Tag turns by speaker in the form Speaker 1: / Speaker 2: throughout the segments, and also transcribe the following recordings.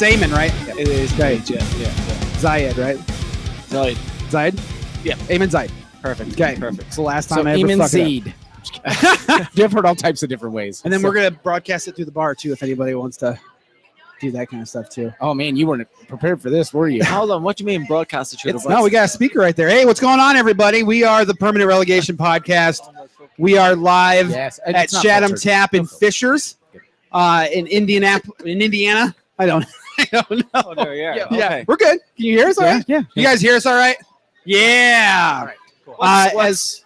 Speaker 1: Zayman, right? It is Zayed, yeah.
Speaker 2: Yeah.
Speaker 1: Zayed, right?
Speaker 2: Zayed.
Speaker 1: Zayed?
Speaker 2: Yeah.
Speaker 1: Eamon Zayed.
Speaker 2: Perfect.
Speaker 1: Okay.
Speaker 2: Perfect.
Speaker 1: It's the last
Speaker 2: So
Speaker 1: time I ever
Speaker 2: Eamon
Speaker 1: fuck it up.
Speaker 2: Zeed. You've heard all types of different ways.
Speaker 1: And then
Speaker 2: So-
Speaker 1: we're going to broadcast it through the bar, too, if anybody wants to do that kind of stuff, too.
Speaker 2: Oh man, you weren't prepared for this, were you?
Speaker 3: Hold on, what do you mean broadcast it through
Speaker 1: It's,
Speaker 3: the voice?
Speaker 1: no, we got a speaker right there. Hey, what's going on, everybody? We are the Permanent Relegation Podcast. We are live
Speaker 2: yes. and
Speaker 1: at
Speaker 2: it's not
Speaker 1: Chatham
Speaker 2: filtered.
Speaker 1: Tap in
Speaker 2: Don't filter.
Speaker 1: Fishers, uh, in Indianapolis, in Indiana. I don't, I don't know.
Speaker 3: Oh, no, yeah.
Speaker 2: Yeah,
Speaker 3: okay.
Speaker 1: Yeah, we're good. Can you hear us? All right.
Speaker 2: Yeah.
Speaker 1: You guys hear us? All right. Yeah.
Speaker 2: All right, cool.
Speaker 1: Uh, as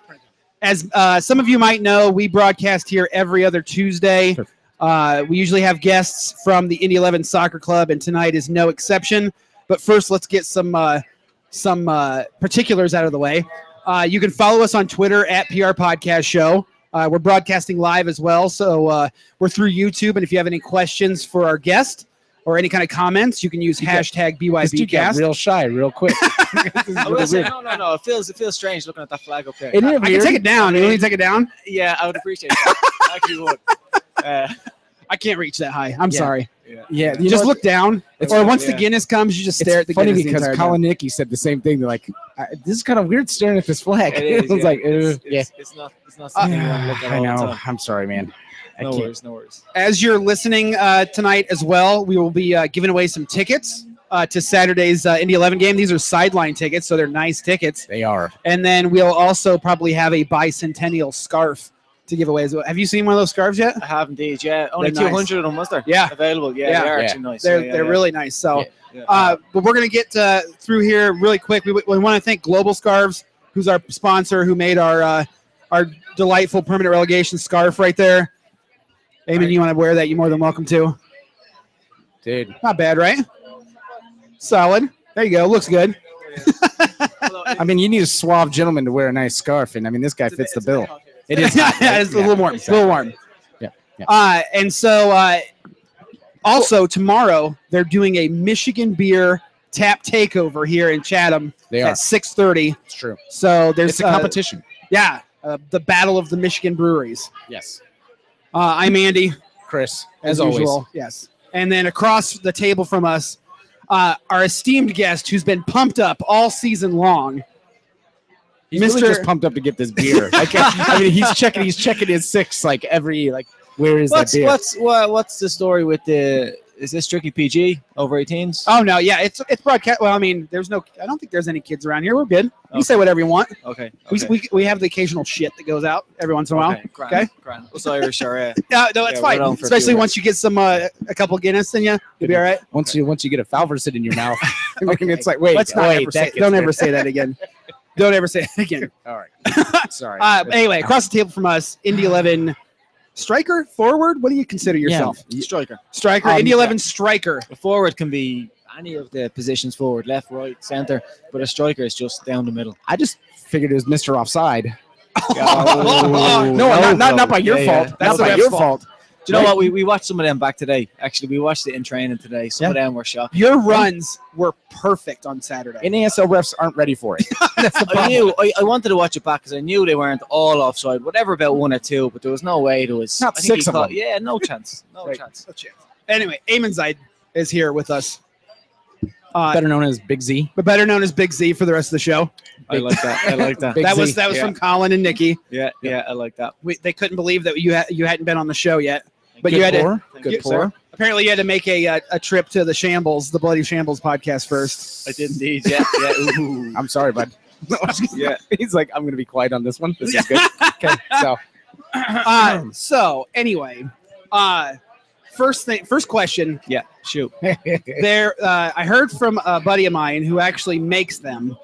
Speaker 1: as uh, some of you might know, we broadcast here every other Tuesday.
Speaker 2: Perfect.
Speaker 1: Uh, we usually have guests from the Indy Eleven Soccer Club, and tonight is no exception. But first, let's get some uh, some uh, particulars out of the way. Uh, you can follow us on Twitter at PR Podcast Show. Uh, we're broadcasting live as well, so uh, we're through YouTube. And if you have any questions for our guest or any kind of comments, you can use
Speaker 2: You got-
Speaker 1: hashtag
Speaker 2: This dude got
Speaker 1: BYBcast.
Speaker 2: real shy, real quick. This is
Speaker 3: I
Speaker 2: really
Speaker 3: will say,
Speaker 2: weird.
Speaker 3: no, no, no. It feels it feels strange looking at that flag up there.
Speaker 2: Isn't
Speaker 1: I can
Speaker 2: weird?
Speaker 1: take it down. You want me to take it down?
Speaker 3: yeah, I would appreciate that. I actually would. Uh,
Speaker 1: I can't reach that high. I'm
Speaker 2: Yeah.
Speaker 1: sorry.
Speaker 3: yeah.
Speaker 2: Yeah, you
Speaker 1: You just
Speaker 2: know what?
Speaker 1: look down,
Speaker 2: It's
Speaker 1: or
Speaker 3: fine,
Speaker 1: once the
Speaker 3: yeah.
Speaker 1: Guinness comes, you just
Speaker 2: It's
Speaker 1: stare at the
Speaker 2: funny
Speaker 1: Guinness the
Speaker 2: because
Speaker 1: entire
Speaker 2: Colin Nicky said the same thing. They're like, I, "This is kind of weird staring at this flag."
Speaker 3: It is,
Speaker 2: I was
Speaker 3: yeah.
Speaker 2: like,
Speaker 3: it's,
Speaker 2: "Uh, "Yeah,
Speaker 3: it's, it's not it's not something you want to look at
Speaker 2: I
Speaker 3: all the
Speaker 2: know.
Speaker 3: time.
Speaker 2: I'm sorry, man. I
Speaker 3: No
Speaker 2: can't."
Speaker 3: worries, no worries.
Speaker 1: time. As you're listening uh, tonight as well, we will be uh, giving away some tickets uh, to Saturday's uh, Indy 11 game. These are sideline tickets, so they're nice tickets.
Speaker 2: They are.
Speaker 1: And then we'll also probably have a bicentennial scarf to give away as well. Have you seen one of those scarves yet?
Speaker 3: I have indeed, yeah. Only
Speaker 1: They're nice.
Speaker 3: 200 of them, was there?
Speaker 1: Yeah.
Speaker 3: Available, yeah.
Speaker 1: Yeah.
Speaker 3: They are
Speaker 2: Yeah.
Speaker 3: actually nice.
Speaker 1: They're
Speaker 3: yeah, yeah,
Speaker 1: they're
Speaker 3: yeah.
Speaker 1: really nice. So.
Speaker 2: Yeah.
Speaker 3: Yeah.
Speaker 1: Uh, but we're going to get uh, through here really quick. We, we want to thank Global Scarves, who's our sponsor, who made our uh, our delightful permanent relegation scarf right there. Eamon,
Speaker 3: Right.
Speaker 1: you want to wear that? You're more than welcome to.
Speaker 2: Dude,
Speaker 1: Not bad, right? Solid. There you go. Looks good.
Speaker 3: Although,
Speaker 2: I mean, you need a suave gentleman to wear a nice scarf, and I mean, this guy
Speaker 3: it's a-
Speaker 2: fits the
Speaker 3: it's a bit
Speaker 2: bill.
Speaker 3: hot here.
Speaker 2: It is.
Speaker 1: yeah,
Speaker 2: hot, right?
Speaker 1: it's a little warm. It's a little warm.
Speaker 2: Yeah, yeah.
Speaker 1: Uh, and so, uh, also tomorrow they're doing a Michigan beer tap takeover here in Chatham
Speaker 2: They are.
Speaker 1: at 6:30.
Speaker 2: It's true.
Speaker 1: So there's
Speaker 2: It's a
Speaker 1: uh,
Speaker 2: competition.
Speaker 1: Yeah, uh, the battle of the Michigan breweries.
Speaker 2: Yes,
Speaker 1: Uh, I'm Andy,
Speaker 2: Chris,
Speaker 1: as,
Speaker 2: as, always.
Speaker 1: usual. Yes, and then across the table from us, uh, our esteemed guest, who's been pumped up all season long.
Speaker 2: He's really
Speaker 1: Mr.
Speaker 2: just pumped up to get this beer. Like, I mean, he's checking. He's checking his six. Like every like, where is
Speaker 3: What's
Speaker 2: that beer?
Speaker 3: what's what, what's the story with the? Is this strictly PG over 18s?
Speaker 1: Oh no, yeah, it's it's broadcast. Well, I mean, there's no. I don't think there's any kids around here. We're good. You
Speaker 3: Okay.
Speaker 1: say whatever you want.
Speaker 3: okay.
Speaker 1: We, we, we have the occasional shit that goes out every once in a while.
Speaker 3: okay, grand,
Speaker 1: okay.
Speaker 3: grand. Us Irish are uh,
Speaker 1: No, no, it's
Speaker 3: Yeah,
Speaker 1: fine.
Speaker 3: we're down for a few
Speaker 1: Especially
Speaker 3: of
Speaker 1: once you get some uh, a couple Guinness in you, you'll be all right.
Speaker 2: Once you once you get a falverson in your mouth, I mean,
Speaker 1: Okay.
Speaker 2: it's like wait,
Speaker 1: Let's not
Speaker 2: wait,
Speaker 1: ever
Speaker 2: that
Speaker 1: say,
Speaker 2: gets
Speaker 1: don't
Speaker 2: better.
Speaker 1: ever say that again. don't ever say that again.
Speaker 2: All right. Sorry.
Speaker 1: Uh, but anyway, across the table from us, Indy 11 striker, forward. What do you consider yourself?
Speaker 3: striker.
Speaker 1: Striker,
Speaker 2: Um,
Speaker 1: Indy 11 striker.
Speaker 3: A forward can be any of the positions forward, left, right, center, but a striker is just down the middle.
Speaker 2: I just figured it was Mr. Offside.
Speaker 1: Oh,
Speaker 2: no, not, not, not by your fault.
Speaker 1: That's the
Speaker 2: That's not by
Speaker 1: ref's
Speaker 2: your fault.
Speaker 3: Do you know what? We, we watched some of them back today. Actually, we watched it in training today. Some of them were shot.
Speaker 1: Your runs were perfect on Saturday.
Speaker 2: NASL refs aren't ready for it. That's the
Speaker 3: I
Speaker 2: problem.
Speaker 3: knew I, I wanted to watch it back because I knew they weren't all offside. Whatever about one or two, but there was no way there was.
Speaker 2: Not
Speaker 3: I think he
Speaker 2: six of
Speaker 3: caught-
Speaker 2: them.
Speaker 3: Yeah, no chance. No
Speaker 2: Right.
Speaker 3: chance.
Speaker 1: Anyway, Eamon Zaid is here with us, uh,
Speaker 2: Better known as Big Z.
Speaker 1: but better known as Big Z for the rest of the show.
Speaker 3: I like that. I like that.
Speaker 2: Big
Speaker 1: that was
Speaker 2: Z,
Speaker 1: that was
Speaker 3: yeah.
Speaker 1: from Colin and Nikki.
Speaker 3: Yeah, yeah, I like that.
Speaker 1: We, they couldn't believe that you ha- you hadn't been on the show yet. But
Speaker 2: Good
Speaker 1: you had to-
Speaker 2: pour.
Speaker 3: Thank
Speaker 2: Good
Speaker 3: you,
Speaker 2: pour.
Speaker 1: Apparently, you had to make a a, a trip to the Shambles, the Bloody Shambles podcast first.
Speaker 3: I did indeed. Yeah, yeah. Ooh.
Speaker 2: I'm sorry, bud.
Speaker 3: yeah.
Speaker 2: He's like, I'm going to be quiet on this one. This is good. Okay. So,
Speaker 1: Uh, so anyway, uh, first thing, first question.
Speaker 3: Yeah, shoot.
Speaker 1: There, uh, I heard from a buddy of mine who actually makes them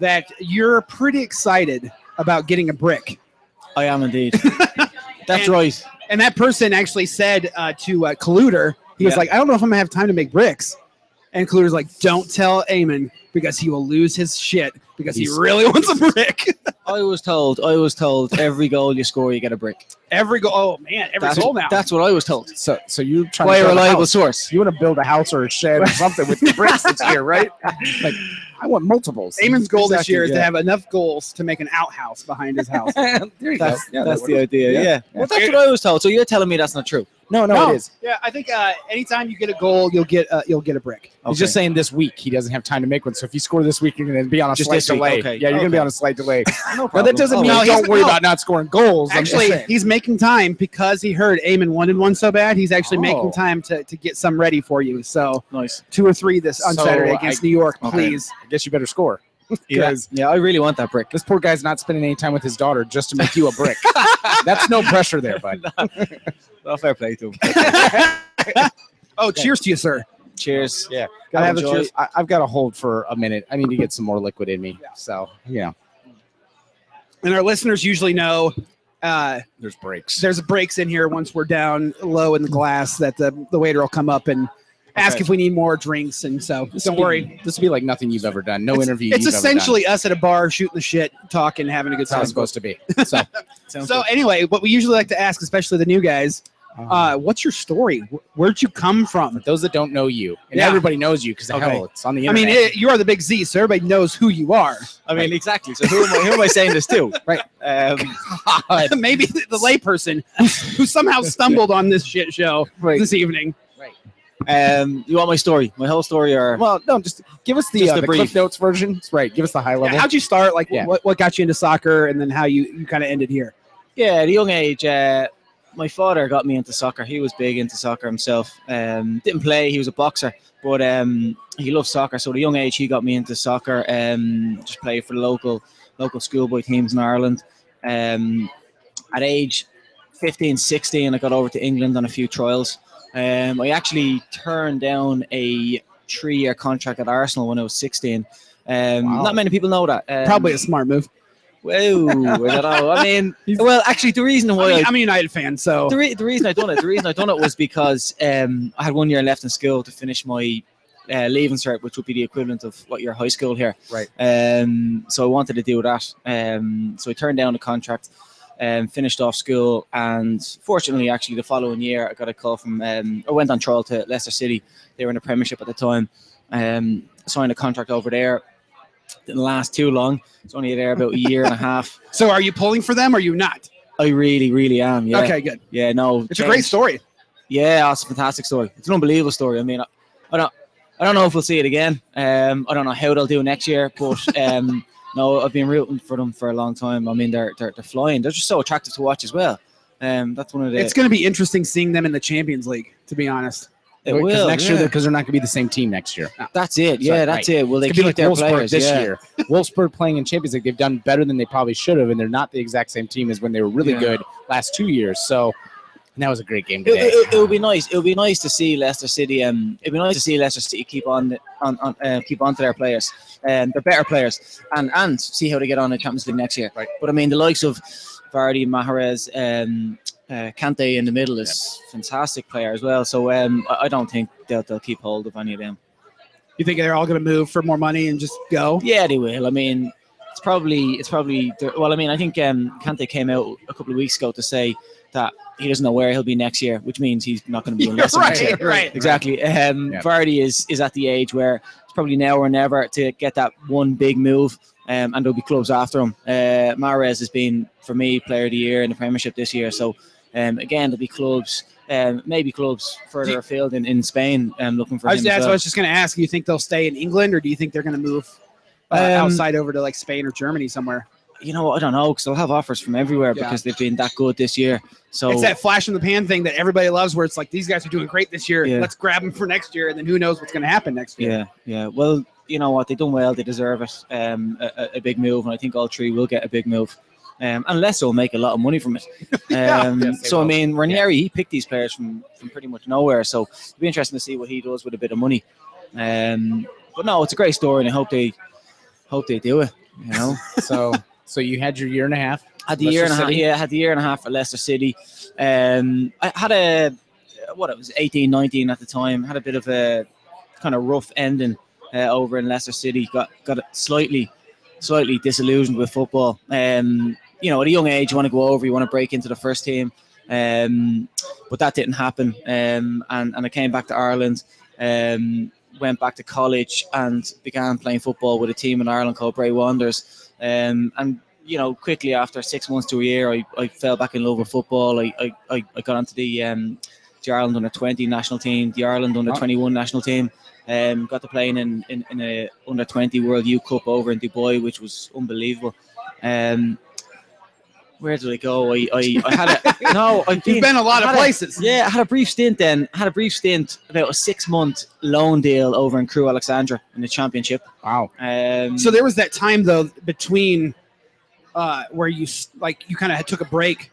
Speaker 1: that you're pretty excited about getting a brick,
Speaker 3: I am indeed. That's
Speaker 1: And-
Speaker 3: right.
Speaker 1: and that person actually said uh, to uh, Colluder, he was
Speaker 3: Yeah.
Speaker 1: like, "I don't know if I'm gonna have time to make bricks," and Colluder's like, "Don't tell Eamon because he will lose his shit because
Speaker 2: He's-
Speaker 1: he really wants a brick."
Speaker 3: I was told. I was told every goal you score, you get a brick.
Speaker 1: every goal, oh man, every
Speaker 3: That's,
Speaker 1: goal now.
Speaker 3: that's what I was told.
Speaker 2: so, so you're trying
Speaker 3: By
Speaker 2: to
Speaker 3: a
Speaker 2: build a
Speaker 3: reliable
Speaker 2: house.
Speaker 3: source.
Speaker 2: You want to build a house or a shed or something with the bricks this year, right? Like, I want multiples.
Speaker 1: Eamon's goal this
Speaker 2: Exactly,
Speaker 1: year is to
Speaker 2: yeah.
Speaker 1: have enough goals to make an outhouse behind his house.
Speaker 2: there you go.
Speaker 3: That's,
Speaker 2: Yeah, that
Speaker 3: that's
Speaker 2: works.
Speaker 3: the idea.
Speaker 2: Yeah.
Speaker 3: Yeah. Well, that's what I was told. So you're telling me that's not true.
Speaker 2: No, no,
Speaker 1: No.
Speaker 2: it is.
Speaker 1: Yeah, I think uh, anytime you get a goal, you'll get uh, you'll get a brick.
Speaker 2: He's just saying this week he doesn't have time to make one. So if you score this week, you're going to be on a
Speaker 3: Just
Speaker 2: slight
Speaker 3: this week,
Speaker 2: delay.
Speaker 3: okay,
Speaker 2: Yeah, you're going to be
Speaker 3: okay.
Speaker 2: on a slight delay.
Speaker 3: No
Speaker 2: Now
Speaker 3: problem.
Speaker 2: that doesn't
Speaker 1: Oh,
Speaker 2: mean
Speaker 1: no, he's-
Speaker 2: don't worry
Speaker 1: no.
Speaker 2: about not scoring goals. I'm just
Speaker 1: Actually,
Speaker 2: saying.
Speaker 1: he's making time because he heard Eamon wanted one so bad. He's actually making
Speaker 2: Oh.
Speaker 1: time to, to get some ready for you. So
Speaker 3: nice.
Speaker 1: two or three this on
Speaker 2: So
Speaker 1: Saturday against New York,
Speaker 2: okay.
Speaker 1: please.
Speaker 2: I guess you better score because
Speaker 3: Yeah, I really want that brick.
Speaker 2: this poor guy's not spending any time with his daughter just to make you a brick. That's no pressure there, bud.
Speaker 3: Well, fair play to him.
Speaker 1: Oh, cheers to you, sir.
Speaker 3: Cheers.
Speaker 2: Yeah.
Speaker 3: Gotta
Speaker 2: I have a
Speaker 3: enjoy.
Speaker 2: choice. I, I've got to hold for a minute. I need to get some more liquid in me. So yeah,
Speaker 1: And our listeners usually know uh,
Speaker 2: there's breaks.
Speaker 1: there's breaks in here once we're down low in the glass that the, the waiter will come up and ask
Speaker 2: Okay.
Speaker 1: if we need more drinks. And so don't worry.
Speaker 2: This would be like nothing you've ever done. No interview.
Speaker 1: It's
Speaker 2: you've
Speaker 1: essentially us at a bar shooting the shit, talking, having a good
Speaker 2: ever done. That's how
Speaker 1: time.
Speaker 2: it's supposed to be. So
Speaker 3: Sounds
Speaker 1: So anyway, what we usually like to ask, especially the new guys, uh,
Speaker 3: Um,
Speaker 1: what's your story? Wh- Where'd you come from?
Speaker 2: for those that don't know you, and
Speaker 1: Yeah.
Speaker 2: everybody knows you because
Speaker 3: Okay.
Speaker 2: hell, it's on the
Speaker 1: I mean,
Speaker 2: internet.
Speaker 1: it, you are the big Z, so everybody knows who you are.
Speaker 3: I mean, exactly. So who am I, who am I saying this to?
Speaker 2: Right.
Speaker 3: Um,
Speaker 2: God.
Speaker 1: Maybe the, the layperson who somehow stumbled on this shit show
Speaker 2: Right.
Speaker 1: this evening.
Speaker 3: um, you want my story? My whole story, or
Speaker 2: Well, no, just give us the,
Speaker 3: Just
Speaker 2: uh,
Speaker 3: the
Speaker 2: the Cliff
Speaker 3: brief.
Speaker 2: Notes version. Right, give us the high
Speaker 1: Yeah,
Speaker 2: level.
Speaker 1: how'd you start? Like,
Speaker 2: Yeah.
Speaker 1: what, what got you into soccer, and then how you, you kind of ended here?
Speaker 3: yeah, at a young age, uh, my father got me into soccer. He was big into soccer himself. Um, didn't play. He was a boxer, but um, he loved soccer. So at a young age, he got me into soccer. Um, just played for the local local schoolboy teams in Ireland. Um, at age 15, 16, I got over to England on a few trials. Um, I actually turned down a three-year contract at Arsenal when I was 16. Um,
Speaker 2: Wow.
Speaker 3: Not many people know that. Um,
Speaker 1: Probably a smart move.
Speaker 3: Whoa, I don't know. I mean,
Speaker 2: He's-
Speaker 3: well, actually, the reason why
Speaker 1: I
Speaker 3: I
Speaker 1: mean, I'm a United fan, so
Speaker 3: the, re- the reason I done it, the reason I done it was because um, I had one year left in school to finish my uh, leaving cert, which would be the equivalent of what your high school here.
Speaker 2: Right.
Speaker 3: Um, so I wanted to do that. Um, so I turned down the contract, um, finished off school, and fortunately, actually, the following year I got a call from. Um, I went on trial to Leicester City. They were in the Premiership at the time. Um, signed a contract over there. Didn't last too long. It's only there about a year and a half.
Speaker 1: so are you pulling for them? Or are you not?
Speaker 3: I really, really am. Yeah.
Speaker 1: Okay, good.
Speaker 3: Yeah. No.
Speaker 1: It's a great
Speaker 3: James-
Speaker 1: story.
Speaker 3: yeah, it's a fantastic story. It's an unbelievable story. I mean, I, I don't, I don't know if we'll see it again. Um, I don't know how they'll do next year, but um, no, I've been rooting for them for a long time. I mean, they're they're, they're flying. They're just so attractive to watch as well. Um, that's one of the.
Speaker 1: It's going to be interesting seeing them in the Champions League. To be honest,
Speaker 3: it
Speaker 2: Because
Speaker 3: will,
Speaker 2: next
Speaker 3: yeah.
Speaker 2: year, because they're not going to be the same team next year.
Speaker 3: that's it. Yeah,
Speaker 2: Sorry,
Speaker 3: that's it. Will they
Speaker 2: It's going to be
Speaker 3: keep
Speaker 2: like
Speaker 3: their
Speaker 2: Wolfsburg
Speaker 3: players
Speaker 2: this
Speaker 3: yeah.
Speaker 2: year. Wolfsburg playing in Champions League, they've done better than they probably should have, and they're not the exact same team as when they were really
Speaker 3: Yeah.
Speaker 2: good last two years. So, and that was a great game
Speaker 3: It,
Speaker 2: today.
Speaker 3: it, it would be nice. It would be nice to see Leicester City. Um, it'd be nice to see Leicester City keep on on, on uh, keep on to their players, um, the better players, and and see how they get on in Champions League next year.
Speaker 2: Right.
Speaker 3: But I mean, the likes of Vardy, Mahrez, um, uh, Kante in the middle is fantastic player as well. So um, I, I don't think they'll, they'll keep hold of any of them.
Speaker 1: you think they're all going to move for more money and just go?
Speaker 3: Yeah, they will. I mean, it's probably it's probably the- well. I mean, I think um, Kante came out a couple of weeks ago to say that he doesn't know where he'll be next year, which means he's not going to be in Leicester next year.
Speaker 1: right, right.
Speaker 3: Exactly. Um,
Speaker 2: Yeah.
Speaker 3: Vardy is is at the age where it's probably now or never to get that one big move, um, and there'll be clubs after him. Uh, Mares has been for me Player of the Year in the Premiership this year, so um, again there'll be clubs, um, maybe clubs further
Speaker 1: Do-
Speaker 3: afield in, in Spain um, looking for
Speaker 1: I
Speaker 3: him.
Speaker 1: was,
Speaker 3: as
Speaker 1: that's what I
Speaker 3: well.
Speaker 1: was just going to ask. You think they'll stay in England, or do you think they're going to move uh,
Speaker 3: Um,
Speaker 1: outside over to like Spain or Germany somewhere?
Speaker 3: You know, I don't know because they'll have offers from everywhere
Speaker 1: Yeah.
Speaker 3: because they've been that good this year. So
Speaker 1: It's that flash in the pan thing that everybody loves, where it's like these guys are doing great this year.
Speaker 3: Yeah.
Speaker 1: Let's grab them for next year, and then who knows what's going to happen next year?
Speaker 3: Yeah, yeah. Well, you know what? They done well. They deserve it. Um, a, a- a big move, and I think all three will get a big move. Um, unless they'll make a lot of money from it. Um,
Speaker 1: Yeah.
Speaker 2: Yes, they
Speaker 3: so I
Speaker 2: will.
Speaker 3: mean, Ranieri he picked these players from from pretty much nowhere. So it'll be interesting to see what he does with a bit of money. Um, but no, it's a great story, and I hope they hope they do it. You know,
Speaker 2: so, so you had your year and a half.
Speaker 3: had the
Speaker 2: Leicester
Speaker 3: year and a half,
Speaker 2: City?
Speaker 3: yeah, had the year and a half at Leicester City. Um, I had a what it was 18, 19 at the time. Had a bit of a kind of rough ending uh, over in Leicester City. Got got slightly slightly disillusioned with football. Um, you know, at a young age, you want to go over, you want to break into the first team, um, but that didn't happen. Um, and and I came back to Ireland. Um, went back to college and began playing football with a team in Ireland called Bray Wanderers. Um, and you know, quickly after six months to a year, I, I fell back in love with football. I, I, I, I got onto the um, the Ireland under 20 national team, the Ireland under 21 national team. Um, got to playing in, in, in a under 20 World U Cup over in Dubai, which was unbelievable. Um, where did I go? I, I, I had a no. I've
Speaker 1: You've
Speaker 3: been
Speaker 1: been a lot of
Speaker 3: Had it.
Speaker 1: places.
Speaker 3: yeah, I had a brief stint then. I had a brief stint about a six month loan deal over in Crew Alexandra in the championship.
Speaker 2: Wow.
Speaker 3: Um,
Speaker 1: So there was that time though between uh, where you s- like you kind of took a break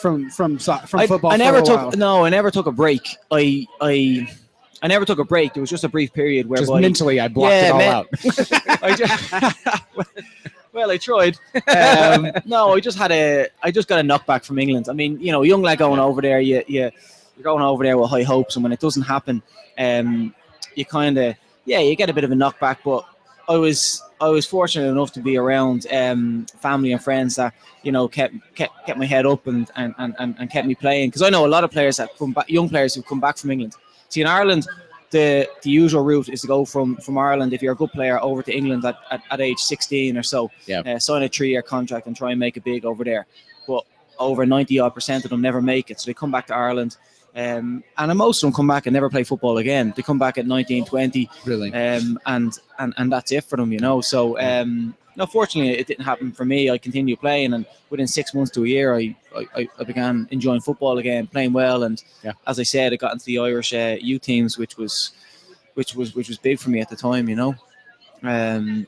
Speaker 1: from from so- from
Speaker 3: I,
Speaker 1: football.
Speaker 3: I
Speaker 1: for
Speaker 3: never
Speaker 1: a
Speaker 3: took
Speaker 1: while.
Speaker 3: no, I never took a break. I I I never took a break. There was just a brief period where
Speaker 2: Just mentally, I blocked
Speaker 3: Yeah,
Speaker 2: it all
Speaker 3: man.
Speaker 2: out.
Speaker 3: I ju- well, I tried. Um, no, I just had a, I just got a knockback from England. I mean, you know, young lad going over there, you, you, you're going over there with high hopes, and when it doesn't happen, um, you kind of, yeah, you get a bit of a knockback. But I was, I was fortunate enough to be around um, family and friends that, you know, kept kept, kept my head up and and, and, and and kept me playing because I know a lot of players that come back, young players who come back from England. See, in Ireland, the the usual route is to go from from Ireland if you're a good player over to England at, at, at age 16 or so.
Speaker 2: Yeah.
Speaker 3: Uh, sign a three year contract and try and make it big over there. But over 90 odd percent of them never make it, so they come back to Ireland. Um, and then most of them come back and never play football again. They come back at 19, 20,
Speaker 2: Really.
Speaker 3: um, and and and that's it for them, you know. So um, no, fortunately, it didn't happen for me. I continued playing, and within six months to a year, I I- I, I began enjoying football again, playing well, and
Speaker 2: Yeah.
Speaker 3: as I said, I got into the Irish uh, U teams, which was which was which was big for me at the time, you know. Um,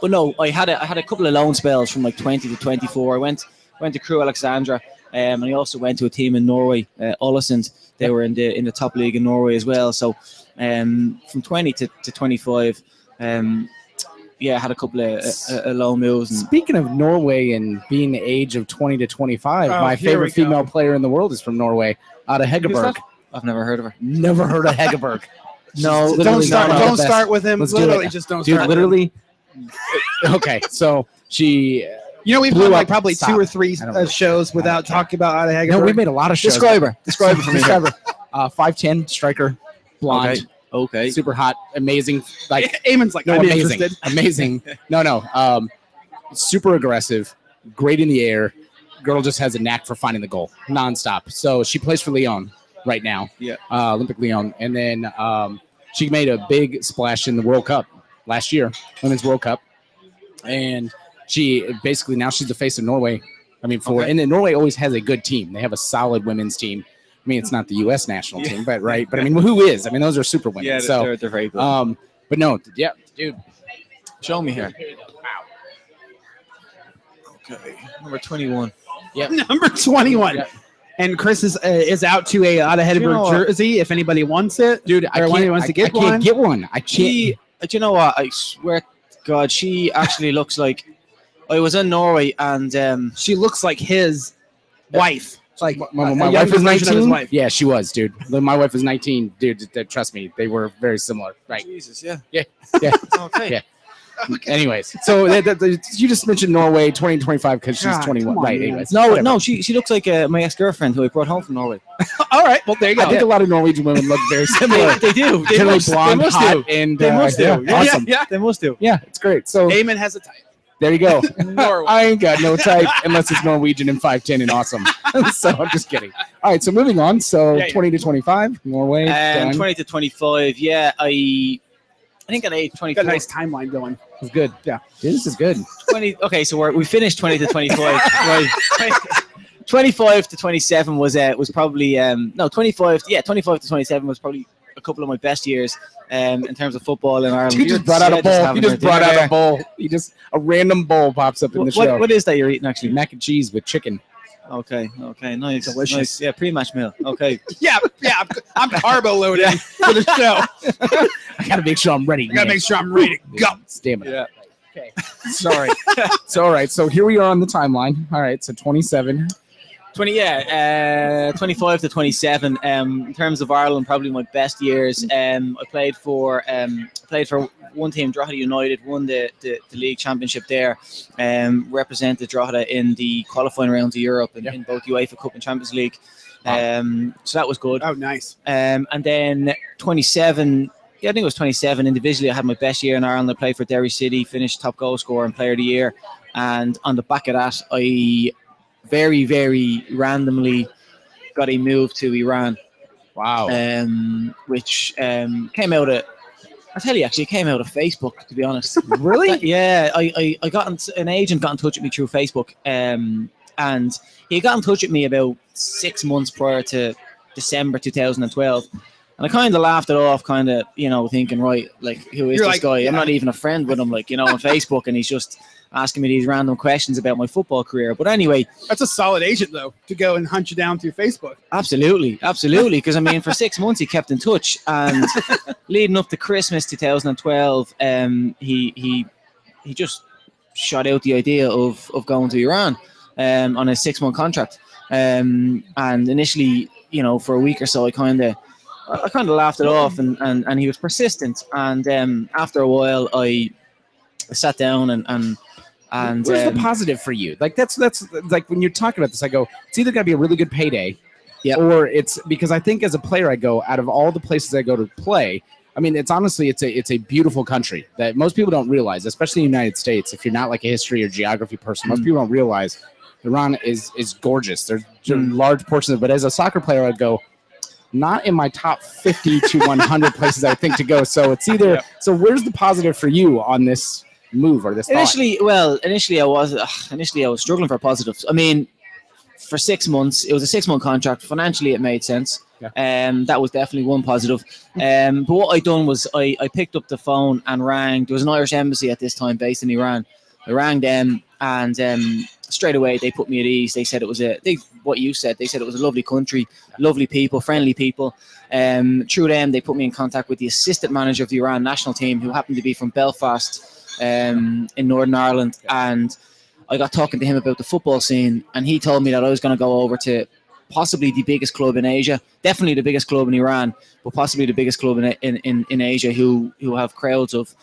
Speaker 3: but no, I had a, I had a couple of loan spells from like twenty to twenty four. I went went to Crew Alexandra. Um, and I also went to a team in Norway, uh, Ålesund. They were in the in the top league in Norway as well. So um, from 20 to, to 25. Um, yeah, I had a couple of uh, uh, low moves. And,
Speaker 2: Speaking of Norway and being the age of 20 to 25,
Speaker 1: Oh,
Speaker 2: my
Speaker 1: here we
Speaker 2: favorite
Speaker 1: go.
Speaker 2: female player in the world is from Norway, out of Hegeberg.
Speaker 3: I've never heard of her.
Speaker 2: Never heard of Hegeberg. no,
Speaker 1: Don't
Speaker 2: literally
Speaker 1: start.
Speaker 2: not
Speaker 1: Don't
Speaker 2: the best.
Speaker 1: start with him.
Speaker 2: Let's do
Speaker 1: literally,
Speaker 2: it.
Speaker 1: just don't
Speaker 2: Dude,
Speaker 1: start.
Speaker 2: literally. okay, so she.
Speaker 1: You know, we've
Speaker 2: blew
Speaker 1: done like
Speaker 2: up.
Speaker 1: probably
Speaker 2: Stop.
Speaker 1: two or three
Speaker 2: I don't
Speaker 1: uh,
Speaker 2: know.
Speaker 1: shows without talking about Ada Hegerberg.
Speaker 2: No, we made a lot of shows.
Speaker 3: her.
Speaker 2: Describe it for me. Describe her. Uh, 5'10", striker, blonde,
Speaker 3: Okay.
Speaker 2: super hot, amazing. Like
Speaker 1: Eamon's like,
Speaker 2: no,
Speaker 1: I'm
Speaker 2: amazing,
Speaker 1: interested.
Speaker 2: amazing. No, no, um, super aggressive, great in the air. Girl just has a knack for finding the goal nonstop. So she plays for Lyon right now.
Speaker 3: Yeah.
Speaker 2: uh, Olympic Lyon, and then um, she made a big splash in the World Cup last year, Women's World Cup, and she basically now she's the face of Norway. I mean, for
Speaker 3: Okay.
Speaker 2: and then Norway always has a good team. They have a solid women's team. I mean, it's not the U.S. national
Speaker 3: Yeah.
Speaker 2: team, but right. But I mean, who is? I mean, those are super women.
Speaker 3: Yeah,
Speaker 2: so
Speaker 3: they're, they're very good.
Speaker 2: um, but no, th- yeah, dude.
Speaker 3: uh, Show me here. Okay. Number 21.
Speaker 1: Number 21.
Speaker 2: Yeah.
Speaker 1: And Chris is uh, is out to a Ada
Speaker 3: you know
Speaker 1: Hegerberg
Speaker 3: what?
Speaker 1: jersey if anybody wants it.
Speaker 2: Dude, I
Speaker 1: Or one
Speaker 2: can't,
Speaker 1: who wants
Speaker 2: I,
Speaker 1: to get
Speaker 2: I can't
Speaker 1: one.
Speaker 2: get one. I can't.
Speaker 3: She, uh, do you know what? I swear to God, she actually looks like. I was in Norway and um,
Speaker 1: She looks like his wife. Like
Speaker 2: My, my-
Speaker 1: a-
Speaker 2: my
Speaker 1: a
Speaker 2: wife
Speaker 1: younger
Speaker 2: was
Speaker 1: version of his
Speaker 2: 19.
Speaker 1: wife.
Speaker 2: Yeah, she was, dude. My wife was 19, dude. th- th- Trust me, they were very similar. Right.
Speaker 3: Jesus, yeah,
Speaker 2: Yeah, yeah.
Speaker 3: okay.
Speaker 2: Yeah. Anyways, so that, that, that- you just mentioned Norway 20 25 because she's
Speaker 1: God,
Speaker 2: 21.
Speaker 1: come on,
Speaker 2: right.
Speaker 1: man.
Speaker 2: Anyways,
Speaker 3: No,
Speaker 2: whatever.
Speaker 3: no, she she looks like uh, my ex girlfriend who I brought home from Norway.
Speaker 1: All right. Well, there you go.
Speaker 2: I think a lot of Norwegian women look very similar.
Speaker 3: They, they do. They
Speaker 2: Generally
Speaker 3: must,
Speaker 2: blonde,
Speaker 3: they must
Speaker 2: hot,
Speaker 3: do.
Speaker 2: and
Speaker 3: They
Speaker 2: uh,
Speaker 3: must do.
Speaker 2: yeah,
Speaker 3: Yeah,
Speaker 2: awesome.
Speaker 1: Yeah.
Speaker 3: They must do.
Speaker 2: yeah, it's great. So
Speaker 1: Eamon has a type.
Speaker 2: there you go.
Speaker 1: Norway.
Speaker 2: I ain't got no type unless it's Norwegian and 5'10 and awesome. so I'm just kidding. All right, so moving on. So
Speaker 1: Yeah, yeah.
Speaker 2: 20 to 25, Norway.
Speaker 3: Um,
Speaker 2: done.
Speaker 3: 20 to 25. Yeah, I I think at age
Speaker 1: Got
Speaker 3: 24.
Speaker 1: a nice timeline going.
Speaker 2: It's good.
Speaker 1: Yeah.
Speaker 2: This is good.
Speaker 3: 20, okay, so we're, we finished 20 to 25. right. 25 to 27 was uh, was probably um, no 25. Yeah, 25 to 27 was probably a couple of my best years um, in terms of football in Ireland.
Speaker 2: He
Speaker 3: You're-
Speaker 2: just brought out
Speaker 3: you're
Speaker 2: a bowl. He
Speaker 3: having
Speaker 2: just
Speaker 3: a
Speaker 2: brought
Speaker 3: dinner.
Speaker 2: out a bowl. He just, a random bowl pops up in the
Speaker 3: What,
Speaker 2: show.
Speaker 3: what, what is that you're eating actually?
Speaker 2: Mac and cheese with chicken.
Speaker 3: Okay, okay, nice,
Speaker 1: Delicious.
Speaker 3: nice. Yeah, pre-match meal. Okay,
Speaker 1: Yeah, yeah. I'm, I'm carbo loaded for the show.
Speaker 2: I got to make sure I'm ready.
Speaker 1: I gotta make sure I'm ready to go.
Speaker 2: Stamina.
Speaker 3: Yeah.
Speaker 2: Okay. Sorry. so, all right. So here we are on the timeline. All right. So 27.
Speaker 3: 20 yeah uh, 25 to 27 um, in terms of ireland probably my best years um, i played for um, I played for one team drogheda united won the, the, the league championship there um, represented drogheda in the qualifying rounds of europe in,
Speaker 2: Yeah.
Speaker 3: in both uefa cup and champions league
Speaker 2: Wow.
Speaker 3: um, so that was good
Speaker 1: Oh, nice.
Speaker 3: um, and then 27, yeah, I think it was 27 individually. I had my best year in Ireland. I played for Derry City, finished top goal scorer and player of the year. And on the back of that, I very, very randomly got a move to Iran.
Speaker 2: Wow.
Speaker 3: um, which um, came out of. I tell you, actually, it came out of Facebook. To be honest,
Speaker 1: Really?
Speaker 3: yeah, I, I, I got in, an agent got in touch with me through Facebook, um, and he got in touch with me about six months prior to December 2012. And I kind of laughed it off, kind of, you know, thinking, right, like, who is
Speaker 1: You're
Speaker 3: this
Speaker 1: like,
Speaker 3: guy?
Speaker 1: yeah.
Speaker 3: I'm not even a friend with him, like, you know, on Facebook, and he's just asking me these random questions about my football career. But anyway,
Speaker 1: That's a solid agent though to go and hunt you down through Facebook.
Speaker 3: Absolutely, absolutely. Because I mean, for six months he kept in touch, and leading up to Christmas 2012, um, he he he just shot out the idea of of going to Iran um, on a six month contract. Um, and initially, you know, for a week or so, I kind of I kind of laughed it off, and, and and he was persistent. And um, after a while, I sat down and and and
Speaker 2: Where's
Speaker 3: um,
Speaker 2: the positive for you? Like that's that's like when you're talking about this, I go, it's either gonna be a really good payday,
Speaker 3: Yeah.
Speaker 2: or it's because I think as a player, I go out of all the places I go to play. I mean, it's honestly, it's a it's a beautiful country that most people don't realize, especially in the United States. If you're not like a history or geography person, most
Speaker 3: Mm.
Speaker 2: people don't realize Iran is is gorgeous. There's there are
Speaker 3: Mm.
Speaker 2: large portions, of, but as a soccer player, I'd go. Not in my top 50 to 100 places I think to go. So it's either. So where's the positive for you on this move or this? thought?
Speaker 3: Initially, well, initially I was ugh, initially I was struggling for positives. I mean, for six months, it was a six month contract. Financially, it made sense.
Speaker 2: Yeah.
Speaker 3: Um, that was definitely one positive. Um, but what I done was I, I picked up the phone and rang. There was an Irish embassy at this time based in Iran. I rang them and um, straight away they put me at ease. They said it was a they what you said. They said it was a lovely country, lovely people, friendly people. Um, through them, they put me in contact with the assistant manager of the Iran national team, who happened to be from Belfast um, in Northern Ireland. And I got talking to him about the football scene, and he told me that I was going to go over to possibly the biggest club in Asia, definitely the biggest club in Iran, but possibly the biggest club in in, in, in Asia, who who have crowds of.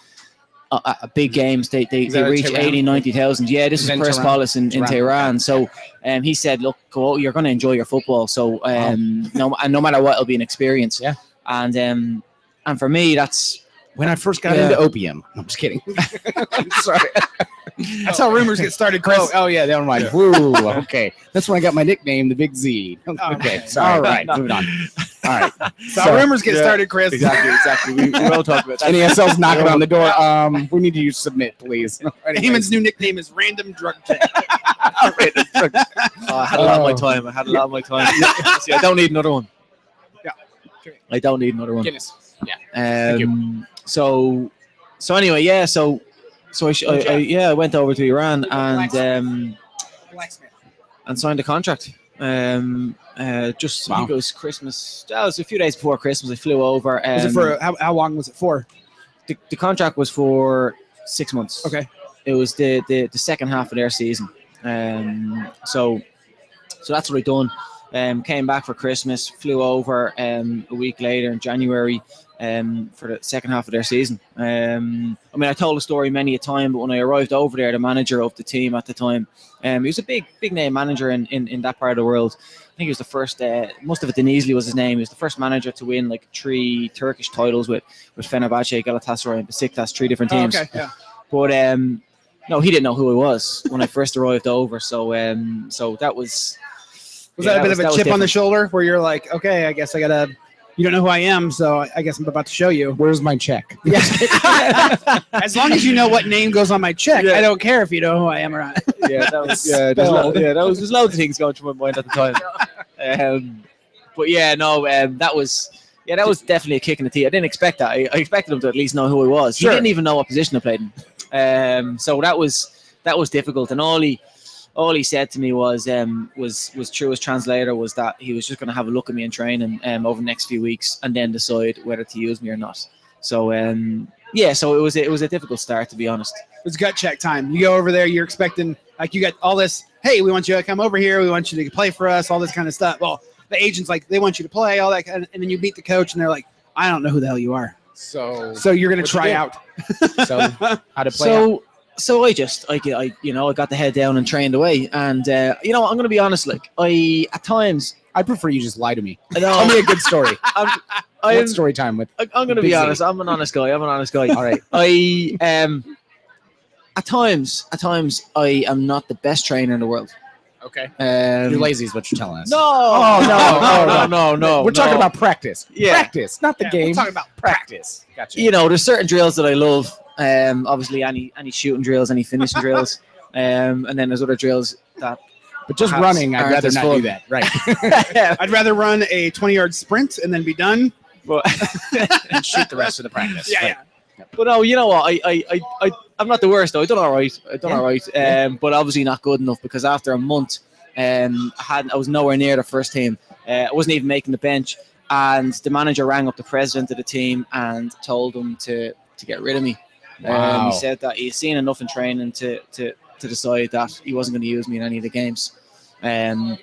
Speaker 3: Uh, uh, big games, they they,
Speaker 2: Is
Speaker 3: they
Speaker 2: that in
Speaker 3: reach
Speaker 2: Tehran?
Speaker 3: 80, 90,000. Yeah, this
Speaker 2: Is
Speaker 3: is
Speaker 2: that in
Speaker 3: Persepolis
Speaker 2: Tehran?
Speaker 3: in, in
Speaker 2: Tehran.
Speaker 3: Tehran. So um, he said, "Look, go, you're going to enjoy your football. So um, no, and no matter what, it'll be an experience."
Speaker 2: Yeah.
Speaker 3: And um, and for me, that's
Speaker 2: when I first got
Speaker 3: Yeah.
Speaker 2: into opium. No, I'm just kidding. I'm sorry.
Speaker 1: That's how rumors get started, Chris.
Speaker 2: Oh, oh yeah, never mind. Woo, okay. That's when I got my nickname, the Big Z. Oh, Okay,
Speaker 1: okay.
Speaker 2: sorry.
Speaker 3: All
Speaker 2: All
Speaker 3: right.
Speaker 2: right, moving on. All right.
Speaker 1: That's how rumors get started, Chris.
Speaker 2: exactly. We, we all talk about that. NESL's knocking on the door. Um, we need you to submit, please.
Speaker 1: Eamon's new nickname is Random Drug Check.
Speaker 3: oh, I had a lot of my
Speaker 2: Oh.
Speaker 3: time. I had a lot of my time. See, I don't need another one.
Speaker 1: Yeah.
Speaker 3: I don't need another one.
Speaker 2: Guinness. Yeah. you.
Speaker 3: Um, so, so anyway, yeah. So, so I, sh- I, I yeah, I went over to Iran and um,
Speaker 1: Blacksmith.
Speaker 3: and signed a contract. Um, uh, just I think it was Christmas. That was a few days before Christmas. I flew over. Um,
Speaker 1: Was it for how, how long was it for?
Speaker 3: the, the contract was for six months.
Speaker 1: Okay.
Speaker 3: It was the the, the second half of their season. Um, so so that's what I done. Um, came back for Christmas, flew over um, a week later in January um, for the second half of their season. Um, I mean, I told the story many a time, but when I arrived over there, the manager of the team at the time, um, he was a big, big name manager in, in, in that part of the world. I think he was the first, uh, most of it Denizli was his name. He was the first manager to win like three Turkish titles with with Fenerbahce, Galatasaray, and Besiktas, three different
Speaker 1: Oh,
Speaker 3: teams.
Speaker 1: okay. Yeah.
Speaker 3: But um, no, he didn't know who I was when I first arrived over. So um, so that was
Speaker 1: Was
Speaker 3: yeah,
Speaker 1: that a bit
Speaker 3: was-
Speaker 1: of a
Speaker 3: was
Speaker 1: chip on the
Speaker 3: different.
Speaker 1: shoulder where you're like, okay, I guess I gotta. You don't know who I am, so I I guess I'm about to show you.
Speaker 2: Where's my check?
Speaker 1: Yeah. as long as you know what name goes on my check,
Speaker 3: Yeah.
Speaker 1: I don't care if you know who I am or not.
Speaker 3: yeah, that was yeah, there's lo- yeah, that was there's loads of things going through my mind at the time. Um, but yeah, no, um, that was yeah, that was definitely a kick in the teeth. I didn't expect that. I, I expected him to at least know who I was.
Speaker 1: Sure.
Speaker 3: He didn't even know what position I played in. Um, so that was that was difficult. And all he all he said to me was um, was was true as translator was that he was just going to have a look at me in training um, over the next few weeks and then decide whether to use me or not. So um, yeah, so it was a, it was a difficult start to be honest.
Speaker 1: It's gut check time. You go over there, you're expecting like you got all this. Hey, we want you to come over here. We want you to play for us. All this kind of stuff. Well, the agents like they want you to play all that, kind and then you meet the coach, and they're like, I don't know who the hell you are.
Speaker 2: So,
Speaker 1: So you're gonna
Speaker 2: What you
Speaker 1: try
Speaker 2: do?
Speaker 1: out.
Speaker 2: so how to play?
Speaker 3: so
Speaker 2: out.
Speaker 3: so I just I, get- I you know I got the head down and trained away and uh, you know what, I'm gonna be honest like I at times
Speaker 2: I prefer you just lie to me.
Speaker 3: I
Speaker 2: Tell
Speaker 3: know
Speaker 2: me a good story.
Speaker 3: I'm, I'm,
Speaker 2: What story time with?
Speaker 3: I- I'm gonna be
Speaker 2: Busy.
Speaker 3: honest I'm an honest guy I'm an honest guy
Speaker 2: All right.
Speaker 3: I um at times at times I am not the best trainer in the world
Speaker 2: Okay.
Speaker 3: Um,
Speaker 2: You're lazy is what you're telling us.
Speaker 3: No,
Speaker 2: Oh,
Speaker 3: no, no,
Speaker 2: no,
Speaker 3: no, no.
Speaker 2: We're talking
Speaker 3: no.
Speaker 2: about practice.
Speaker 3: Yeah.
Speaker 2: Practice, not the
Speaker 1: Yeah, we're
Speaker 2: game.
Speaker 1: talking about
Speaker 2: practice. Gotcha.
Speaker 3: you know, there's certain drills that I love. Um, obviously, any any shooting drills, any finishing drills, um, and then there's other drills that
Speaker 2: But just
Speaker 3: Perhaps
Speaker 2: running, I'd
Speaker 3: aren't
Speaker 2: rather
Speaker 3: as
Speaker 2: not
Speaker 3: fun.
Speaker 2: do that. Right.
Speaker 1: I'd rather run a 20 yard sprint and then be done.
Speaker 2: and shoot the rest of the practice.
Speaker 1: Yeah,
Speaker 2: Right.
Speaker 1: yeah.
Speaker 3: But no, you know what? I, I, I, I I'm not the worst though. I done all right. I done all right. Um, but obviously not good enough because after a month, um, I had I was nowhere near the first team. Uh, I wasn't even making the bench, and the manager rang up the president of the team and told him to to get rid of me. Um,
Speaker 2: Wow.
Speaker 3: he said that he had seen enough in training to to to decide that he wasn't going to use me in any of the games. Um,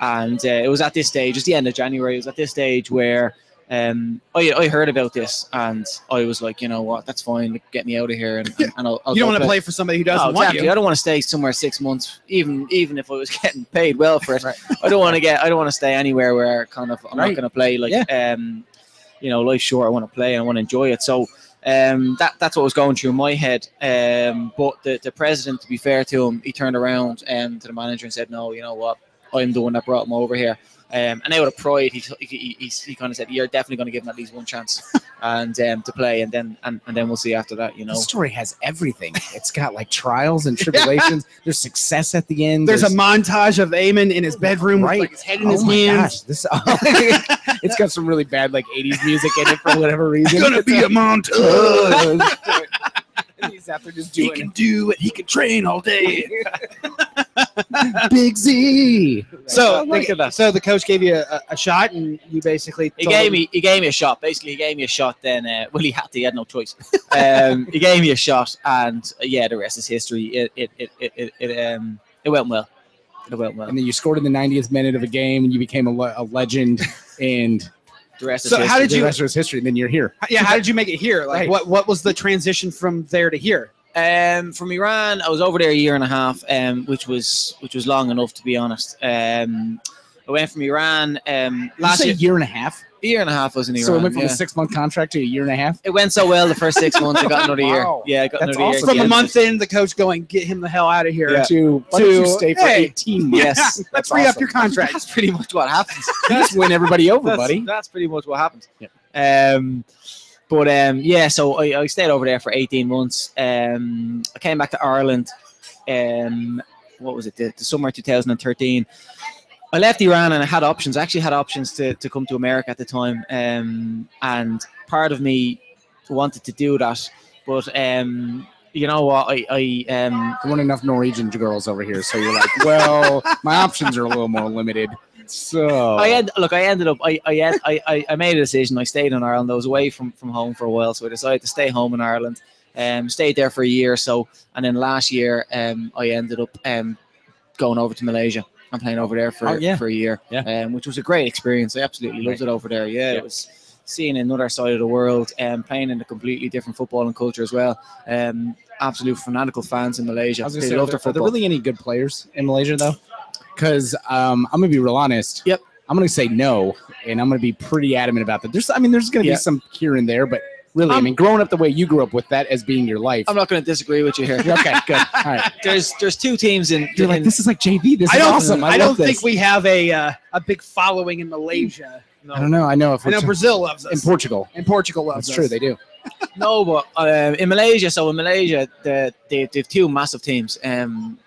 Speaker 3: and uh, it was at this stage, it was the end of January. It was at this stage where um, I, I heard about this and I was like, you know what, that's fine, get me out of here. And, and, and I'll, I'll
Speaker 1: You don't
Speaker 3: go
Speaker 1: want to play for somebody who
Speaker 3: No,
Speaker 1: doesn't want
Speaker 3: Oh, exactly.
Speaker 1: you.
Speaker 3: I don't want to stay somewhere six months, even even if I was getting paid well for it. I don't want to get. I don't want to stay anywhere where kind of I'm
Speaker 2: Right.
Speaker 3: not going to play. Like, um, you know, life's short. I want to play. I want to enjoy it. So um, that that's what was going through my head. Um, but the the president, to be fair to him, he turned around um, to the manager and said, "No, you know what? I'm the one that brought him over here." Um, and out of pride, he, he, he, he kind of said, "You're definitely going to give him at least one chance, and um, to play, and then and, and then we'll see after that." You
Speaker 2: The
Speaker 3: know,
Speaker 2: story has everything. It's got like trials and tribulations. There's success at the end.
Speaker 1: There's a montage of Eamon in his bedroom
Speaker 2: Right.
Speaker 1: with like, his head in
Speaker 2: oh
Speaker 1: his
Speaker 2: my
Speaker 1: hands.
Speaker 2: gosh, this it's got some really bad like '80s music in it for whatever reason.
Speaker 1: Gonna be a montage.
Speaker 2: Ugh. And He's out there just
Speaker 1: He
Speaker 2: doing
Speaker 1: can
Speaker 2: it.
Speaker 1: do it. He can train all day.
Speaker 2: Big Z.
Speaker 1: So,
Speaker 3: Look at
Speaker 1: the,
Speaker 3: that.
Speaker 1: so the coach gave you a, a shot, and you basically
Speaker 3: He
Speaker 1: told
Speaker 3: gave
Speaker 1: him-
Speaker 3: me he gave me a shot. Basically, he gave me a shot. Then uh, well, he had to. He had no choice. Um, he gave me a shot, and uh, yeah, the rest is history. It it it it, it, it um it went well. It went well.
Speaker 2: And then you scored in the 90th minute of a game, and you became a, le- a legend. And
Speaker 3: The rest is
Speaker 1: So
Speaker 3: history.
Speaker 1: how did
Speaker 2: the
Speaker 1: you-
Speaker 2: rest was history. And then you're here.
Speaker 1: Yeah, how did you make it here? Like,
Speaker 2: Right.
Speaker 1: what what was the transition from there to here?
Speaker 3: Um, from Iran, I was over there a year and a half, um, which was which was long enough to be honest. Um, I went from Iran um last
Speaker 2: Last
Speaker 3: year,
Speaker 2: a year and a half.
Speaker 3: year and a half. I was in Iran.
Speaker 2: So it went from
Speaker 3: yeah.
Speaker 2: a six month contract to a year and a half.
Speaker 3: It went so well the first six months. I got another
Speaker 2: Wow.
Speaker 3: year. Yeah, I got
Speaker 2: That's
Speaker 3: another year.
Speaker 2: awesome.
Speaker 3: at
Speaker 1: From
Speaker 3: the
Speaker 1: a
Speaker 3: end.
Speaker 1: month in, the coach going, "Get him the hell out of here."
Speaker 3: Yeah.
Speaker 2: To why don't you
Speaker 1: To-
Speaker 2: stay for
Speaker 1: hey.
Speaker 2: 18 months?
Speaker 3: Yes.
Speaker 1: Let's
Speaker 2: That's
Speaker 1: read up
Speaker 2: awesome.
Speaker 1: your contract.
Speaker 3: That's pretty much what happens.
Speaker 2: You just win everybody over,
Speaker 3: that's,
Speaker 2: buddy.
Speaker 3: That's pretty much what happened. Um, but um, yeah, so I, I stayed over there for 18 months. Um, I came back to Ireland. Um, what was it? The, the summer of 2013. I left Iran and I had options. I actually had options to, to come to America at the time. Um, and part of me wanted to do that. But um, you know what? I, I um,
Speaker 2: There weren't enough Norwegian girls over here, so you're like, well, my options are a little more limited. So
Speaker 3: I end look. I ended up. I I, end, I I I made a decision. I stayed in Ireland. I was away from from home for a while, so I decided to stay home in Ireland. Um, stayed there for a year or so, and then last year, um, I ended up um going over to Malaysia. I'm playing over there for
Speaker 2: Oh, yeah.
Speaker 3: for a year,
Speaker 2: Yeah.
Speaker 3: um, which was a great experience. I absolutely loved it over there. Yeah,
Speaker 2: Yeah.
Speaker 3: it was seeing another side of the world and playing in a completely different football and culture as well. Um, absolute fanatical fans in Malaysia.
Speaker 2: I was
Speaker 3: They
Speaker 2: gonna say, are
Speaker 3: love
Speaker 2: there,
Speaker 3: their
Speaker 2: are there
Speaker 3: football.
Speaker 2: really any good players in Malaysia though? Because um, I'm gonna be real honest.
Speaker 3: Yep.
Speaker 2: I'm gonna say no, and I'm gonna be pretty adamant about that. There's, I mean, there's gonna
Speaker 3: Yeah.
Speaker 2: be some here and there, but really, I
Speaker 3: I'm-
Speaker 2: mean, growing up the way you grew up with that as being your life.
Speaker 3: I'm not going to disagree with you here.
Speaker 2: okay, good. All right.
Speaker 3: There's there's two teams in.
Speaker 2: You're like,
Speaker 3: in-
Speaker 2: this is like JV. This
Speaker 1: I
Speaker 2: is
Speaker 1: don't.
Speaker 2: awesome. I,
Speaker 1: I,
Speaker 2: love
Speaker 1: don't
Speaker 2: this.
Speaker 1: think we have a uh, a big following in Malaysia.
Speaker 2: I don't know. I know if
Speaker 1: I
Speaker 2: we're
Speaker 1: know
Speaker 2: t-
Speaker 1: Brazil loves
Speaker 2: in
Speaker 1: us,
Speaker 2: Portugal.
Speaker 1: and Portugal loves
Speaker 2: That's
Speaker 1: us.
Speaker 2: true. They do.
Speaker 3: No, but um, in Malaysia, so in Malaysia, the, they, they have two massive teams. Um,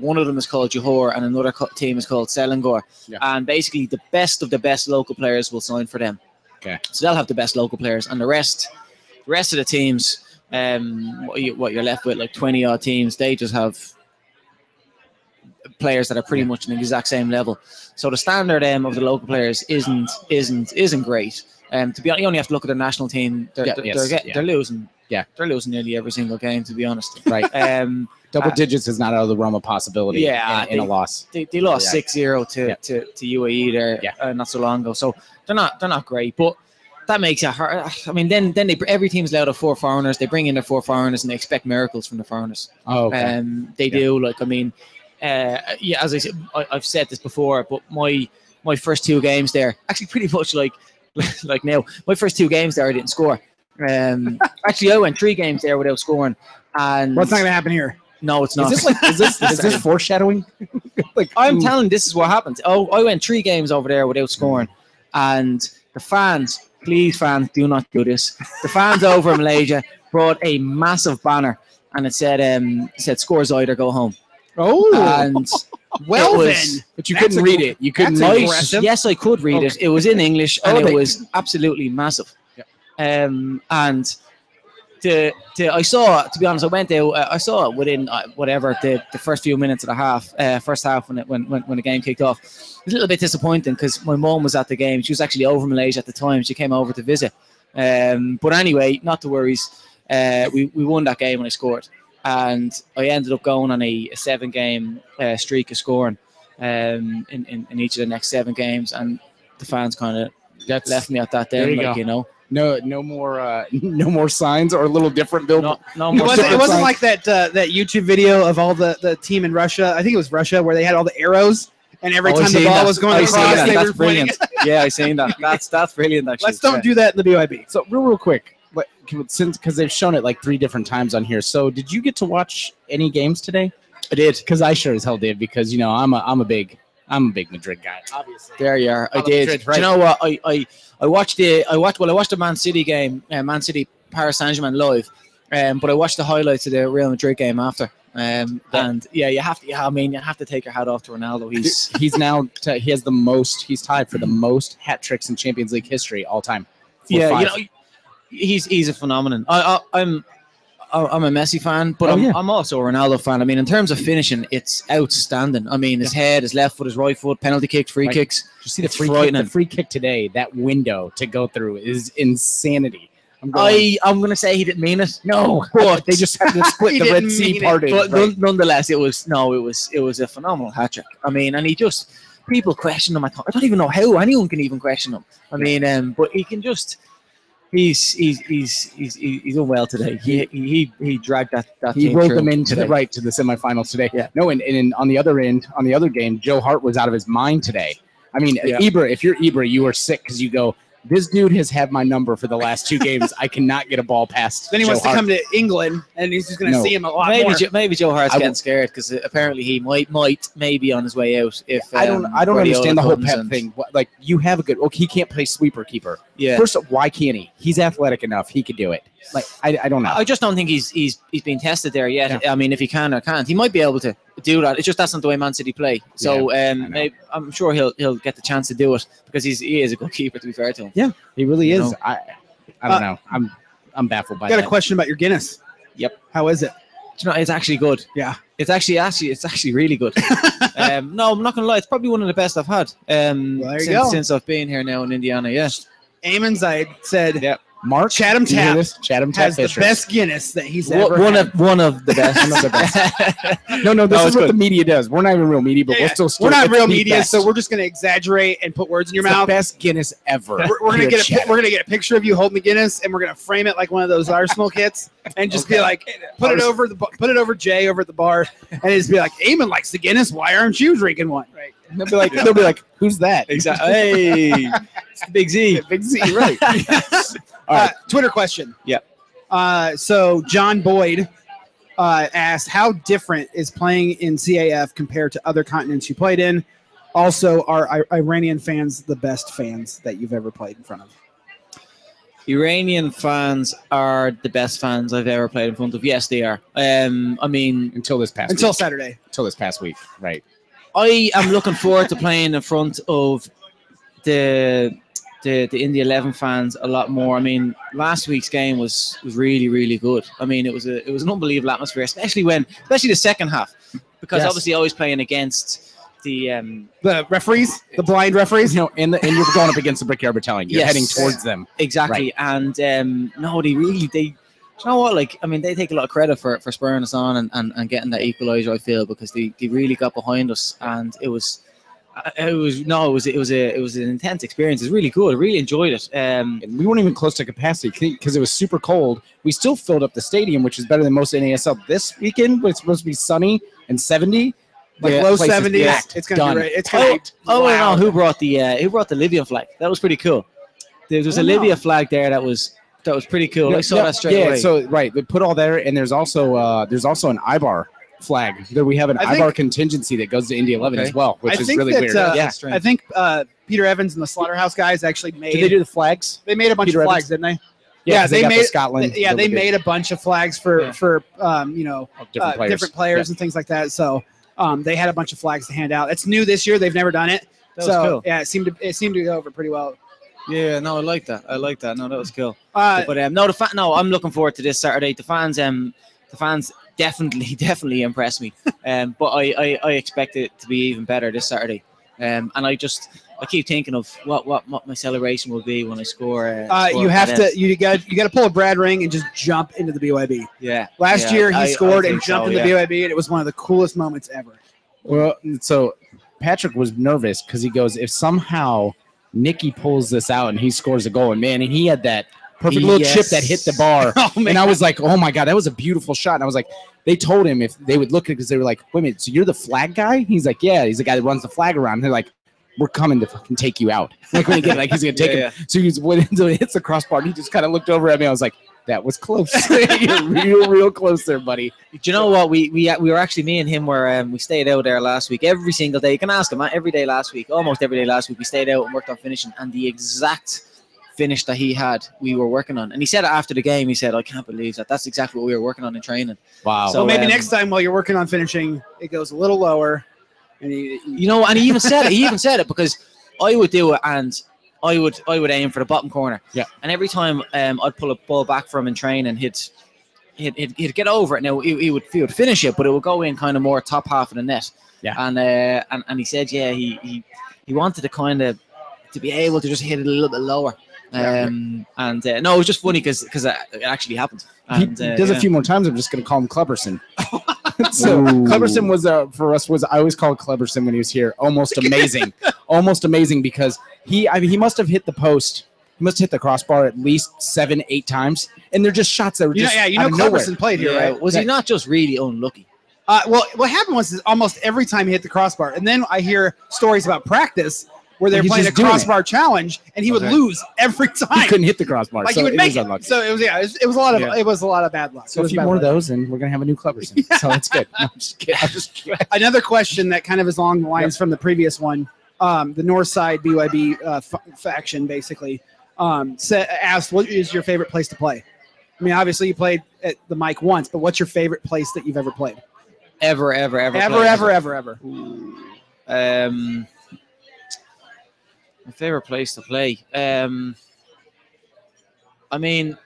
Speaker 3: one of them is called Johor, and another co- team is called Selangor.
Speaker 2: Yeah.
Speaker 3: And basically, the best of the best local players will sign for them.
Speaker 2: Okay.
Speaker 3: So they'll have the best local players, and the rest, the rest of the teams, um, what, you, what you're left with, like 20 odd teams, they just have players that are pretty much on the exact same level. So the standard um, of the local players isn't isn't isn't great. Um, to be honest, you only have to look at their national team. They're,
Speaker 2: Yeah,
Speaker 3: they're,
Speaker 2: yes,
Speaker 3: they're, get-
Speaker 2: yeah.
Speaker 3: they're losing.
Speaker 2: Yeah.
Speaker 3: they're losing nearly every single game. To be honest,
Speaker 2: Right.
Speaker 3: um,
Speaker 2: Double
Speaker 3: Uh,
Speaker 2: digits is not out of the realm of possibility.
Speaker 3: Yeah,
Speaker 2: In, in a
Speaker 3: they-
Speaker 2: loss.
Speaker 3: they, they lost
Speaker 2: Yeah.
Speaker 3: six zero to,
Speaker 2: Yeah.
Speaker 3: to to UAE there
Speaker 2: Yeah.
Speaker 3: uh, not so long ago. So they're not they're not great, but. That makes it hard. I mean, then then they br- every team's allowed of four foreigners. They bring in their four foreigners and they expect miracles from the foreigners.
Speaker 2: Oh, okay.
Speaker 3: Um, they
Speaker 2: Yeah.
Speaker 3: do. Like, I mean, uh, yeah, as I said, I, I've said this before, but my my first two games there, actually, pretty much like like now, my first two games there, I didn't score. Um, actually, I went three games there without scoring, and
Speaker 1: What's not going to happen here?
Speaker 3: No, it's
Speaker 2: Is
Speaker 3: not.
Speaker 2: this like is this is this foreshadowing? like
Speaker 3: uh, I'm
Speaker 2: ooh,
Speaker 3: telling this is what happened. Oh, I went three games over there without scoring, and the fans, please, fans, do not do this. The fans over in Malaysia brought a massive banner, and it said, um, it said scores either go home.
Speaker 2: oh,
Speaker 3: And
Speaker 1: Well
Speaker 3: it was-
Speaker 1: then,
Speaker 2: but you
Speaker 1: that's
Speaker 2: couldn't
Speaker 1: a-
Speaker 2: read it. You couldn't
Speaker 1: that's
Speaker 2: read
Speaker 1: a great-
Speaker 2: it.
Speaker 3: Yes,
Speaker 1: Aggressive?
Speaker 3: yes, I could read it. It was in English and
Speaker 2: Oh,
Speaker 3: it
Speaker 2: they-
Speaker 3: was absolutely massive. Um, and the, the I saw to be honest, I went out. uh, I saw it within uh, whatever the, the first few minutes of the half, uh, first half when it when, when when the game kicked off. It was a little bit disappointing because my mom was at the game. She was actually over in Malaysia at the time. She came over to visit. Um, but anyway, not to worries. Uh, we we won that game when I scored, and I ended up going on a, a seven game uh, streak of scoring um, in, in, in each of the next seven games, and the fans kind of
Speaker 2: That's
Speaker 3: left me at that. Then,
Speaker 2: There you
Speaker 3: like
Speaker 2: go.
Speaker 3: you know,
Speaker 2: no no more uh, no more signs or a little different billboard.
Speaker 3: no, no
Speaker 1: it
Speaker 3: more.
Speaker 1: wasn't, it
Speaker 3: signs.
Speaker 1: wasn't like that uh, that YouTube video of all the, the team in Russia. I think it was Russia where they had all the arrows, and every
Speaker 3: Oh, I
Speaker 1: time the
Speaker 3: seen
Speaker 1: ball
Speaker 3: that.
Speaker 1: was
Speaker 3: I
Speaker 1: going
Speaker 3: seen
Speaker 1: across,
Speaker 3: that.
Speaker 1: they
Speaker 3: That's
Speaker 1: were pointing.
Speaker 3: brilliant. yeah, I seen that. That's that's brilliant. Actually,
Speaker 1: Let's don't do that in the BYB.
Speaker 2: So real real quick, what, can- since because they've shown it like three different times on here. So did you get to watch any games today? I did because I sure as hell did because you know I'm a I'm a big I'm a big Madrid guy. Obviously,
Speaker 3: There you are. I
Speaker 2: Oh,
Speaker 3: did.
Speaker 2: Madrid,
Speaker 3: Do you know what? I, I I watched the I watched well. I watched the Man City game, uh, Man City Paris Saint Germain live, um, but I watched the highlights of the Real Madrid game after. Um, And yeah, you have to. Yeah, I mean, you have to take your hat off to Ronaldo. He's
Speaker 2: he's now t- he has the most he's tied for the most hat tricks in Champions League history all time. With
Speaker 3: yeah,
Speaker 2: five.
Speaker 3: you know, he's he's a phenomenon. I, I, I'm I- I'm a Messi fan, but
Speaker 2: Oh,
Speaker 3: I'm,
Speaker 2: yeah.
Speaker 3: I'm also a Ronaldo fan. I mean, in terms of finishing, it's outstanding. I mean, his head, his left foot, his right foot, penalty kicks, free
Speaker 2: Right.
Speaker 3: kicks.
Speaker 2: Did you see the
Speaker 3: It's
Speaker 2: free kick, the
Speaker 3: frightening.
Speaker 2: free kick today. That window to go through is insanity. I'm
Speaker 3: I I'm gonna say he didn't mean it.
Speaker 2: no,
Speaker 3: but-
Speaker 2: they just had to split
Speaker 1: He
Speaker 2: the Red
Speaker 1: didn't
Speaker 2: Sea
Speaker 1: mean it,
Speaker 2: parted.
Speaker 3: But
Speaker 2: right?
Speaker 3: none nonetheless, it was no, it was it was a phenomenal hat trick. I mean, and he just people question him. I thought I don't even know how anyone can even question him. I mean, um, but he can just he's he's he's he's he's he's done well today. He he he, he dragged that that
Speaker 2: he
Speaker 3: team
Speaker 2: rolled
Speaker 3: through
Speaker 2: them into the
Speaker 3: today.
Speaker 2: right to the semifinals today.
Speaker 3: Yeah.
Speaker 2: No, and, and, on the other end, on the other game, Joe Hart was out of his mind today. I mean,
Speaker 3: Yeah.
Speaker 2: Eber, if you're Eber, you are sick because you go, this dude has had my number for the last two games. I cannot get a ball past.
Speaker 1: Then he
Speaker 2: Joe
Speaker 1: wants to
Speaker 2: Hart."
Speaker 1: come to England, and he's just going to
Speaker 2: No.
Speaker 1: see him a lot
Speaker 3: Maybe
Speaker 1: more.
Speaker 3: Joe, maybe Joe Hart's
Speaker 2: I
Speaker 3: getting
Speaker 2: will-
Speaker 3: scared because apparently he might might maybe on his way out. If
Speaker 2: I don't.
Speaker 3: um,
Speaker 2: I don't
Speaker 3: Guardiola
Speaker 2: understand the whole
Speaker 3: comes
Speaker 2: pep
Speaker 3: and-
Speaker 2: thing. What- Like you have a good. Okay, he can't play sweeper keeper.
Speaker 3: Yeah,
Speaker 2: First, why can't he? He's athletic enough. He could do it. Like I, I don't know.
Speaker 3: I just don't think he's he's he's been tested there yet. I mean, if he can or can't, he might be able to do that. It's just that's not the way Man City play. So
Speaker 2: know.
Speaker 3: um, maybe, I'm sure he'll he'll get the chance to do it because he's he is a good keeper. To be fair to him,
Speaker 2: He really
Speaker 3: you
Speaker 2: is.
Speaker 3: know.
Speaker 2: I. I don't
Speaker 1: Uh,
Speaker 2: know. I'm. I'm baffled by
Speaker 1: I got
Speaker 2: that.
Speaker 1: a question about your Guinness.
Speaker 2: Yep.
Speaker 1: How is it?
Speaker 3: Do you know, it's actually good.
Speaker 1: Yeah.
Speaker 3: it's actually actually it's actually really good. um, no, I'm not gonna lie. It's probably one of the best I've had um,
Speaker 1: Well, there you
Speaker 3: since,
Speaker 1: go.
Speaker 3: since I've been here now in Indiana. Yeah,
Speaker 1: Eamon Zaid said
Speaker 2: Yeah. Mark
Speaker 1: Chatham
Speaker 2: do you hear
Speaker 1: Tap
Speaker 2: this? Chatham Tap
Speaker 1: has the
Speaker 2: Fishers.
Speaker 1: best Guinness that he's ever
Speaker 3: one
Speaker 1: had.
Speaker 3: of one of the best.
Speaker 2: One of the No, no, this
Speaker 3: No,
Speaker 2: is
Speaker 3: it's
Speaker 2: what
Speaker 3: good.
Speaker 2: the media does. We're not even real media, but
Speaker 1: Yeah,
Speaker 2: we're still
Speaker 1: We're
Speaker 2: stupid.
Speaker 1: not
Speaker 2: It's
Speaker 1: real
Speaker 2: the
Speaker 1: media,
Speaker 2: best.
Speaker 1: so we're just going to exaggerate and put words in your
Speaker 2: It's the
Speaker 1: mouth.
Speaker 2: best Guinness ever.
Speaker 1: We're, we're gonna
Speaker 2: Here,
Speaker 1: get a
Speaker 2: Chad.
Speaker 1: pi- we're gonna get a picture of you holding the Guinness, and we're gonna frame it like one of those arsenal kits, and just be like, put it over the bu- put it over Jay over at the bar, and just be like, Eamon likes the Guinness. Why aren't you drinking one? Right.
Speaker 2: They'll be like, they'll be like, who's that?
Speaker 3: Exactly. Hey, it's the Big Z.
Speaker 2: Big Z, right? All
Speaker 1: Uh,
Speaker 2: right.
Speaker 1: Twitter question.
Speaker 3: Yep.
Speaker 1: Uh, so John Boyd uh, asked, "How different is playing in CAF compared to other continents you played in? Also, are I- Iranian fans the best fans that you've ever played in front of?"
Speaker 3: Iranian fans are the best fans I've ever played in front of. Yes, they are. Um, I mean,
Speaker 2: Until this past
Speaker 1: Until
Speaker 2: week.
Speaker 1: Saturday,
Speaker 2: until this past week, right?
Speaker 3: I am looking forward to playing in front of the the the Indy Eleven fans a lot more. I mean, last week's game was was really really good. I mean, it was a it was an unbelievable atmosphere, especially when especially the second half, because
Speaker 2: Yes.
Speaker 3: obviously always playing against the um,
Speaker 1: the referees, the blind referees.
Speaker 2: You know, and the, and you're going up against the Brickyard Battalion. You're
Speaker 3: Yes.
Speaker 2: heading towards them.
Speaker 3: Exactly. And um, no, they really they. do You know what? Like, I mean, they take a lot of credit for for spurring us on and, and, and getting that equaliser. I feel because they, they really got behind us, and it was, uh, it was no, it was it was a it was an intense experience. It was really good. I really enjoyed it. Um,
Speaker 2: And we weren't even close to capacity because it was super cold. We still filled up the stadium, which is better than most NASL this weekend. But it's supposed to be sunny and 70.
Speaker 1: like
Speaker 2: The
Speaker 1: low
Speaker 2: place is
Speaker 1: seventies.
Speaker 2: packed.
Speaker 1: It's gonna
Speaker 2: Done.
Speaker 1: be. Right. It's gonna be.
Speaker 3: Oh, I
Speaker 1: loud.
Speaker 3: don't know who brought the uh, who brought the Libyan flag. That was pretty cool. There was a
Speaker 1: Oh, no.
Speaker 3: Libya flag there that was that was pretty cool. I saw
Speaker 2: yeah,
Speaker 3: that straight
Speaker 2: yeah,
Speaker 3: away.
Speaker 2: so right, they put all there, and there's also uh, there's also an eye bar flag. That we have an
Speaker 1: I think-
Speaker 2: Ibar contingency that goes to Indy 11
Speaker 4: Okay.
Speaker 2: as well, which
Speaker 1: I
Speaker 2: is
Speaker 1: think
Speaker 2: really
Speaker 1: that,
Speaker 2: weird.
Speaker 1: uh,
Speaker 2: yeah.
Speaker 1: I think uh, Peter Evans and the Slaughterhouse guys actually made
Speaker 2: Did
Speaker 1: they,
Speaker 2: they do the flags?
Speaker 1: made a bunch
Speaker 2: Peter
Speaker 1: of flags,
Speaker 2: Evans?
Speaker 1: didn't they?
Speaker 2: 'cause
Speaker 1: they
Speaker 2: got
Speaker 1: made-
Speaker 2: the Scotland.
Speaker 1: yeah, they made a bunch of flags for
Speaker 3: Yeah.
Speaker 1: for um, you know
Speaker 2: a
Speaker 1: different players, different players and things like that. So um, they had a bunch of flags to hand out. It's new this year; they've never done it.
Speaker 3: That was
Speaker 1: so
Speaker 3: cool.
Speaker 1: yeah, it seemed to it seemed to go over pretty well.
Speaker 3: Yeah, no, I like that. I like that. No, that was cool.
Speaker 1: Uh,
Speaker 3: but um, no, the fa- no, I'm looking forward to this Saturday. The fans, um, the fans definitely, definitely impressed me. Um, but I, I, I expect it to be even better this Saturday. Um, and I just, I keep thinking of what, what, what my celebration will be when I score. Uh,
Speaker 1: uh,
Speaker 3: score
Speaker 1: you
Speaker 3: for
Speaker 1: have
Speaker 3: them.
Speaker 1: to you got you got to pull a Brad ring and just jump into the BYB.
Speaker 3: Yeah.
Speaker 1: Last
Speaker 3: yeah,
Speaker 1: year he
Speaker 3: I- I
Speaker 1: scored and
Speaker 3: think
Speaker 1: jumped
Speaker 3: so,
Speaker 1: in the
Speaker 3: yeah.
Speaker 1: BYB, and it was one of the coolest moments ever.
Speaker 2: Well, so Patrick was nervous because he goes, if somehow Nicky pulls this out and he scores a goal, and man, and he had that perfect little chip
Speaker 3: Yes.
Speaker 2: that hit the bar.
Speaker 1: Oh man,
Speaker 2: And I was like, oh my God, that was a beautiful shot. And I was like, they told him if they would look at it because they were like, wait a minute, so you're the flag guy? He's like, yeah, he's the guy that runs the flag around. And they're like, we're coming to fucking take you out. Like when he get like he's gonna take
Speaker 3: Yeah,
Speaker 2: him. So he's when so it hits the crossbar and he just kind of looked over at me. I was like, that was close. you're real, real close there, buddy.
Speaker 3: Do you know what we we we were actually me and him were um, we stayed out there last week every single day. You can ask him uh, every day last week, almost every day last week. We stayed out and worked on finishing, and the exact finish that he had, we were working on. And he said it after the game. He said, "I can't believe that. That's exactly what we were working on in training."
Speaker 2: Wow.
Speaker 1: so
Speaker 3: So,
Speaker 1: maybe
Speaker 3: um,
Speaker 1: next time while you're working on finishing, it goes a little lower, and you, you-
Speaker 3: you know and he even said it he even said it because i would do it and i would i would aim for the bottom corner
Speaker 2: Yeah.
Speaker 3: and every time um i'd pull a ball back from him in train and he'd he'd, he'd, he'd get over it now he, he would he would finish it but it would go in kind of more top half of the net
Speaker 2: Yeah.
Speaker 3: and uh and, and he said yeah he he, he wanted to kind of to be able to just hit it a little bit lower
Speaker 2: Yeah.
Speaker 3: um and uh, no it was just funny because because it actually happened and
Speaker 2: he
Speaker 3: uh,
Speaker 2: does
Speaker 3: yeah.
Speaker 2: a few more times. I'm just going to call him Clubberson. so Clubberson was uh, for us was I always called Clubberson when he was here. Almost amazing, almost amazing because he I mean, he must have hit the post. He must have hit the crossbar at least seven, eight times, and they're just shots that were
Speaker 1: you know,
Speaker 2: just
Speaker 1: yeah, you
Speaker 2: out
Speaker 1: know,
Speaker 2: of nowhere.
Speaker 1: Cleverson played here,
Speaker 3: Yeah,
Speaker 1: right?
Speaker 3: was he not just really unlucky
Speaker 1: Uh, well, what happened was is almost every time he hit the crossbar, and then I hear stories about practice where they're
Speaker 2: He's
Speaker 1: playing a
Speaker 2: just doing it.
Speaker 1: crossbar challenge, and he would
Speaker 4: Okay.
Speaker 1: lose every
Speaker 2: He
Speaker 1: time.
Speaker 2: couldn't hit the crossbar,
Speaker 1: Like
Speaker 2: so
Speaker 1: he would
Speaker 2: it
Speaker 1: make
Speaker 2: was
Speaker 1: it.
Speaker 2: unlucky.
Speaker 1: So it was yeah, it was, it was a lot of
Speaker 4: Yeah.
Speaker 1: it was a lot of bad luck.
Speaker 2: So
Speaker 1: It
Speaker 2: a
Speaker 1: was
Speaker 2: few
Speaker 1: bad
Speaker 2: more of
Speaker 1: luck.
Speaker 2: those, and we're gonna have a new Clubberson. So that's good. No, I'm just kidding. I'm just kidding.
Speaker 1: Another question that kind of is along the lines from the previous one. Um, the North Side BYB uh, f- faction basically um, sa asked, "What is your favorite place to play?" I mean, obviously you played at the mic once, but what's your favorite place that you've ever played?
Speaker 3: ever ever ever
Speaker 1: Ever,
Speaker 3: played?
Speaker 1: ever, ever, ever.
Speaker 3: Um, my favorite place to play. Um, I mean,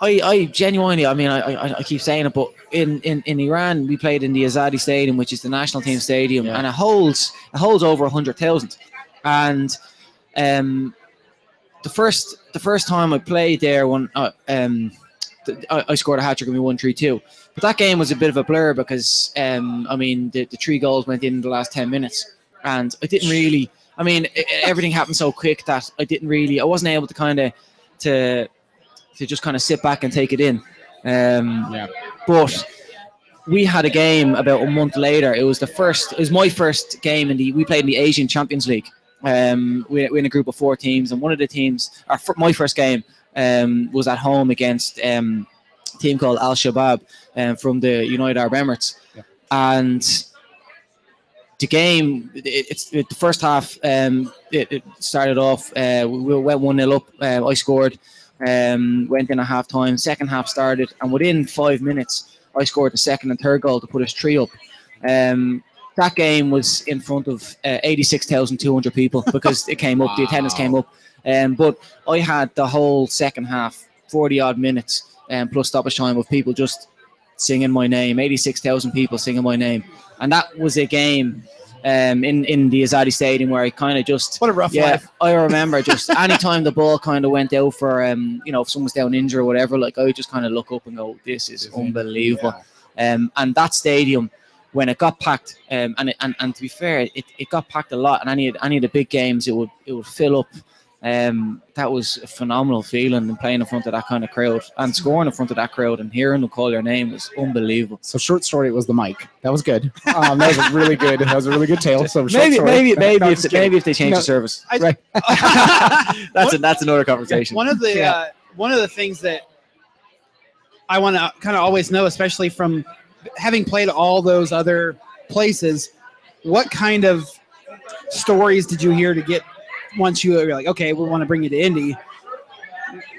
Speaker 3: I I genuinely, I mean, I, I I keep saying it, but in in in Iran, we played in the Azadi Stadium, which is the national team stadium,
Speaker 2: Yeah.
Speaker 3: and it holds it holds over hundred thousand, and um. The first, the first time I played there, when uh, um, th- I, I scored a hat trick and we won three two. But that game was a bit of a blur because, um, I mean, the, the three goals went in, in the last 10 minutes. And I didn't really, I mean, e- e- everything happened so quick that I didn't really, I wasn't able to kind of, to, to just kind of sit back and take it in. Um,
Speaker 2: Yeah.
Speaker 3: But we had a game about a month later. It was the first, it was my first game in the, we played in the Asian Champions League. Um, we, we're in a group of four teams, and one of the teams, our, fir- my first game, um, was at home against um, a team called Al Shabab um, from the United Arab Emirates,
Speaker 2: Yeah.
Speaker 3: and the game it, it's it, the first half um, it, it started off uh, we we went one 0 up. Uh, I scored, um, went in at half time. Second half started, and within five minutes, I scored the second and third goal to put us three up. Um, that game was in front of uh, 86,200 people because it came up, the attendance came up. Um, but I had the whole second half, 40 odd minutes, um, plus stoppage time of people just singing my name, 86,000 people singing my name. And that was a game um, in, in the Azadi Stadium where I kind of just.
Speaker 1: What a rough
Speaker 3: Yeah,
Speaker 1: life.
Speaker 3: I remember just anytime the ball kind of went out for, um, you know, if someone's down injured or whatever, like I would just kind of look up and go, this is unbelievable. Um, and that stadium, when it got packed, um, and, it, and and to be fair, it, it got packed a lot. And any of- any of the big games, it would it would fill up. Um, that was a phenomenal feeling and playing in front of that kind of crowd and scoring in front of that crowd and hearing them call your name was unbelievable.
Speaker 2: So short story, it was the mic. That was good. Um, that was a really good. That was a really good tale. So short story. No, no, I'm
Speaker 3: if
Speaker 2: just kidding.
Speaker 3: maybe if they change
Speaker 2: No.
Speaker 3: the service.
Speaker 2: Right.
Speaker 3: that's a, that's another conversation.
Speaker 1: One of the
Speaker 2: Yeah.
Speaker 1: uh, one of the things that I want to kind of always know, especially from having played all those other places, what kind of stories did you hear to get once you were like, okay, we want to bring you to Indy?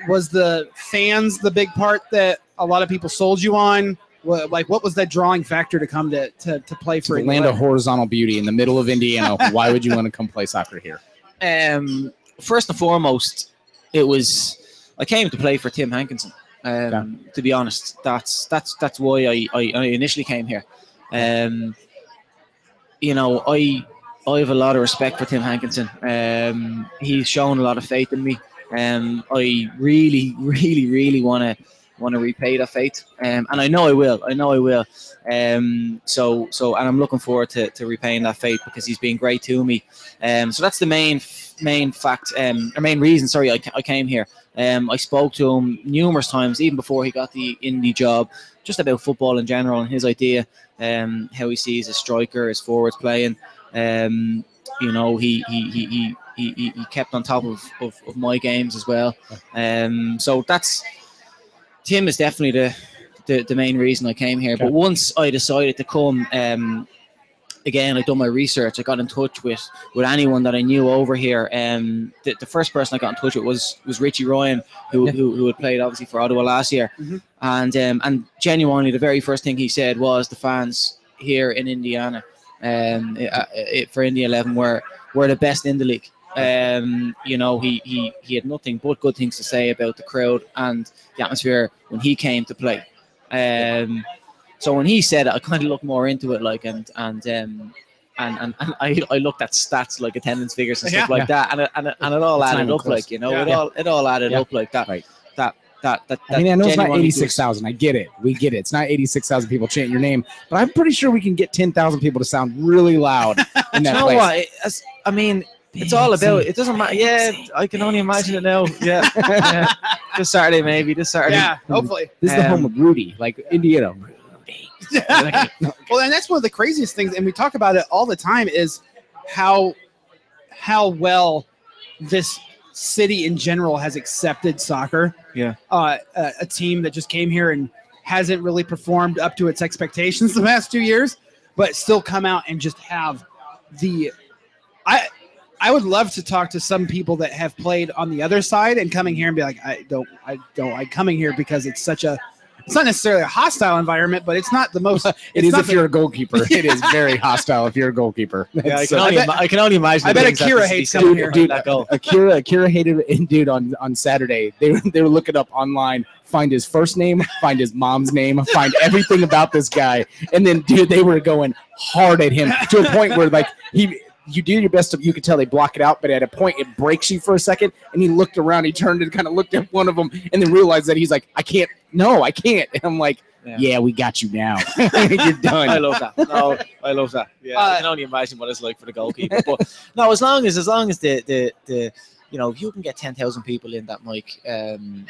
Speaker 1: Was the fans the big part that a lot of people sold you on? Wha- Like, what was that drawing factor to come to to, to play
Speaker 2: It's
Speaker 1: for
Speaker 2: the land
Speaker 1: Indiana?
Speaker 2: of horizontal beauty in the middle of Indiana. Why would you want to come play soccer here?
Speaker 3: um, first and foremost, it was I came to play for Tim Hankinson. Um, To be honest, that's that's that's why I, I, I initially came here. Um, you know, I I have a lot of respect for Tim Hankinson. Um, he's shown a lot of faith in me. Um, I really, really, really want to want to repay that faith, um, and I know I will. I know I will. Um, so so, and I'm looking forward to, to repaying that faith because he's been great to me. Um, so that's the main main fact, um, or main reason. Sorry, I, ca- I came here. Um, I spoke to him numerous times, even before he got the indie job, just about football in general and his idea, um, how he sees his striker, his forwards playing. Um, you know, he he he. he he, he he kept on top of, of, of my games as well. Um, so that's Tim is definitely the, the, the main reason I came here. But once I decided to come, um, again, I done my research. I got in touch with with anyone that I knew over here. Um, the, the first person I got in touch with was was Richie Ryan, who who, who had played obviously for Ottawa last year,
Speaker 1: Mhm.
Speaker 3: and um, and genuinely the very first thing he said was the fans here in Indiana, um, i- i- i- for Indy Eleven were were the best in the league. Um, you know, he, he he had nothing but good things to say about the crowd and the atmosphere when he came to play. Um, so when he said it, I kind of looked more into it, like and and um, and, and, and I, I looked at stats like attendance figures and stuff
Speaker 1: Yeah.
Speaker 3: like that, and it, and, it, and it all
Speaker 2: It's not
Speaker 3: added
Speaker 2: even
Speaker 3: up,
Speaker 2: close.
Speaker 3: like you know,
Speaker 1: Yeah.
Speaker 3: it all it all added
Speaker 2: Yeah.
Speaker 3: up like that.
Speaker 2: Right.
Speaker 3: That that that.
Speaker 2: I mean, I
Speaker 3: that
Speaker 2: know it's not
Speaker 3: genuinely
Speaker 2: eighty-six thousand. I get it. We get it. It's not eighty-six thousand people chanting your name, but I'm pretty sure we can get ten thousand people to sound really loud in
Speaker 3: Do
Speaker 2: that
Speaker 3: you know
Speaker 2: place.
Speaker 3: what? It- it's- I mean, it's all about. It doesn't matter. Yeah, I can only imagine it now. Yeah, yeah. this Saturday maybe. This Saturday.
Speaker 1: Yeah, hopefully.
Speaker 2: This is the
Speaker 3: Um,
Speaker 2: home of Rudy, like Indiana.
Speaker 1: Well, and that's one of the craziest things, and we talk about it all the time, is how how well this city in general has accepted soccer.
Speaker 3: Yeah.
Speaker 1: Uh, a, a team that just came here and hasn't really performed up to its expectations the past two years, but still come out and just have the. I I would love to talk to some people that have played on the other side and coming here and be like, I don't, I don't like coming here because it's such a. It's not necessarily a hostile environment, but it's not the most.
Speaker 2: It
Speaker 1: it's
Speaker 2: is
Speaker 1: not
Speaker 2: if
Speaker 1: the-
Speaker 2: you're a goalkeeper. It is very hostile if you're a goalkeeper.
Speaker 3: Yeah, I,
Speaker 2: That's,
Speaker 3: can
Speaker 2: uh,
Speaker 3: only
Speaker 1: I bet-
Speaker 3: ima- I can only imagine.
Speaker 1: I
Speaker 3: the
Speaker 1: bet
Speaker 3: things that
Speaker 1: Akira
Speaker 3: this-
Speaker 1: hates
Speaker 3: these
Speaker 1: coming
Speaker 3: people
Speaker 1: here.
Speaker 3: are
Speaker 2: Dude,
Speaker 3: like, oh,
Speaker 2: Akira, Akira hated it, dude on on Saturday. They were they were looking up online, find his first name, find his mom's name, find everything about this guy, and then dude, they were going hard at him to a point where like he. You do your best to, you could tell they block it out, but at a point it breaks you for a second. And he looked around, he turned and kind of looked at one of them, and then realized that he's like, I can't, no, I can't. And I'm like,
Speaker 3: Yeah.
Speaker 2: yeah, we got you now. You're done.
Speaker 3: I love that. No, I love that. Yeah,
Speaker 1: Uh,
Speaker 3: I can only imagine what it's like for the goalkeeper. But no, as long as as long as the the, the you know if you can get ten thousand people in that mic, um,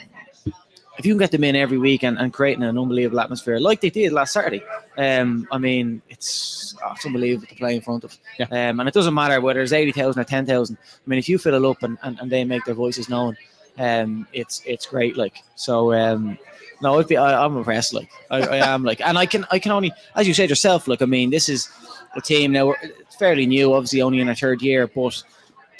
Speaker 3: if you can get them in every week and, and creating an unbelievable atmosphere like they did last Saturday, um, I mean it's, oh, it's unbelievable to play in front of.
Speaker 2: Yeah.
Speaker 3: Um, and it doesn't matter whether it's eighty thousand or ten thousand. I mean if you fill it up and, and, and they make their voices known, um, it's it's great. Like so. Um, no, I'd be, I, I'm impressed. Like I, I am. Like, and I can, I can only, as you said yourself. Look, I mean, this is a team now. we're- It's fairly new, obviously, only in our third year, but